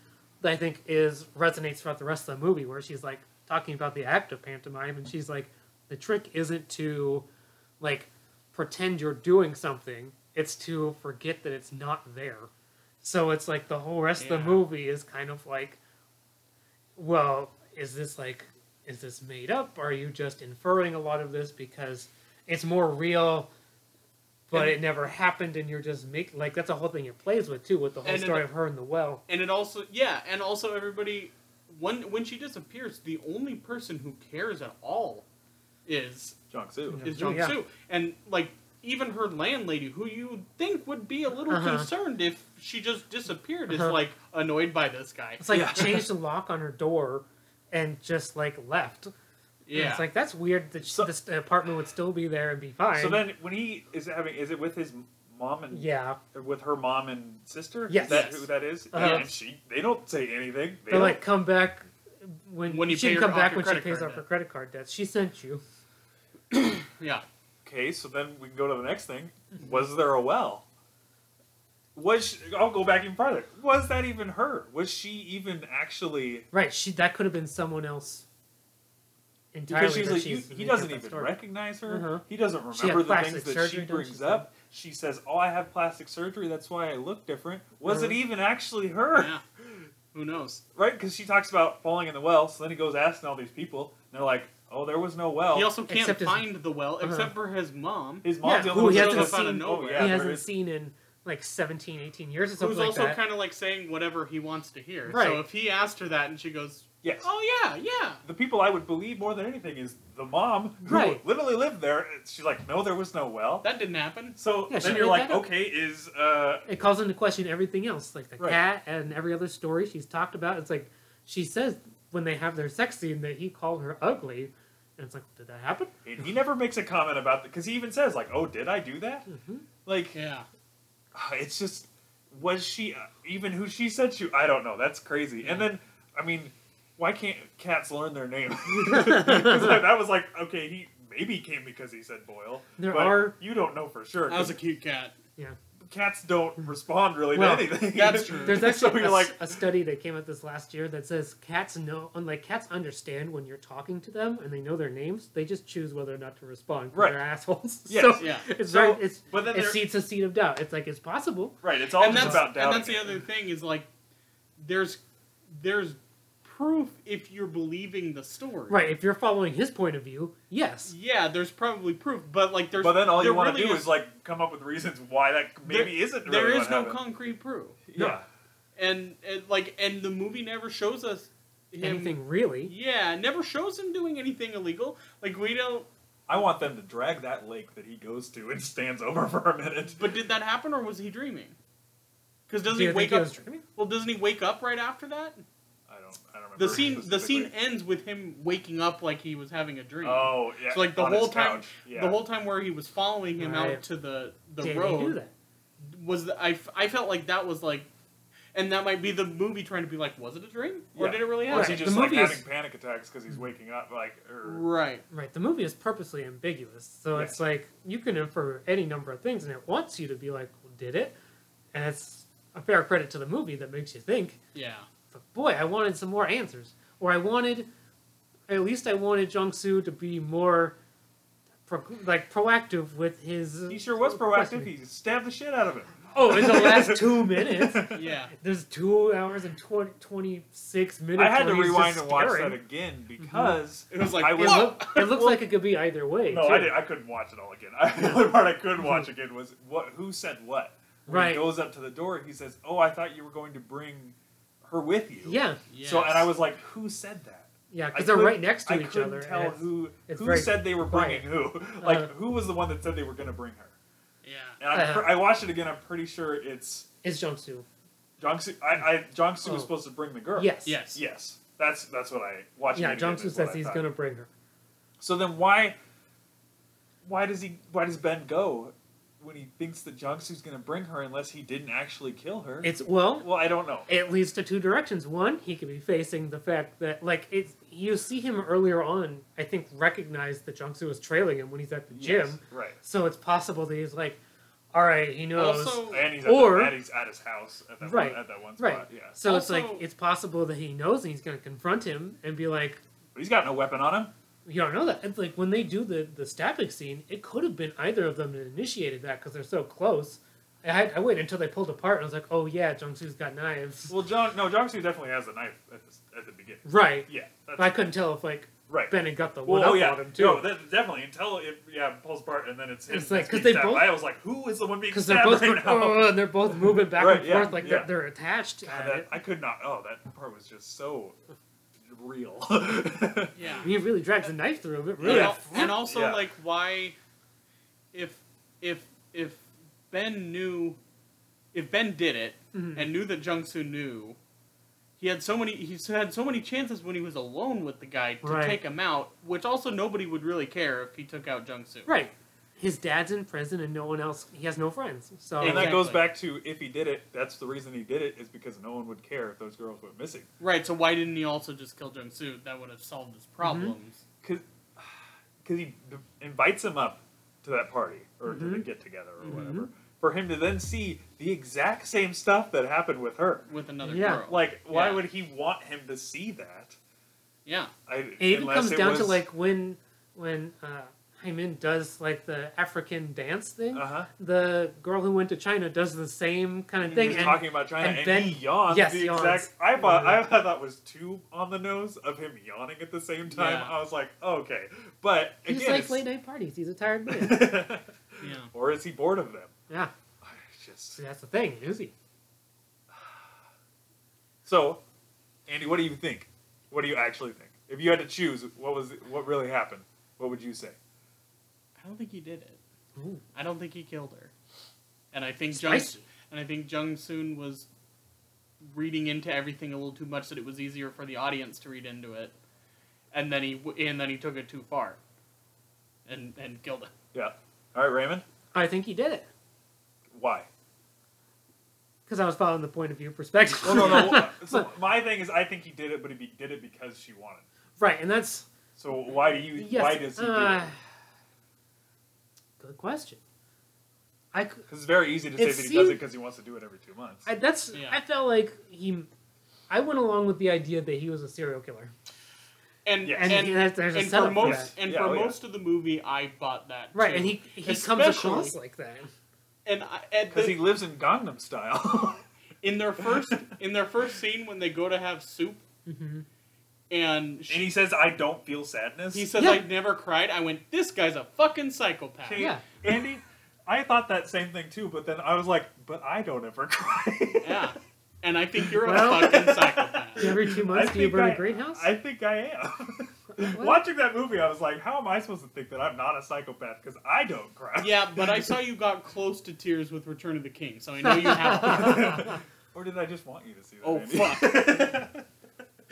[SPEAKER 3] that I think is resonates throughout the rest of the movie, where she's like talking about the act of pantomime, and she's like, the trick isn't to like pretend you're doing something; it's to forget that it's not there. So it's like the whole rest of
[SPEAKER 1] Yeah.
[SPEAKER 3] the movie is kind of like, well, is this like is this made up? Are you just inferring a lot of this because it's more real? but it never happened and you're just make like that's a whole thing it plays with too with the whole
[SPEAKER 1] And it-
[SPEAKER 3] story of her in the well
[SPEAKER 1] and it also yeah, and also everybody when when she disappears, the only person who cares at all is
[SPEAKER 2] Jong Soo.
[SPEAKER 1] is
[SPEAKER 3] Yeah.
[SPEAKER 1] Jung Soo, and like even her landlady, who you think would be a little
[SPEAKER 3] Uh-huh.
[SPEAKER 1] concerned if she just disappeared, is
[SPEAKER 3] Uh-huh.
[SPEAKER 1] like annoyed by this guy.
[SPEAKER 3] it's like
[SPEAKER 2] Yeah.
[SPEAKER 3] changed the lock on her door and just like left And
[SPEAKER 1] Yeah,
[SPEAKER 3] it's like that's weird that
[SPEAKER 2] So-
[SPEAKER 3] this apartment would still be there and be fine
[SPEAKER 2] So then, when he is having, is it with his mom and
[SPEAKER 3] yeah
[SPEAKER 2] or with her mom and sister?
[SPEAKER 3] Yes.
[SPEAKER 2] Is that
[SPEAKER 1] Yes.
[SPEAKER 2] who that is?
[SPEAKER 3] Uh-huh.
[SPEAKER 2] And she, they don't say anything. They
[SPEAKER 3] they
[SPEAKER 2] don't,
[SPEAKER 3] like come back when,
[SPEAKER 1] When you
[SPEAKER 3] she
[SPEAKER 1] pay
[SPEAKER 3] can
[SPEAKER 1] her
[SPEAKER 3] come
[SPEAKER 1] off
[SPEAKER 3] back
[SPEAKER 1] your
[SPEAKER 3] when she
[SPEAKER 1] credit
[SPEAKER 3] pays
[SPEAKER 1] card
[SPEAKER 3] off her
[SPEAKER 1] debt.
[SPEAKER 3] credit card debt she sent you
[SPEAKER 1] yeah.
[SPEAKER 2] okay, so then we can go to the next thing.
[SPEAKER 3] Mm-hmm.
[SPEAKER 2] Was there a well? Was she, I'll go back even farther. Was that even her? Was she even actually?
[SPEAKER 3] right she that could have been someone else entirely
[SPEAKER 2] Because she's
[SPEAKER 3] but
[SPEAKER 2] like, you, he
[SPEAKER 3] making
[SPEAKER 2] doesn't
[SPEAKER 3] up that
[SPEAKER 2] even
[SPEAKER 3] story.
[SPEAKER 2] recognize her.
[SPEAKER 3] Uh-huh.
[SPEAKER 2] He doesn't
[SPEAKER 3] She had
[SPEAKER 2] remember the
[SPEAKER 3] plastic
[SPEAKER 2] things that
[SPEAKER 3] surgery,
[SPEAKER 2] she
[SPEAKER 3] don't
[SPEAKER 2] brings
[SPEAKER 3] she
[SPEAKER 2] up. She says, "Oh, I have plastic surgery. That's why I look different." Was it
[SPEAKER 3] Uh-huh.
[SPEAKER 2] even actually her?
[SPEAKER 1] Yeah. Who knows?
[SPEAKER 2] Right, because she talks about falling in the well, so then he goes asking all these people, and they're like, "Oh, there was no well."
[SPEAKER 1] He also can't
[SPEAKER 3] Except his-
[SPEAKER 1] find the well
[SPEAKER 3] Uh-huh.
[SPEAKER 1] except for his mom,
[SPEAKER 2] His mom's
[SPEAKER 3] Yeah,
[SPEAKER 2] the
[SPEAKER 3] who
[SPEAKER 2] only
[SPEAKER 3] he
[SPEAKER 2] one who
[SPEAKER 3] hasn't
[SPEAKER 2] goes,
[SPEAKER 3] seen-
[SPEAKER 2] "Oh, yeah, there
[SPEAKER 3] he hasn't
[SPEAKER 2] is."
[SPEAKER 3] seen in like 17 18 years or something
[SPEAKER 1] who's
[SPEAKER 3] like
[SPEAKER 1] also
[SPEAKER 3] that
[SPEAKER 1] kind of like saying whatever he wants to hear.
[SPEAKER 3] Right.
[SPEAKER 1] So if he asked her that and she goes,
[SPEAKER 2] Yes,
[SPEAKER 1] "Oh yeah, yeah,"
[SPEAKER 2] the people I would believe more than anything is the mom who
[SPEAKER 3] Right.
[SPEAKER 2] literally lived there. and She's like, "No, there was no well."
[SPEAKER 1] that didn't happen.
[SPEAKER 2] so
[SPEAKER 3] Yeah, she
[SPEAKER 2] then you're
[SPEAKER 3] made
[SPEAKER 2] like,
[SPEAKER 3] that up.
[SPEAKER 2] "Okay, is uh,
[SPEAKER 3] it calls into question everything else, like the
[SPEAKER 2] Right.
[SPEAKER 3] cat and every other story she's talked about. It's like she says when they have their sex scene that he called her ugly, and it's like, did that happen?
[SPEAKER 2] and he never makes a comment about that because he even says like, "Oh, did I do that?"
[SPEAKER 1] Mm-hmm.
[SPEAKER 2] Like, uh,
[SPEAKER 1] Yeah.
[SPEAKER 2] it's just was she uh, even who she said she? I don't know. That's crazy. And then I mean, why can't cats learn their name? 'Cause that was like okay, he maybe came because he said Boyle.
[SPEAKER 3] There
[SPEAKER 2] but
[SPEAKER 3] are-
[SPEAKER 2] you don't know for sure.
[SPEAKER 1] That was
[SPEAKER 2] 'cause
[SPEAKER 1] a cute cat.
[SPEAKER 3] Yeah,
[SPEAKER 2] cats don't respond really
[SPEAKER 3] Well,
[SPEAKER 2] to anything.
[SPEAKER 1] that's true.
[SPEAKER 3] there's
[SPEAKER 2] So
[SPEAKER 3] actually
[SPEAKER 2] you're
[SPEAKER 3] a,
[SPEAKER 2] like-
[SPEAKER 3] a study that came out this last year that says cats know, unlike cats understand when you're talking to them and they know their names, they just choose whether or not to respond. 'cause
[SPEAKER 2] Right.
[SPEAKER 3] they're assholes.
[SPEAKER 2] Yes.
[SPEAKER 3] so
[SPEAKER 1] Yeah.
[SPEAKER 3] it's
[SPEAKER 2] So-
[SPEAKER 3] very it's
[SPEAKER 2] but then
[SPEAKER 3] it
[SPEAKER 2] there-
[SPEAKER 3] seeds a seed of doubt. It's like it's possible.
[SPEAKER 2] Right, it's all
[SPEAKER 1] and
[SPEAKER 2] just
[SPEAKER 1] that's
[SPEAKER 2] about doubt.
[SPEAKER 1] and that's the other thing is like, there's there's proof if you're believing the story.
[SPEAKER 3] Right, if you're following his point of view, yes.
[SPEAKER 1] Yeah, there's probably proof, but like there's.
[SPEAKER 2] But then all you
[SPEAKER 1] there
[SPEAKER 2] want
[SPEAKER 1] really
[SPEAKER 2] to do is, like come up with reasons why that
[SPEAKER 1] there-
[SPEAKER 2] maybe isn't. Really
[SPEAKER 1] there
[SPEAKER 2] what
[SPEAKER 1] is no
[SPEAKER 2] happened.
[SPEAKER 1] concrete proof,
[SPEAKER 2] Yeah,
[SPEAKER 1] and, and like and the movie never shows us him.
[SPEAKER 3] Anything really?
[SPEAKER 1] Yeah, never shows him doing anything illegal. Like we don't.
[SPEAKER 2] I want them to drag that lake that he goes to and stands over for a minute.
[SPEAKER 1] But did that happen, or was he dreaming? Because doesn't
[SPEAKER 3] Do you
[SPEAKER 1] he
[SPEAKER 3] think
[SPEAKER 1] wake
[SPEAKER 3] he
[SPEAKER 1] up?
[SPEAKER 3] was dreaming?
[SPEAKER 1] well, doesn't he wake up right after that?
[SPEAKER 2] I don't. I don't remember
[SPEAKER 1] The scene. The scene
[SPEAKER 2] specifically.
[SPEAKER 1] ends with him waking up like he was having a dream.
[SPEAKER 2] Oh yeah.
[SPEAKER 1] So, like, the
[SPEAKER 2] on
[SPEAKER 1] whole
[SPEAKER 2] his
[SPEAKER 1] time-
[SPEAKER 2] couch. Yeah.
[SPEAKER 1] The whole time where he was following him
[SPEAKER 3] Right.
[SPEAKER 1] out to the the
[SPEAKER 3] Did
[SPEAKER 1] road
[SPEAKER 3] he do that?
[SPEAKER 1] was the, I f- I felt like that was like, and that might be the movie trying to be like, was it a dream or
[SPEAKER 2] Yeah.
[SPEAKER 1] did it really
[SPEAKER 2] Or
[SPEAKER 1] happen?
[SPEAKER 2] is he
[SPEAKER 3] Right,
[SPEAKER 2] just
[SPEAKER 3] the
[SPEAKER 2] like
[SPEAKER 3] movie is-
[SPEAKER 2] having panic attacks because he's waking up? Like, er, or,
[SPEAKER 1] Right.
[SPEAKER 3] Right, the movie is purposely ambiguous, so
[SPEAKER 2] Yes.
[SPEAKER 3] it's like you can infer any number of things, and it wants you to be like, well, "Did it?" And it's a fair credit to the movie that makes you think.
[SPEAKER 1] Yeah.
[SPEAKER 3] But boy, I wanted some more answers, or I wanted, at least I wanted Jung Soo to be more, pro- like proactive with his.
[SPEAKER 2] he sure was proactive. He stabbed the shit out of him.
[SPEAKER 3] Oh, in the last two minutes,
[SPEAKER 1] Yeah.
[SPEAKER 3] there's two hours and 20, 26 minutes.
[SPEAKER 2] I had to
[SPEAKER 3] where he's just
[SPEAKER 2] rewind and watch that
[SPEAKER 3] staring.
[SPEAKER 2] again because
[SPEAKER 1] It was like,
[SPEAKER 2] I
[SPEAKER 3] It,
[SPEAKER 2] was
[SPEAKER 1] Whoa!
[SPEAKER 3] look, it looks like it could be either way.
[SPEAKER 2] No,
[SPEAKER 3] too. Mm-hmm.
[SPEAKER 2] I, did, I couldn't watch it all again. I, the only part I could watch again was what who said what. When
[SPEAKER 3] Right.
[SPEAKER 2] he goes up to the door, he says, "Oh, I thought you were going to bring her with you."
[SPEAKER 3] Yeah.
[SPEAKER 1] Yes.
[SPEAKER 2] So and I was like, "Who said that?" I
[SPEAKER 3] Yeah, because they're
[SPEAKER 2] couldn't-
[SPEAKER 3] right next to
[SPEAKER 2] I
[SPEAKER 3] each
[SPEAKER 2] couldn't
[SPEAKER 3] other. and
[SPEAKER 2] Tell
[SPEAKER 3] it's-
[SPEAKER 2] who
[SPEAKER 3] it's
[SPEAKER 2] who
[SPEAKER 3] very
[SPEAKER 2] said they were bringing who. Like who was the one that said they were going to bring her?
[SPEAKER 1] Yeah.
[SPEAKER 2] And I'm,
[SPEAKER 3] Uh-huh.
[SPEAKER 2] pr- I watched it again. I'm pretty sure it's
[SPEAKER 3] It's Jongsu.
[SPEAKER 2] Jongsu. I, I Jongsu
[SPEAKER 3] Oh.
[SPEAKER 2] was supposed to bring the girl.
[SPEAKER 3] Yes.
[SPEAKER 1] Yes.
[SPEAKER 2] Yes. That's that's what I watched.
[SPEAKER 3] Yeah, Jongsu says he's
[SPEAKER 2] going
[SPEAKER 3] gonna
[SPEAKER 2] to.
[SPEAKER 3] bring her.
[SPEAKER 2] So then why why does he why does Ben go when he thinks that Jongsu's going to bring her unless he didn't actually kill her?
[SPEAKER 3] It's well,
[SPEAKER 2] well, I don't know.
[SPEAKER 3] it leads to two directions. One, he could be facing the fact that like it's you see him earlier on. I think recognize that Jongsu was trailing him when he's at the
[SPEAKER 2] Yes,
[SPEAKER 3] gym.
[SPEAKER 2] right?
[SPEAKER 3] So it's possible that he's like, all right, he knows.
[SPEAKER 1] Also,
[SPEAKER 2] And he's,
[SPEAKER 3] Or-
[SPEAKER 2] at the, and he's at his house at that
[SPEAKER 3] Right,
[SPEAKER 2] one, at that one spot.
[SPEAKER 3] right.
[SPEAKER 2] Yeah,
[SPEAKER 3] so it's like
[SPEAKER 1] Also-
[SPEAKER 3] it's possible that he knows and he's going to confront him and be like,
[SPEAKER 2] but he's got no weapon on him.
[SPEAKER 3] you don't know that. It's like when they do the the stabbing scene, it could have been either of them that initiated that because they're so close. I, had, I waited until they pulled apart and I was like, oh yeah, Jungsu's got knives.
[SPEAKER 2] Well, John, no, Jongsu definitely has a knife at the, at the beginning.
[SPEAKER 3] Right.
[SPEAKER 2] Yeah, that's
[SPEAKER 3] But I couldn't tell if like
[SPEAKER 2] right.
[SPEAKER 3] Ben had got the one
[SPEAKER 2] well, oh
[SPEAKER 3] up
[SPEAKER 2] yeah,
[SPEAKER 3] on him too.
[SPEAKER 2] No, that, definitely. Until it yeah pulls apart and then it's him
[SPEAKER 3] It's like,
[SPEAKER 2] that's
[SPEAKER 3] 'cause
[SPEAKER 2] being
[SPEAKER 3] they
[SPEAKER 2] stabbed.
[SPEAKER 3] both-
[SPEAKER 2] I was like, who is the one being
[SPEAKER 3] because they're
[SPEAKER 2] stabbed
[SPEAKER 3] both
[SPEAKER 2] right
[SPEAKER 3] going,
[SPEAKER 2] now?
[SPEAKER 3] "Oh," and they're both moving back
[SPEAKER 2] Right,
[SPEAKER 3] and
[SPEAKER 2] yeah,
[SPEAKER 3] forth like
[SPEAKER 2] yeah.
[SPEAKER 3] They're, they're attached.
[SPEAKER 2] God,
[SPEAKER 3] at
[SPEAKER 2] that,
[SPEAKER 3] it.
[SPEAKER 2] I could not. Oh, that part was just so real.
[SPEAKER 3] Oh,
[SPEAKER 1] yeah.
[SPEAKER 3] He really drags a knife through him. It really.
[SPEAKER 1] And, al- and also
[SPEAKER 2] Yeah.
[SPEAKER 1] like why if if if Ben knew if Ben did it
[SPEAKER 3] Mhm.
[SPEAKER 1] and knew that Jungsu knew he had so many he's had so many chances when he was alone with the guy to
[SPEAKER 3] Right.
[SPEAKER 1] take him out, which also nobody would really care if he took out Jungsu.
[SPEAKER 3] Right. His dad's in prison and no one else. He has no friends. So
[SPEAKER 2] and that goes
[SPEAKER 1] Exactly.
[SPEAKER 2] back to if he did it, that's the reason he did it is because no one would care if those girls went missing.
[SPEAKER 1] Right, so why didn't he also just kill Jungsu? That would have solved
[SPEAKER 3] Mm-hmm.
[SPEAKER 1] his problems.
[SPEAKER 2] Because he b- invites him up to that party or to
[SPEAKER 3] Mm-hmm.
[SPEAKER 2] the get together or whatever for him to then see the exact same stuff that happened with her.
[SPEAKER 1] with another
[SPEAKER 3] Yeah.
[SPEAKER 1] girl.
[SPEAKER 2] Like, why
[SPEAKER 1] Yeah.
[SPEAKER 2] would he want him to see that?
[SPEAKER 1] yeah,
[SPEAKER 2] I,
[SPEAKER 3] it even
[SPEAKER 2] unless
[SPEAKER 3] comes down to
[SPEAKER 2] was-
[SPEAKER 3] like when when uh, Hyman does like the African dance thing.
[SPEAKER 2] Uh-huh.
[SPEAKER 3] The girl who went to China does the same kind of
[SPEAKER 2] He
[SPEAKER 3] thing.
[SPEAKER 2] was
[SPEAKER 3] and-
[SPEAKER 2] talking about China,
[SPEAKER 3] and
[SPEAKER 2] and,
[SPEAKER 3] Ben-
[SPEAKER 2] he yawned.
[SPEAKER 3] yes, Mm-hmm.
[SPEAKER 2] the
[SPEAKER 3] yawns.
[SPEAKER 2] exact. I thought I thought that was too on the nose of him yawning at the same time.
[SPEAKER 1] Yeah.
[SPEAKER 2] I was like, okay, but
[SPEAKER 3] He's
[SPEAKER 2] again,
[SPEAKER 3] like late night parties. He's a tired man.
[SPEAKER 2] it's-
[SPEAKER 1] yeah.
[SPEAKER 2] or is he bored of them?
[SPEAKER 3] yeah,
[SPEAKER 2] I just
[SPEAKER 3] see, that's the thing. Is he?
[SPEAKER 2] so, Andy, what do you think? What do you actually think? If you had to choose, what was what really happened? What would you say?
[SPEAKER 1] I don't think he did it.
[SPEAKER 3] Ooh.
[SPEAKER 1] I don't think he killed her. And I think Jung,
[SPEAKER 3] Spicy.
[SPEAKER 1] and I think Jung Soon was reading into everything a little too much that it was easier for the audience to read into it. And then he w- and then he took it too far. And and killed it.
[SPEAKER 2] Yeah. All right, Raymond.
[SPEAKER 3] I think he did it
[SPEAKER 2] Why?
[SPEAKER 3] because I was following the point of view perspective.
[SPEAKER 2] Well, no, no. so my thing is, I think he did it, but he did it because she wanted. it.
[SPEAKER 3] right, and that's
[SPEAKER 2] So why do you?
[SPEAKER 3] yes.
[SPEAKER 2] Why does he? do it?
[SPEAKER 3] uh, Good question. I c-
[SPEAKER 2] Because it's very easy to say
[SPEAKER 3] It
[SPEAKER 2] that he does it
[SPEAKER 3] seemed-
[SPEAKER 2] because he wants to do it every two months.
[SPEAKER 3] I, that's
[SPEAKER 1] Yeah.
[SPEAKER 3] I felt like he. I went along with the idea that he was a serial killer,
[SPEAKER 1] And
[SPEAKER 2] Yes.
[SPEAKER 3] and,
[SPEAKER 1] and,
[SPEAKER 3] there's- there's a
[SPEAKER 1] and
[SPEAKER 3] setup
[SPEAKER 1] for
[SPEAKER 3] for
[SPEAKER 1] most
[SPEAKER 3] that.
[SPEAKER 1] and
[SPEAKER 2] Yeah,
[SPEAKER 1] for
[SPEAKER 2] oh, yeah.
[SPEAKER 1] most of the movie I bought that.
[SPEAKER 3] right?
[SPEAKER 1] too.
[SPEAKER 3] And he he comes
[SPEAKER 1] Especially-
[SPEAKER 3] across like that.
[SPEAKER 1] and I, and
[SPEAKER 2] Because
[SPEAKER 1] the-
[SPEAKER 2] he lives in Gangnam style.
[SPEAKER 1] in their first in their first scene when they go to have soup
[SPEAKER 3] Mm-hmm.
[SPEAKER 1] and she
[SPEAKER 2] and he says, I don't feel sadness.
[SPEAKER 1] He says,
[SPEAKER 3] Yeah.
[SPEAKER 1] I never cried. I went, this guy's a fucking psychopath.
[SPEAKER 2] Okay,
[SPEAKER 3] Yeah.
[SPEAKER 2] Andy, I thought that same thing too, but then I was like, but I don't ever cry.
[SPEAKER 1] Yeah. And I think you're
[SPEAKER 3] Well-
[SPEAKER 1] a fucking psychopath.
[SPEAKER 3] Every two months,
[SPEAKER 2] I
[SPEAKER 3] do you
[SPEAKER 2] think
[SPEAKER 3] burn
[SPEAKER 2] I-
[SPEAKER 3] a greenhouse?
[SPEAKER 2] I think I am.
[SPEAKER 3] What?
[SPEAKER 2] Watching that movie, I was like, how am I supposed to think that I'm not a psychopath because I don't cry?
[SPEAKER 1] Yeah, but I saw you got close to tears with Return of the King, so I know you have.
[SPEAKER 2] or did I just want you to see that?
[SPEAKER 1] Oh,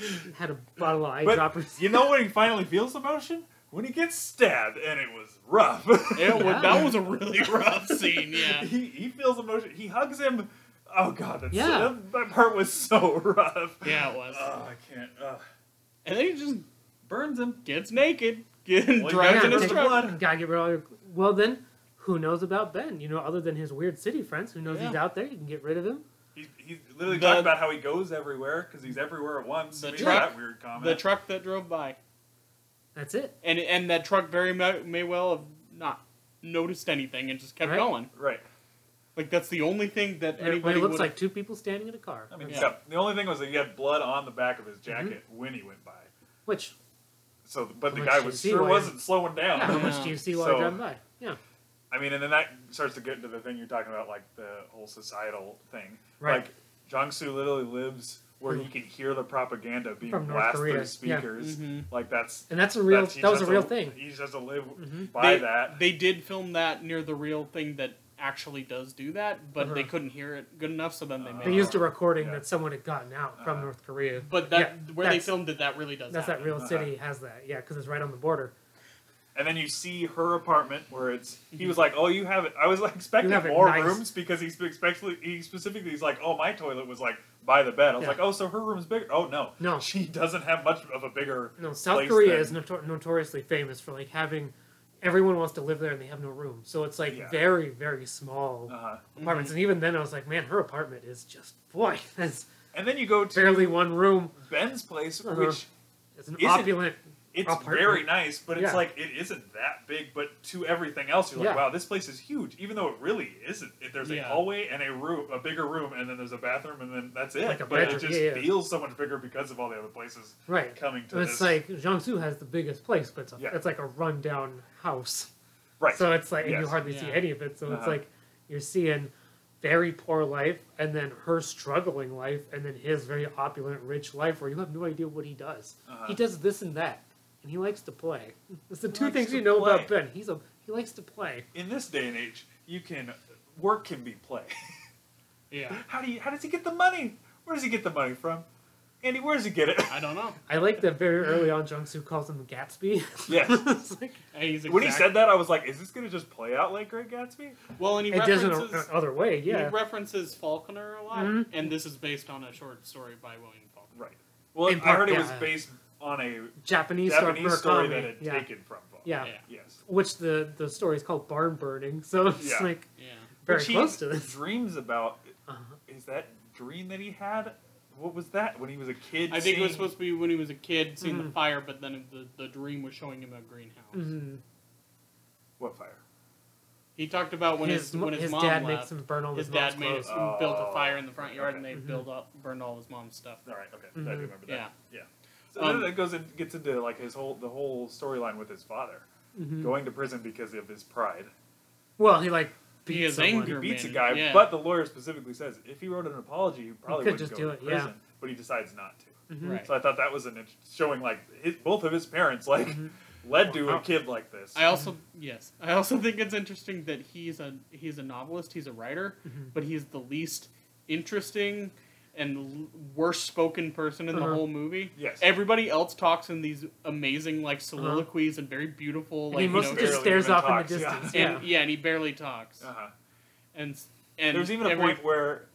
[SPEAKER 2] Andy?
[SPEAKER 3] Had a bottle of
[SPEAKER 2] But
[SPEAKER 3] eyedroppers.
[SPEAKER 2] you know when he finally feels emotion? When he gets stabbed, and it was rough.
[SPEAKER 1] It was,
[SPEAKER 3] Yeah.
[SPEAKER 1] that was a really rough scene. Yeah.
[SPEAKER 2] he, he feels emotion. He hugs him. Oh god, that's,
[SPEAKER 3] Yeah.
[SPEAKER 2] that, that part was so rough.
[SPEAKER 1] Yeah, it was.
[SPEAKER 2] Oh, I can't. Uh,
[SPEAKER 1] And then he just
[SPEAKER 2] burns him.
[SPEAKER 1] gets naked, get,
[SPEAKER 2] Well,
[SPEAKER 1] drives
[SPEAKER 2] yeah,
[SPEAKER 1] in his
[SPEAKER 2] take-
[SPEAKER 1] truck.
[SPEAKER 2] blood.
[SPEAKER 3] gotta get rid of all your. Well, then, who knows about Ben? You know, other than his weird city friends, who knows
[SPEAKER 1] Yeah.
[SPEAKER 3] he's out there? You can get rid of him.
[SPEAKER 2] He, he's literally
[SPEAKER 1] The-
[SPEAKER 2] talking about how he goes everywhere because he's everywhere at once.
[SPEAKER 1] The
[SPEAKER 2] Made
[SPEAKER 1] truck-
[SPEAKER 2] that weird comment.
[SPEAKER 1] The truck that drove by.
[SPEAKER 3] That's it.
[SPEAKER 1] And and that truck very may, may well have not noticed anything and just kept
[SPEAKER 3] Right.
[SPEAKER 1] going.
[SPEAKER 2] right.
[SPEAKER 1] Like, that's the only thing that
[SPEAKER 3] It, it
[SPEAKER 1] anybody
[SPEAKER 3] looks
[SPEAKER 1] would
[SPEAKER 3] like two people standing in a car.
[SPEAKER 2] I mean,
[SPEAKER 1] Yeah.
[SPEAKER 2] except the only thing was that he had blood on the back of his jacket when he went by.
[SPEAKER 3] Which
[SPEAKER 2] So, but
[SPEAKER 3] Mm-hmm. How
[SPEAKER 2] the
[SPEAKER 3] much
[SPEAKER 2] guy
[SPEAKER 3] you
[SPEAKER 2] was
[SPEAKER 3] see
[SPEAKER 2] sure
[SPEAKER 3] why-
[SPEAKER 2] wasn't slowing down.
[SPEAKER 3] yeah, how
[SPEAKER 1] Yeah.
[SPEAKER 3] much do you see while I
[SPEAKER 2] So-
[SPEAKER 3] drive by? Yeah,
[SPEAKER 2] I mean, and then that starts to get into the thing you're talking about, like the whole societal thing.
[SPEAKER 3] Right. Mm-hmm.
[SPEAKER 2] Like Jiangsu literally lives where you can hear the propaganda being
[SPEAKER 3] From North
[SPEAKER 2] blasted
[SPEAKER 3] Korea,
[SPEAKER 2] through
[SPEAKER 3] yeah.
[SPEAKER 2] speakers.
[SPEAKER 1] Mm-hmm.
[SPEAKER 2] Like that's
[SPEAKER 3] and that's a real.
[SPEAKER 2] that's- he
[SPEAKER 3] That was a
[SPEAKER 2] just
[SPEAKER 3] real
[SPEAKER 2] has to-
[SPEAKER 3] thing. Mm-hmm.
[SPEAKER 2] He just has to live by
[SPEAKER 1] they,
[SPEAKER 2] that.
[SPEAKER 1] Uh, They did film that near the real thing that actually does do that, but they
[SPEAKER 3] Uh-huh.
[SPEAKER 1] couldn't hear it good enough, so then they made
[SPEAKER 3] They
[SPEAKER 1] it.
[SPEAKER 3] used a recording
[SPEAKER 2] yeah.
[SPEAKER 3] that someone had gotten out from North Korea.
[SPEAKER 1] But that
[SPEAKER 3] Yeah,
[SPEAKER 1] where they
[SPEAKER 3] that's-
[SPEAKER 1] filmed it, that really does.
[SPEAKER 3] That's that
[SPEAKER 1] happen.
[SPEAKER 3] real city has that. Yeah, because it's right on the border.
[SPEAKER 2] And then you see her apartment where it's. He was like, "Oh, you have it." I was like expecting
[SPEAKER 3] Mhm. have it
[SPEAKER 2] more
[SPEAKER 3] nice.
[SPEAKER 2] rooms because he's specifically he specifically he's like, "Oh, my toilet was like by the bed." I was
[SPEAKER 3] Yeah.
[SPEAKER 2] like, "Oh, so her room's bigger?" Oh no,
[SPEAKER 3] No.
[SPEAKER 2] she doesn't have much of a bigger.
[SPEAKER 3] No, South
[SPEAKER 2] place
[SPEAKER 3] Korea
[SPEAKER 2] than-
[SPEAKER 3] is notor- notoriously famous for like having everyone wants to live there and they have no room. So it's like
[SPEAKER 2] Yeah.
[SPEAKER 3] very very small
[SPEAKER 2] Uh-huh.
[SPEAKER 3] apartments. And even then, I was like, man, her apartment is just boy, that's
[SPEAKER 2] And then you go to
[SPEAKER 3] barely one room.
[SPEAKER 2] Ben's place,
[SPEAKER 3] Uh-huh.
[SPEAKER 2] which
[SPEAKER 3] It's an
[SPEAKER 2] Isn't-
[SPEAKER 3] opulent.
[SPEAKER 2] it's
[SPEAKER 3] Apartment.
[SPEAKER 2] very nice, but it's
[SPEAKER 3] Yeah.
[SPEAKER 2] like it isn't that big. But to everything else, you're like,
[SPEAKER 3] Yeah.
[SPEAKER 2] wow, this place is huge, even though it really isn't. If There's
[SPEAKER 1] Yeah.
[SPEAKER 2] a hallway and a room, a bigger room, and then there's a bathroom, and then that's it.
[SPEAKER 3] Like a
[SPEAKER 2] but
[SPEAKER 3] bedroom,
[SPEAKER 2] it just
[SPEAKER 3] yeah, yeah.
[SPEAKER 2] feels so much bigger because of all the other places.
[SPEAKER 3] Right.
[SPEAKER 2] coming to
[SPEAKER 3] And it's
[SPEAKER 2] this.
[SPEAKER 3] like Jiangsu has the biggest place, but it's, a,
[SPEAKER 2] Yeah.
[SPEAKER 3] it's like a rundown house.
[SPEAKER 2] Right.
[SPEAKER 3] So it's like and you
[SPEAKER 2] Yes.
[SPEAKER 3] hardly see
[SPEAKER 1] Yeah.
[SPEAKER 3] any of it. So it's
[SPEAKER 2] Uh-huh.
[SPEAKER 3] like you're seeing very poor life and then her struggling life and then his very opulent rich life where you have no idea what he does. He does this and that. And he likes to play. It's the
[SPEAKER 2] Uh-huh.
[SPEAKER 3] two
[SPEAKER 2] likes
[SPEAKER 3] things
[SPEAKER 2] to
[SPEAKER 3] you know about
[SPEAKER 2] play.
[SPEAKER 3] Ben. He's a he likes to play.
[SPEAKER 2] in this day and age, you can work can be play.
[SPEAKER 1] Yeah,
[SPEAKER 2] how do you? How does he get the money? Where does he get the money from? Andy, where does he get it?
[SPEAKER 1] I don't know.
[SPEAKER 3] I like that very early on Jiangsu calls him Gatsby.
[SPEAKER 2] yes.
[SPEAKER 3] it's like
[SPEAKER 1] And he's
[SPEAKER 2] When he
[SPEAKER 1] exact-
[SPEAKER 2] said that, I was like, "Is this gonna just play out like Great Gatsby?"
[SPEAKER 1] well, and he
[SPEAKER 3] it does it
[SPEAKER 1] references
[SPEAKER 3] a- other way, yeah.
[SPEAKER 1] he references Falconer a lot,
[SPEAKER 3] Mhm.
[SPEAKER 1] and this is based on a short story by William Faulkner.
[SPEAKER 2] Right. Well,
[SPEAKER 3] In
[SPEAKER 2] I
[SPEAKER 3] part,
[SPEAKER 2] heard it
[SPEAKER 3] yeah.
[SPEAKER 2] was based on a
[SPEAKER 3] Japanese, or
[SPEAKER 2] Japanese story that
[SPEAKER 3] Murakami,
[SPEAKER 2] had
[SPEAKER 3] yeah.
[SPEAKER 2] taken from Falcon.
[SPEAKER 3] Yeah.
[SPEAKER 1] Yeah.
[SPEAKER 2] Yes.
[SPEAKER 3] Which the the story is called Barn Burning, so it's
[SPEAKER 2] Yeah.
[SPEAKER 3] like
[SPEAKER 1] Yeah,
[SPEAKER 3] very
[SPEAKER 2] Which he
[SPEAKER 3] close to this.
[SPEAKER 2] dreams about
[SPEAKER 3] Uh-huh.
[SPEAKER 2] is that dream that he had? What was that when he was a kid?
[SPEAKER 1] I think it was
[SPEAKER 2] seeing-
[SPEAKER 1] supposed to be when he was a kid seeing the
[SPEAKER 3] Mhm.
[SPEAKER 1] fire, but then the, the dream was showing him a greenhouse.
[SPEAKER 3] Mhm.
[SPEAKER 2] what fire?
[SPEAKER 1] He talked about when his,
[SPEAKER 3] mo-
[SPEAKER 1] when his, mom
[SPEAKER 3] dad
[SPEAKER 1] left,
[SPEAKER 3] makes him burn all
[SPEAKER 1] his
[SPEAKER 3] his mom's
[SPEAKER 1] dad made
[SPEAKER 3] clothes.
[SPEAKER 1] us built a
[SPEAKER 2] Oh,
[SPEAKER 1] fire in the front yard, and they
[SPEAKER 2] okay.
[SPEAKER 3] Mhm.
[SPEAKER 1] built up burned all his mom's stuff.
[SPEAKER 2] All right. Okay. I do
[SPEAKER 3] Mhm.
[SPEAKER 2] remember that.
[SPEAKER 1] Yeah.
[SPEAKER 2] So
[SPEAKER 1] Um,
[SPEAKER 2] then it goes and gets into like his whole the whole storyline with his father
[SPEAKER 3] Mhm.
[SPEAKER 2] going to prison because of his pride.
[SPEAKER 3] Well, he like
[SPEAKER 1] He
[SPEAKER 3] beats
[SPEAKER 1] is
[SPEAKER 3] someone.
[SPEAKER 1] angry.
[SPEAKER 2] He beats a
[SPEAKER 1] Man,
[SPEAKER 2] guy,
[SPEAKER 1] yeah.
[SPEAKER 2] but the lawyer specifically says if he wrote an apology, he probably
[SPEAKER 3] could
[SPEAKER 2] wouldn't
[SPEAKER 3] just
[SPEAKER 2] go to
[SPEAKER 3] do it, yeah.
[SPEAKER 2] prison. But he decides not to.
[SPEAKER 3] Mhm.
[SPEAKER 1] Right.
[SPEAKER 2] So I thought that was an int- showing like his, both of his parents like led to
[SPEAKER 3] Wow.
[SPEAKER 2] a kid like this.
[SPEAKER 1] I also yes, I also think it's interesting that he's a he's a novelist, he's a writer,
[SPEAKER 3] Mm-hmm.
[SPEAKER 1] but he's the least interesting and l- worst spoken person in the
[SPEAKER 3] Uh-huh.
[SPEAKER 1] whole movie.
[SPEAKER 2] Yes.
[SPEAKER 1] Everybody else talks in these amazing like soliloquies and very beautiful
[SPEAKER 3] Uh-huh. And
[SPEAKER 1] like
[SPEAKER 3] he
[SPEAKER 1] you
[SPEAKER 3] mostly
[SPEAKER 1] know,
[SPEAKER 3] just
[SPEAKER 2] barely
[SPEAKER 3] stares
[SPEAKER 2] even
[SPEAKER 3] off
[SPEAKER 2] talks,
[SPEAKER 3] in the
[SPEAKER 2] yeah.
[SPEAKER 3] distance. Yeah.
[SPEAKER 1] and yeah, and he barely talks.
[SPEAKER 2] uh-huh.
[SPEAKER 1] And s- and
[SPEAKER 2] There's even a
[SPEAKER 1] every-
[SPEAKER 2] point where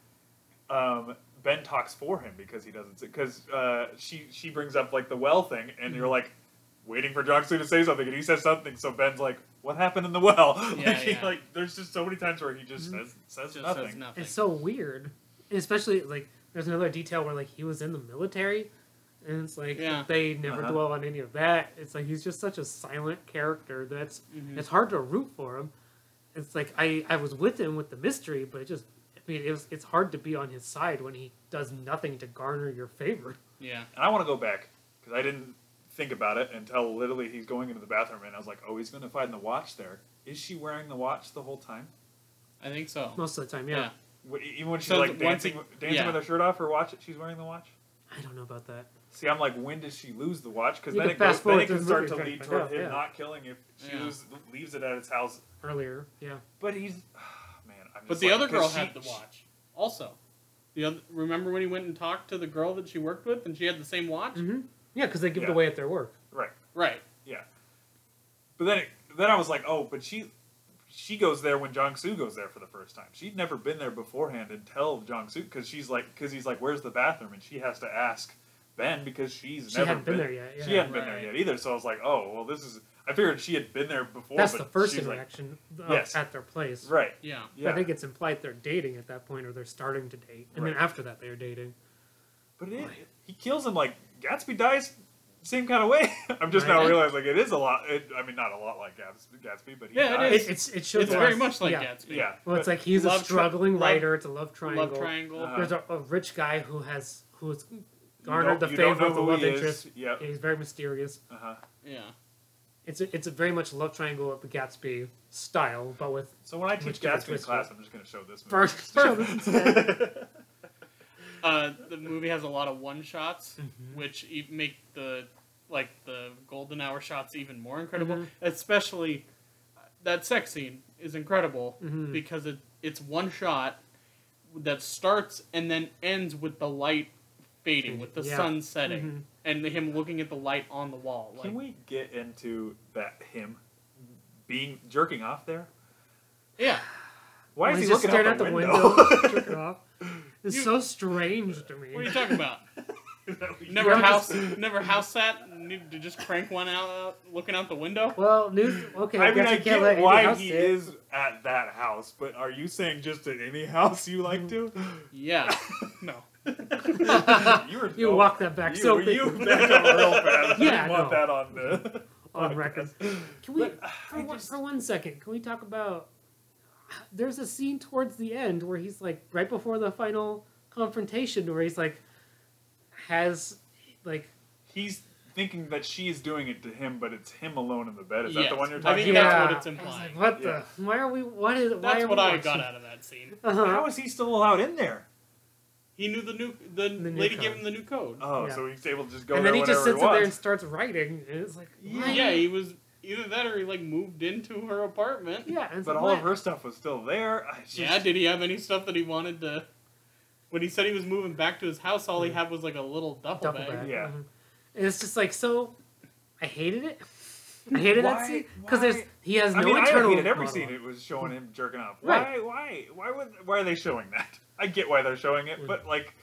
[SPEAKER 2] um, Ben talks for him because he doesn't because uh, she she brings up like the well thing, and
[SPEAKER 1] Mm-hmm.
[SPEAKER 2] you're like waiting for John Sue to say something, and he says something, so Ben's like, "What happened in the well?" like,
[SPEAKER 1] Yeah,
[SPEAKER 2] he,
[SPEAKER 1] yeah. Mm-hmm.
[SPEAKER 2] like there's just so many times where he just says says
[SPEAKER 1] just
[SPEAKER 2] nothing.
[SPEAKER 1] says nothing.
[SPEAKER 3] It's so weird, And especially like there's another detail where like he was in the military, and it's like
[SPEAKER 1] Yeah.
[SPEAKER 3] they never
[SPEAKER 2] Uh-huh.
[SPEAKER 3] dwell on any of that. It's like he's just such a silent character that's
[SPEAKER 1] Mhm.
[SPEAKER 3] it's hard to root for him. It's like I I was with him with the mystery, but it just I mean it was, it's hard to be on his side when he does nothing to garner your favor.
[SPEAKER 1] yeah.
[SPEAKER 2] And I want to go back because I didn't think about it until literally he's going into the bathroom, and I was like, "Oh, he's going to find the watch there. Is she wearing the watch the whole time?"
[SPEAKER 1] I think so.
[SPEAKER 3] Most of the time,
[SPEAKER 1] yeah.
[SPEAKER 3] yeah.
[SPEAKER 2] Wh- Even when she's
[SPEAKER 1] So
[SPEAKER 2] like
[SPEAKER 1] the- once
[SPEAKER 2] dancing,
[SPEAKER 1] he-
[SPEAKER 2] dancing
[SPEAKER 1] yeah.
[SPEAKER 2] with her shirt off, her watch. She's wearing the watch.
[SPEAKER 3] I don't know about that.
[SPEAKER 2] See, I'm like, when does she lose the watch? Because
[SPEAKER 3] You
[SPEAKER 2] then
[SPEAKER 3] can
[SPEAKER 2] it goes,
[SPEAKER 3] fast
[SPEAKER 2] then
[SPEAKER 3] forward
[SPEAKER 2] it
[SPEAKER 3] through
[SPEAKER 2] can
[SPEAKER 3] the
[SPEAKER 2] start
[SPEAKER 3] movie
[SPEAKER 2] to
[SPEAKER 3] and
[SPEAKER 2] lead
[SPEAKER 3] find
[SPEAKER 2] toward
[SPEAKER 3] out,
[SPEAKER 2] him
[SPEAKER 3] yeah.
[SPEAKER 2] not killing if she
[SPEAKER 1] Yeah.
[SPEAKER 2] lose, leaves it at his house.
[SPEAKER 3] earlier. Yeah.
[SPEAKER 2] But he's, man. I'm
[SPEAKER 1] But
[SPEAKER 2] just
[SPEAKER 1] the
[SPEAKER 2] like-
[SPEAKER 1] other
[SPEAKER 2] 'cause
[SPEAKER 1] girl
[SPEAKER 2] she-
[SPEAKER 1] had the watch. Also, the other, remember when he went and talked to the girl that she worked with, and she had the same watch.
[SPEAKER 3] Mm-hmm. Yeah, because they give it
[SPEAKER 2] Yeah.
[SPEAKER 3] away at their work.
[SPEAKER 2] Right.
[SPEAKER 1] Right.
[SPEAKER 2] Yeah. But then, it, then I was like, oh, but she, she goes there when Jong Soo goes there for the first time. She'd never been there beforehand until Jong Soo, because she's like, because he's like, where's the bathroom, and she has to ask Ben because she's
[SPEAKER 3] She
[SPEAKER 2] never
[SPEAKER 3] hadn't been there yet, yeah.
[SPEAKER 2] She hadn't been there
[SPEAKER 1] Right.
[SPEAKER 2] yet either. So I was like, oh, well, this is. I figured she had been there before.
[SPEAKER 3] That's
[SPEAKER 2] but
[SPEAKER 3] the first
[SPEAKER 2] she's like,
[SPEAKER 3] interaction uh,
[SPEAKER 2] Yes.
[SPEAKER 3] at their place.
[SPEAKER 2] right.
[SPEAKER 1] Yeah.
[SPEAKER 2] Yeah.
[SPEAKER 3] I think it's implied they're dating at that point, or they're starting to date, and
[SPEAKER 2] Right.
[SPEAKER 3] then after that they're dating.
[SPEAKER 2] But it, he kills him like Gatsby dies, same kind of way. I'm just now
[SPEAKER 3] Right.
[SPEAKER 2] realizing like it is a lot. It, I mean, not a lot like Gats, Gatsby, but he
[SPEAKER 1] Yeah, it
[SPEAKER 2] dies.
[SPEAKER 1] is.
[SPEAKER 3] It, it's it shows
[SPEAKER 1] it's
[SPEAKER 3] a lot
[SPEAKER 1] very
[SPEAKER 3] of-
[SPEAKER 1] much like
[SPEAKER 3] yeah.
[SPEAKER 1] Gatsby.
[SPEAKER 2] Yeah.
[SPEAKER 3] Well, it's
[SPEAKER 2] but-
[SPEAKER 3] like he's a
[SPEAKER 1] Love tri-
[SPEAKER 3] struggling
[SPEAKER 1] love-
[SPEAKER 3] writer. It's a love triangle.
[SPEAKER 1] Love triangle.
[SPEAKER 2] Uh-huh.
[SPEAKER 3] There's a, a rich guy who has who has
[SPEAKER 2] you
[SPEAKER 3] garnered
[SPEAKER 2] don't-
[SPEAKER 3] the
[SPEAKER 2] you don't
[SPEAKER 3] favor of the
[SPEAKER 2] know who
[SPEAKER 3] love
[SPEAKER 2] he is.
[SPEAKER 3] interest.
[SPEAKER 2] Yep.
[SPEAKER 3] Yeah, he's very mysterious.
[SPEAKER 2] Uh-huh.
[SPEAKER 1] yeah.
[SPEAKER 3] It's a, it's a very much love triangle of the Gatsby style, but with
[SPEAKER 2] So when I
[SPEAKER 3] Which
[SPEAKER 2] teach
[SPEAKER 3] gives
[SPEAKER 2] Gatsby
[SPEAKER 3] it twist,
[SPEAKER 2] class,
[SPEAKER 3] yeah.
[SPEAKER 2] I'm just going to show this movie.
[SPEAKER 3] first.
[SPEAKER 1] Uh, the the movie has a lot of one shots,
[SPEAKER 3] Mm-hmm.
[SPEAKER 1] which e- make the like the golden hour shots even more incredible.
[SPEAKER 3] Mhm.
[SPEAKER 1] Especially uh, that sex scene is incredible
[SPEAKER 3] Mhm.
[SPEAKER 1] because it it's one shot that starts and then ends with the light fading, with the
[SPEAKER 3] Yeah.
[SPEAKER 1] sun setting,
[SPEAKER 3] Mhm.
[SPEAKER 1] and him looking at the light on the wall. Like,
[SPEAKER 2] Can we get into that him being jerking off there?
[SPEAKER 1] yeah,
[SPEAKER 2] Why
[SPEAKER 3] When
[SPEAKER 2] is he
[SPEAKER 3] just
[SPEAKER 2] looking out,
[SPEAKER 3] staring out
[SPEAKER 2] the
[SPEAKER 3] the
[SPEAKER 2] window?
[SPEAKER 3] jerking off. It's
[SPEAKER 1] You-
[SPEAKER 3] so strange to
[SPEAKER 1] what are you
[SPEAKER 3] me.
[SPEAKER 1] talking about?
[SPEAKER 2] That we-
[SPEAKER 1] Never
[SPEAKER 3] ever
[SPEAKER 1] house,
[SPEAKER 3] just-
[SPEAKER 1] never house that. Need to just crank one out, looking out the window.
[SPEAKER 3] Well, news. Okay,
[SPEAKER 2] I mean,
[SPEAKER 3] guess
[SPEAKER 2] I
[SPEAKER 3] you can't
[SPEAKER 2] get
[SPEAKER 3] let
[SPEAKER 2] why
[SPEAKER 3] anyone
[SPEAKER 2] he
[SPEAKER 3] else
[SPEAKER 2] is at that house, but are you saying just at any house you
[SPEAKER 3] Mm-hmm.
[SPEAKER 2] like to?
[SPEAKER 1] Yeah, no.
[SPEAKER 2] You, were, oh,
[SPEAKER 3] You walked that back
[SPEAKER 2] you,
[SPEAKER 3] so
[SPEAKER 2] you
[SPEAKER 3] quick.
[SPEAKER 2] backed up real fast.
[SPEAKER 3] Yeah,
[SPEAKER 2] I
[SPEAKER 3] I
[SPEAKER 2] didn't want
[SPEAKER 3] know.
[SPEAKER 2] that on the.
[SPEAKER 3] on record. Can we,
[SPEAKER 2] But, uh,
[SPEAKER 3] for,
[SPEAKER 2] I
[SPEAKER 3] one,
[SPEAKER 2] just-
[SPEAKER 3] for one second, can we talk about? There's a scene towards the end where he's like, right before the final confrontation, where he's like, has, like,
[SPEAKER 2] He's thinking that she's doing it to him, but it's him alone in the bed. Is that
[SPEAKER 1] Yes.
[SPEAKER 2] the one you're
[SPEAKER 1] I
[SPEAKER 2] talking
[SPEAKER 1] think
[SPEAKER 2] about?
[SPEAKER 1] that's what it's
[SPEAKER 3] I was
[SPEAKER 1] implying.
[SPEAKER 3] like, what
[SPEAKER 2] Yeah.
[SPEAKER 3] the? Why are we? What is? Why
[SPEAKER 1] That's
[SPEAKER 3] are
[SPEAKER 1] what
[SPEAKER 3] we
[SPEAKER 1] I
[SPEAKER 3] watching?
[SPEAKER 1] got out of that scene.
[SPEAKER 3] Uh-huh.
[SPEAKER 2] How is he still allowed in there?
[SPEAKER 1] He knew the new the,
[SPEAKER 3] new
[SPEAKER 1] lady
[SPEAKER 3] code.
[SPEAKER 1] gave him the new code.
[SPEAKER 2] Oh,
[SPEAKER 3] Yeah.
[SPEAKER 2] so he's able to just go
[SPEAKER 3] And
[SPEAKER 2] there
[SPEAKER 3] then he just
[SPEAKER 2] whenever
[SPEAKER 3] sits
[SPEAKER 2] he
[SPEAKER 3] in there and
[SPEAKER 2] wants.
[SPEAKER 3] starts writing. And it's like,
[SPEAKER 2] Yeah.
[SPEAKER 3] why?
[SPEAKER 1] yeah, he was either that or he like moved into her apartment.
[SPEAKER 3] yeah. and it's
[SPEAKER 2] But
[SPEAKER 3] like,
[SPEAKER 2] all of
[SPEAKER 3] what?
[SPEAKER 2] her stuff was still there. I just-
[SPEAKER 1] Yeah, did he have any stuff that he wanted to? When he said he was moving back to his house, all he had was like a little duffel,
[SPEAKER 3] double
[SPEAKER 1] bag.
[SPEAKER 3] bag.
[SPEAKER 2] Yeah.
[SPEAKER 3] Mhm. And it's just like so. I hated it. I hated
[SPEAKER 2] Why-
[SPEAKER 3] that scene because there's
[SPEAKER 2] why-
[SPEAKER 3] he has no
[SPEAKER 2] I mean, I
[SPEAKER 3] internal.
[SPEAKER 2] hated every
[SPEAKER 3] monologue.
[SPEAKER 2] scene. It was showing him jerking off.
[SPEAKER 3] Right.
[SPEAKER 2] Why? Why? Why would? Why are they showing that? I get why they're showing it, but like,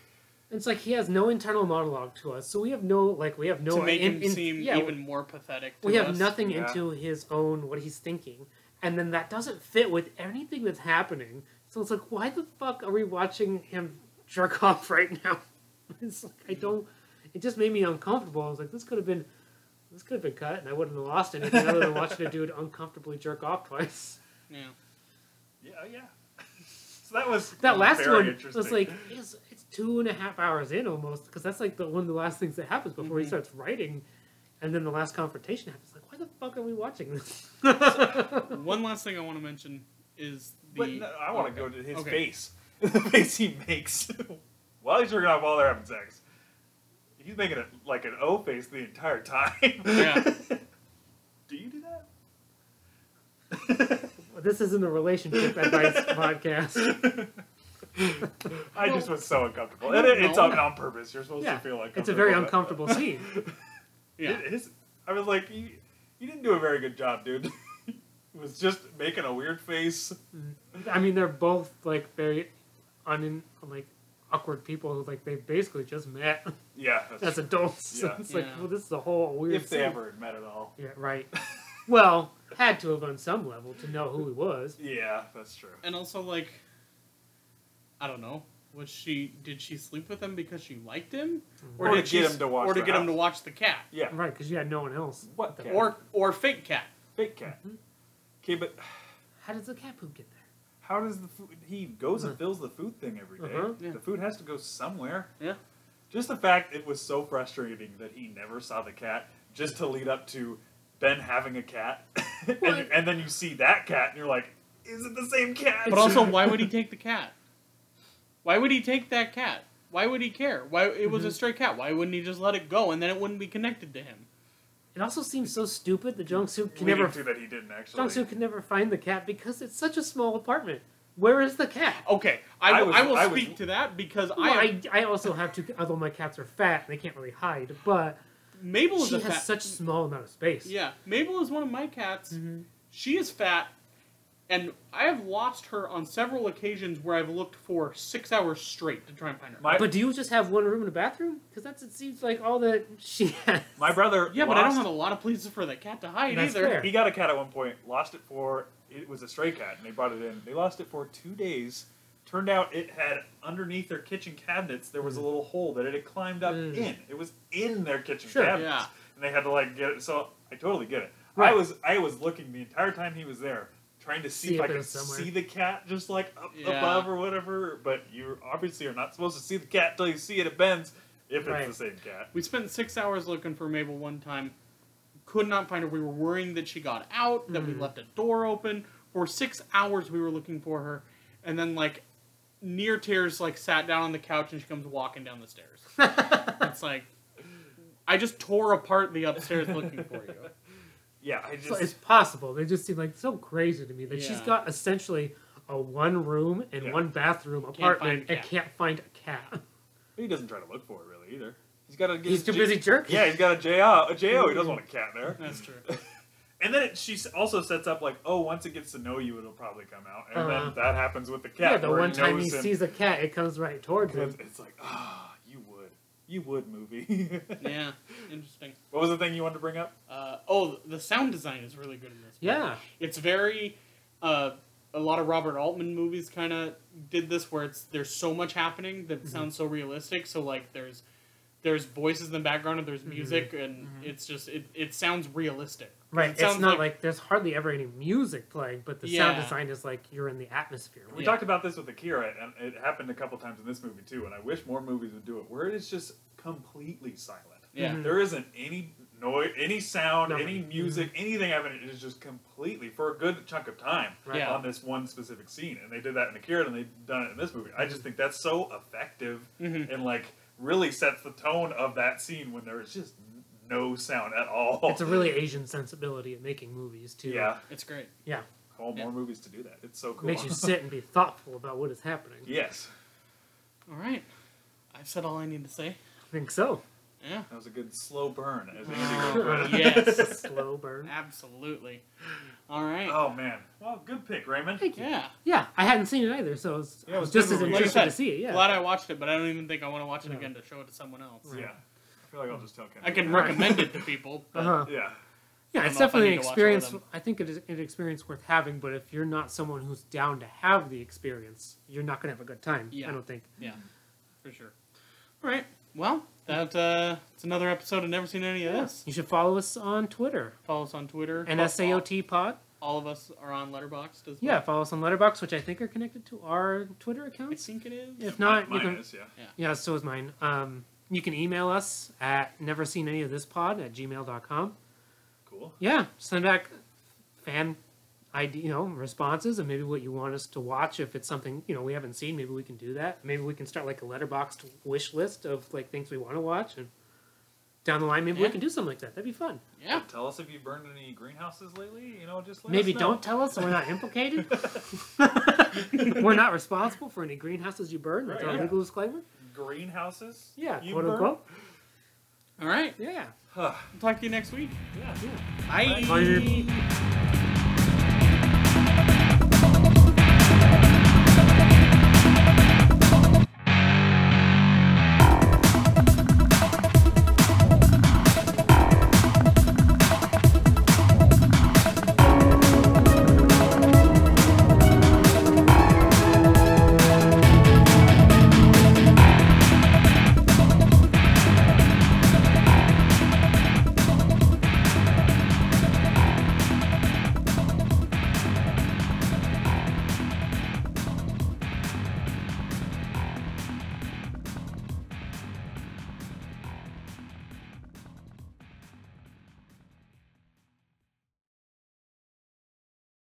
[SPEAKER 3] It's like he has no internal monologue to us, so we have no like we have no
[SPEAKER 1] to make
[SPEAKER 3] in-
[SPEAKER 1] him
[SPEAKER 3] in-
[SPEAKER 1] seem
[SPEAKER 3] yeah,
[SPEAKER 1] even more pathetic. To
[SPEAKER 3] We have
[SPEAKER 1] us.
[SPEAKER 3] nothing
[SPEAKER 2] Yeah.
[SPEAKER 3] into his own what he's thinking, and then that doesn't fit with anything that's happening. So it's like, why the fuck are we watching him jerk off right now? It's like I don't. It just made me uncomfortable. I was like, this could have been, this could have been cut, and I wouldn't have lost anything other than watching a dude uncomfortably jerk off twice.
[SPEAKER 1] Yeah.
[SPEAKER 2] yeah, yeah. So that was
[SPEAKER 3] That last
[SPEAKER 2] Oh, very
[SPEAKER 3] one was
[SPEAKER 2] interesting.
[SPEAKER 3] like it's, it's two and a half hours in almost because that's like the one of the last things that happens before
[SPEAKER 2] Mm-hmm.
[SPEAKER 3] he
[SPEAKER 1] Mhm.
[SPEAKER 3] starts writing, and then the last confrontation happens. Like, why the fuck are we watching this?
[SPEAKER 1] One last thing I want to mention is the.
[SPEAKER 2] But no, I want
[SPEAKER 1] okay.
[SPEAKER 2] to go to his
[SPEAKER 1] Okay.
[SPEAKER 2] face. the face he makes while he's jerking off while they're having sex. He's making a, like an O face the entire time.
[SPEAKER 1] Yeah.
[SPEAKER 2] do you do that?
[SPEAKER 3] this isn't a relationship advice podcast.
[SPEAKER 2] I just was so uncomfortable.
[SPEAKER 1] I
[SPEAKER 2] And
[SPEAKER 1] don't
[SPEAKER 2] it, it's
[SPEAKER 1] know.
[SPEAKER 2] on, on purpose. You're supposed
[SPEAKER 3] Yeah,
[SPEAKER 2] to feel uncomfortable.
[SPEAKER 3] it's a very
[SPEAKER 2] but-
[SPEAKER 3] uncomfortable scene.
[SPEAKER 1] Yeah.
[SPEAKER 2] It is- I was like, you, you didn't do a very good job, dude. it was just making a weird face.
[SPEAKER 3] I mean, they're both like very un like awkward people who like they basically just met
[SPEAKER 2] Yeah.
[SPEAKER 3] as adults. So
[SPEAKER 2] Yeah.
[SPEAKER 3] it's like,
[SPEAKER 1] Yeah.
[SPEAKER 3] well, this is a whole weird.
[SPEAKER 2] if they
[SPEAKER 3] scene.
[SPEAKER 2] ever met at all.
[SPEAKER 3] Yeah, right. well, had to have on some level to know who he was.
[SPEAKER 2] Yeah, that's true.
[SPEAKER 1] And also, like, I don't know. Was she? Did she sleep with him because she liked him,
[SPEAKER 2] Or to
[SPEAKER 1] did she
[SPEAKER 2] get
[SPEAKER 1] s-
[SPEAKER 2] him to watch
[SPEAKER 1] or to
[SPEAKER 2] the
[SPEAKER 1] get him
[SPEAKER 2] house.
[SPEAKER 1] to watch the cat,
[SPEAKER 2] Yeah.
[SPEAKER 3] Right, because you had no one else.
[SPEAKER 2] What cat?
[SPEAKER 1] or or fake cat?
[SPEAKER 2] Fake cat. Okay, but
[SPEAKER 3] How does the cat poop get there?
[SPEAKER 2] how does the food? He goes
[SPEAKER 1] Mm.
[SPEAKER 2] and fills the food thing every day.
[SPEAKER 3] Uh-huh.
[SPEAKER 1] Yeah.
[SPEAKER 2] The food has to go somewhere.
[SPEAKER 1] Yeah.
[SPEAKER 2] Just the fact it was so frustrating that he never saw the cat, just to lead up to Ben having a cat, and,
[SPEAKER 3] What?
[SPEAKER 2] and then you see that cat, and you're like, "Is it the same cat?"
[SPEAKER 1] But also, why would he take the cat? Why would he take that cat? Why would he care? Why it was a
[SPEAKER 3] Mm-hmm.
[SPEAKER 1] stray cat? Why wouldn't he just let it go and then it wouldn't be connected to him?
[SPEAKER 3] It also seems so stupid that Jung Soo can
[SPEAKER 2] Leading
[SPEAKER 3] never
[SPEAKER 2] to that he didn't actually.
[SPEAKER 3] Jung Soo can never find the cat because it's such a small apartment. Where is the cat?
[SPEAKER 1] Okay, I,
[SPEAKER 2] I
[SPEAKER 1] will-
[SPEAKER 2] was-
[SPEAKER 1] I will
[SPEAKER 2] I was-
[SPEAKER 1] speak to that because
[SPEAKER 3] Well,
[SPEAKER 1] I,
[SPEAKER 3] I, I also have to, although my cats are fat, they can't really hide, but
[SPEAKER 1] Mabel is
[SPEAKER 3] she
[SPEAKER 1] a
[SPEAKER 3] has
[SPEAKER 1] fat.
[SPEAKER 3] such small amount of space.
[SPEAKER 1] yeah, Mabel is one of my cats.
[SPEAKER 3] Mm-hmm.
[SPEAKER 1] She is fat, and I have lost her on several occasions where I've looked for six hours straight to try and find her.
[SPEAKER 2] My,
[SPEAKER 3] But do you just have one room and a bathroom? Because that's it seems like all that she has.
[SPEAKER 2] my brother.
[SPEAKER 1] yeah, but I don't
[SPEAKER 2] lost-
[SPEAKER 1] have a lot of places for that cat to hide
[SPEAKER 3] That's
[SPEAKER 1] either.
[SPEAKER 3] fair.
[SPEAKER 2] He got a cat at one point, lost it for it was a stray cat, and they brought it in. They lost it for two days. Turned out it had underneath their kitchen cabinets there was a little hole that it had climbed up
[SPEAKER 3] Mm.
[SPEAKER 2] in. It was in their kitchen
[SPEAKER 3] Sure,
[SPEAKER 2] cabinets,
[SPEAKER 1] yeah.
[SPEAKER 2] and they had to like get it. So I totally get it. I
[SPEAKER 3] Right.
[SPEAKER 2] was I was looking the entire time he was there, trying to see,
[SPEAKER 3] See
[SPEAKER 2] if,
[SPEAKER 3] if
[SPEAKER 2] I
[SPEAKER 3] it
[SPEAKER 2] could
[SPEAKER 3] was somewhere.
[SPEAKER 2] see the cat just like up
[SPEAKER 1] Yeah.
[SPEAKER 2] above or whatever. But you obviously are not supposed to see the cat till you see it at Ben's if
[SPEAKER 3] Right.
[SPEAKER 2] it's the same cat.
[SPEAKER 1] We spent six hours looking for Mabel one time, could not find her. We were worrying that she got out, that we left a door open. For six hours, we were looking for her, and then like near tears like sat down on the couch and she comes walking down the stairs. it's like I just tore apart the upstairs looking for you.
[SPEAKER 2] Yeah, I just
[SPEAKER 3] So it's possible. They just seem like so crazy to me that she's
[SPEAKER 1] Yeah.
[SPEAKER 3] got essentially a one room and
[SPEAKER 2] Yeah.
[SPEAKER 3] one bathroom apartment
[SPEAKER 1] find a
[SPEAKER 3] and
[SPEAKER 1] cat.
[SPEAKER 3] can't find a cat.
[SPEAKER 2] he doesn't try to look for it really either. He's got to get
[SPEAKER 3] He's
[SPEAKER 2] his
[SPEAKER 3] too
[SPEAKER 2] J-
[SPEAKER 3] busy jerking.
[SPEAKER 2] Yeah, he's got a JO. A JO. He doesn't want a cat there.
[SPEAKER 1] That's true.
[SPEAKER 2] And then it, she s- also sets up like, oh, once it gets to know you, it'll probably come out. And
[SPEAKER 3] Uh-huh.
[SPEAKER 2] then that happens with the cat.
[SPEAKER 3] Yeah, the
[SPEAKER 2] where
[SPEAKER 3] one time he
[SPEAKER 2] knows him.
[SPEAKER 3] sees a cat, it comes right towards him.
[SPEAKER 2] it's, it's like, ah, you would, you would movie.
[SPEAKER 1] Yeah, interesting.
[SPEAKER 2] what was the thing you wanted to bring up?
[SPEAKER 1] Uh, oh, the sound design is really good in this. movie.
[SPEAKER 3] Yeah.
[SPEAKER 1] it's very. Uh, a lot of Robert Altman movies kind of did this, where it's there's so much happening
[SPEAKER 2] Mm-hmm.
[SPEAKER 1] that sounds so realistic. So like there's there's voices in the background and
[SPEAKER 2] Mm-hmm.
[SPEAKER 1] there's music, and it's just it, it sounds realistic. 'Cause
[SPEAKER 3] Right.
[SPEAKER 1] it
[SPEAKER 3] It's
[SPEAKER 1] sounds
[SPEAKER 3] not like... there's hardly ever any music playing, but the
[SPEAKER 1] Yeah.
[SPEAKER 3] sound design is like you're in the atmosphere.
[SPEAKER 2] We
[SPEAKER 1] Yeah.
[SPEAKER 2] talked about this with Akira, and it happened a couple times in this movie too. And I wish more movies would do it, where it is just completely silent.
[SPEAKER 1] yeah.
[SPEAKER 3] Mhm.
[SPEAKER 2] There isn't any noise, any sound,
[SPEAKER 3] Nothing.
[SPEAKER 2] any music,
[SPEAKER 3] Mm-hmm.
[SPEAKER 2] anything happening. It is just completely for a good chunk of time
[SPEAKER 3] Right.
[SPEAKER 1] Yeah.
[SPEAKER 2] on this one specific scene. And they did that in Akira, and they've done it in this movie. I just think that's so effective
[SPEAKER 3] Mm-hmm.
[SPEAKER 1] Mhm.
[SPEAKER 2] and like really sets the tone of that scene when there is just n- no sound at all.
[SPEAKER 3] It's a really Asian sensibility in making movies too.
[SPEAKER 2] yeah.
[SPEAKER 1] It's great.
[SPEAKER 3] Yeah.
[SPEAKER 2] I want
[SPEAKER 1] Yeah.
[SPEAKER 2] more movies to do that. It's so cool.
[SPEAKER 3] Makes you sit and be thoughtful about what is happening.
[SPEAKER 2] yes,
[SPEAKER 1] All right, I've said all I need to say.
[SPEAKER 3] I think so.
[SPEAKER 1] Yeah.
[SPEAKER 2] that was a good slow burn. As Andy goes,
[SPEAKER 1] Oh, yes.
[SPEAKER 3] Slow burn.
[SPEAKER 1] Absolutely. All right.
[SPEAKER 2] oh man, well, good pick, Raymond.
[SPEAKER 3] Thank you.
[SPEAKER 1] yeah.
[SPEAKER 3] Yeah, I hadn't seen it either, so I was,
[SPEAKER 2] Yeah, it was
[SPEAKER 3] just
[SPEAKER 2] good
[SPEAKER 3] as
[SPEAKER 2] when we-
[SPEAKER 1] Like I
[SPEAKER 3] interested
[SPEAKER 1] said,
[SPEAKER 3] to see it. Yeah.
[SPEAKER 1] glad I watched it, but I don't even think I want to watch it
[SPEAKER 3] No.
[SPEAKER 1] again to show it to someone else.
[SPEAKER 2] Yeah, I feel like I'll just tell Ken.
[SPEAKER 1] I can recommend it to people, but
[SPEAKER 3] uh-huh.
[SPEAKER 2] Yeah,
[SPEAKER 3] Yeah,
[SPEAKER 1] I
[SPEAKER 3] it's
[SPEAKER 1] don't know if I
[SPEAKER 3] definitely an
[SPEAKER 1] need to watch
[SPEAKER 3] experience.
[SPEAKER 1] all of
[SPEAKER 3] I think it is an experience worth having, but if you're not someone who's down to have the experience, you're not going to have a good time.
[SPEAKER 1] Yeah.
[SPEAKER 3] I don't think.
[SPEAKER 1] yeah, for sure. All right. Well, that uh, it's another episode. I've never seen any of this.
[SPEAKER 3] You should follow us on Twitter,
[SPEAKER 1] Follow us on Twitter.
[SPEAKER 3] NSAOT Pod.
[SPEAKER 1] All of us are on Letterboxd as well.
[SPEAKER 3] Yeah, follow us on Letterbox, which I think are connected to our Twitter
[SPEAKER 1] I
[SPEAKER 3] accounts.
[SPEAKER 1] think it is.
[SPEAKER 3] If not, you
[SPEAKER 2] mine
[SPEAKER 3] can.
[SPEAKER 2] is, yeah.
[SPEAKER 3] Yeah, so is mine. Um, you can email us at never seen any of this pod at gmail.com.
[SPEAKER 2] Cool.
[SPEAKER 3] Yeah, send back fan ID, you know, responses and maybe what you want us to watch. If it's something you know we haven't seen, maybe we can do that. Maybe we can start like a letterboxed wish list of like things we want to watch, and down the line maybe we
[SPEAKER 1] Yeah.
[SPEAKER 3] can do something like that. That'd be fun.
[SPEAKER 1] Yeah.
[SPEAKER 2] Tell us if you burned any greenhouses lately. You know, just let
[SPEAKER 3] maybe
[SPEAKER 2] us know.
[SPEAKER 3] don't tell us we're not implicated. we're not responsible for any greenhouses you burn. That's
[SPEAKER 2] Right,
[SPEAKER 3] our
[SPEAKER 2] yeah.
[SPEAKER 3] legal disclaimer.
[SPEAKER 2] greenhouses.
[SPEAKER 3] Yeah,
[SPEAKER 2] you
[SPEAKER 3] quote
[SPEAKER 2] burn?
[SPEAKER 3] unquote.
[SPEAKER 1] All right.
[SPEAKER 3] Yeah.
[SPEAKER 2] Huh.
[SPEAKER 1] I'll talk to you next week.
[SPEAKER 2] yeah.
[SPEAKER 1] Bye.
[SPEAKER 3] Bye.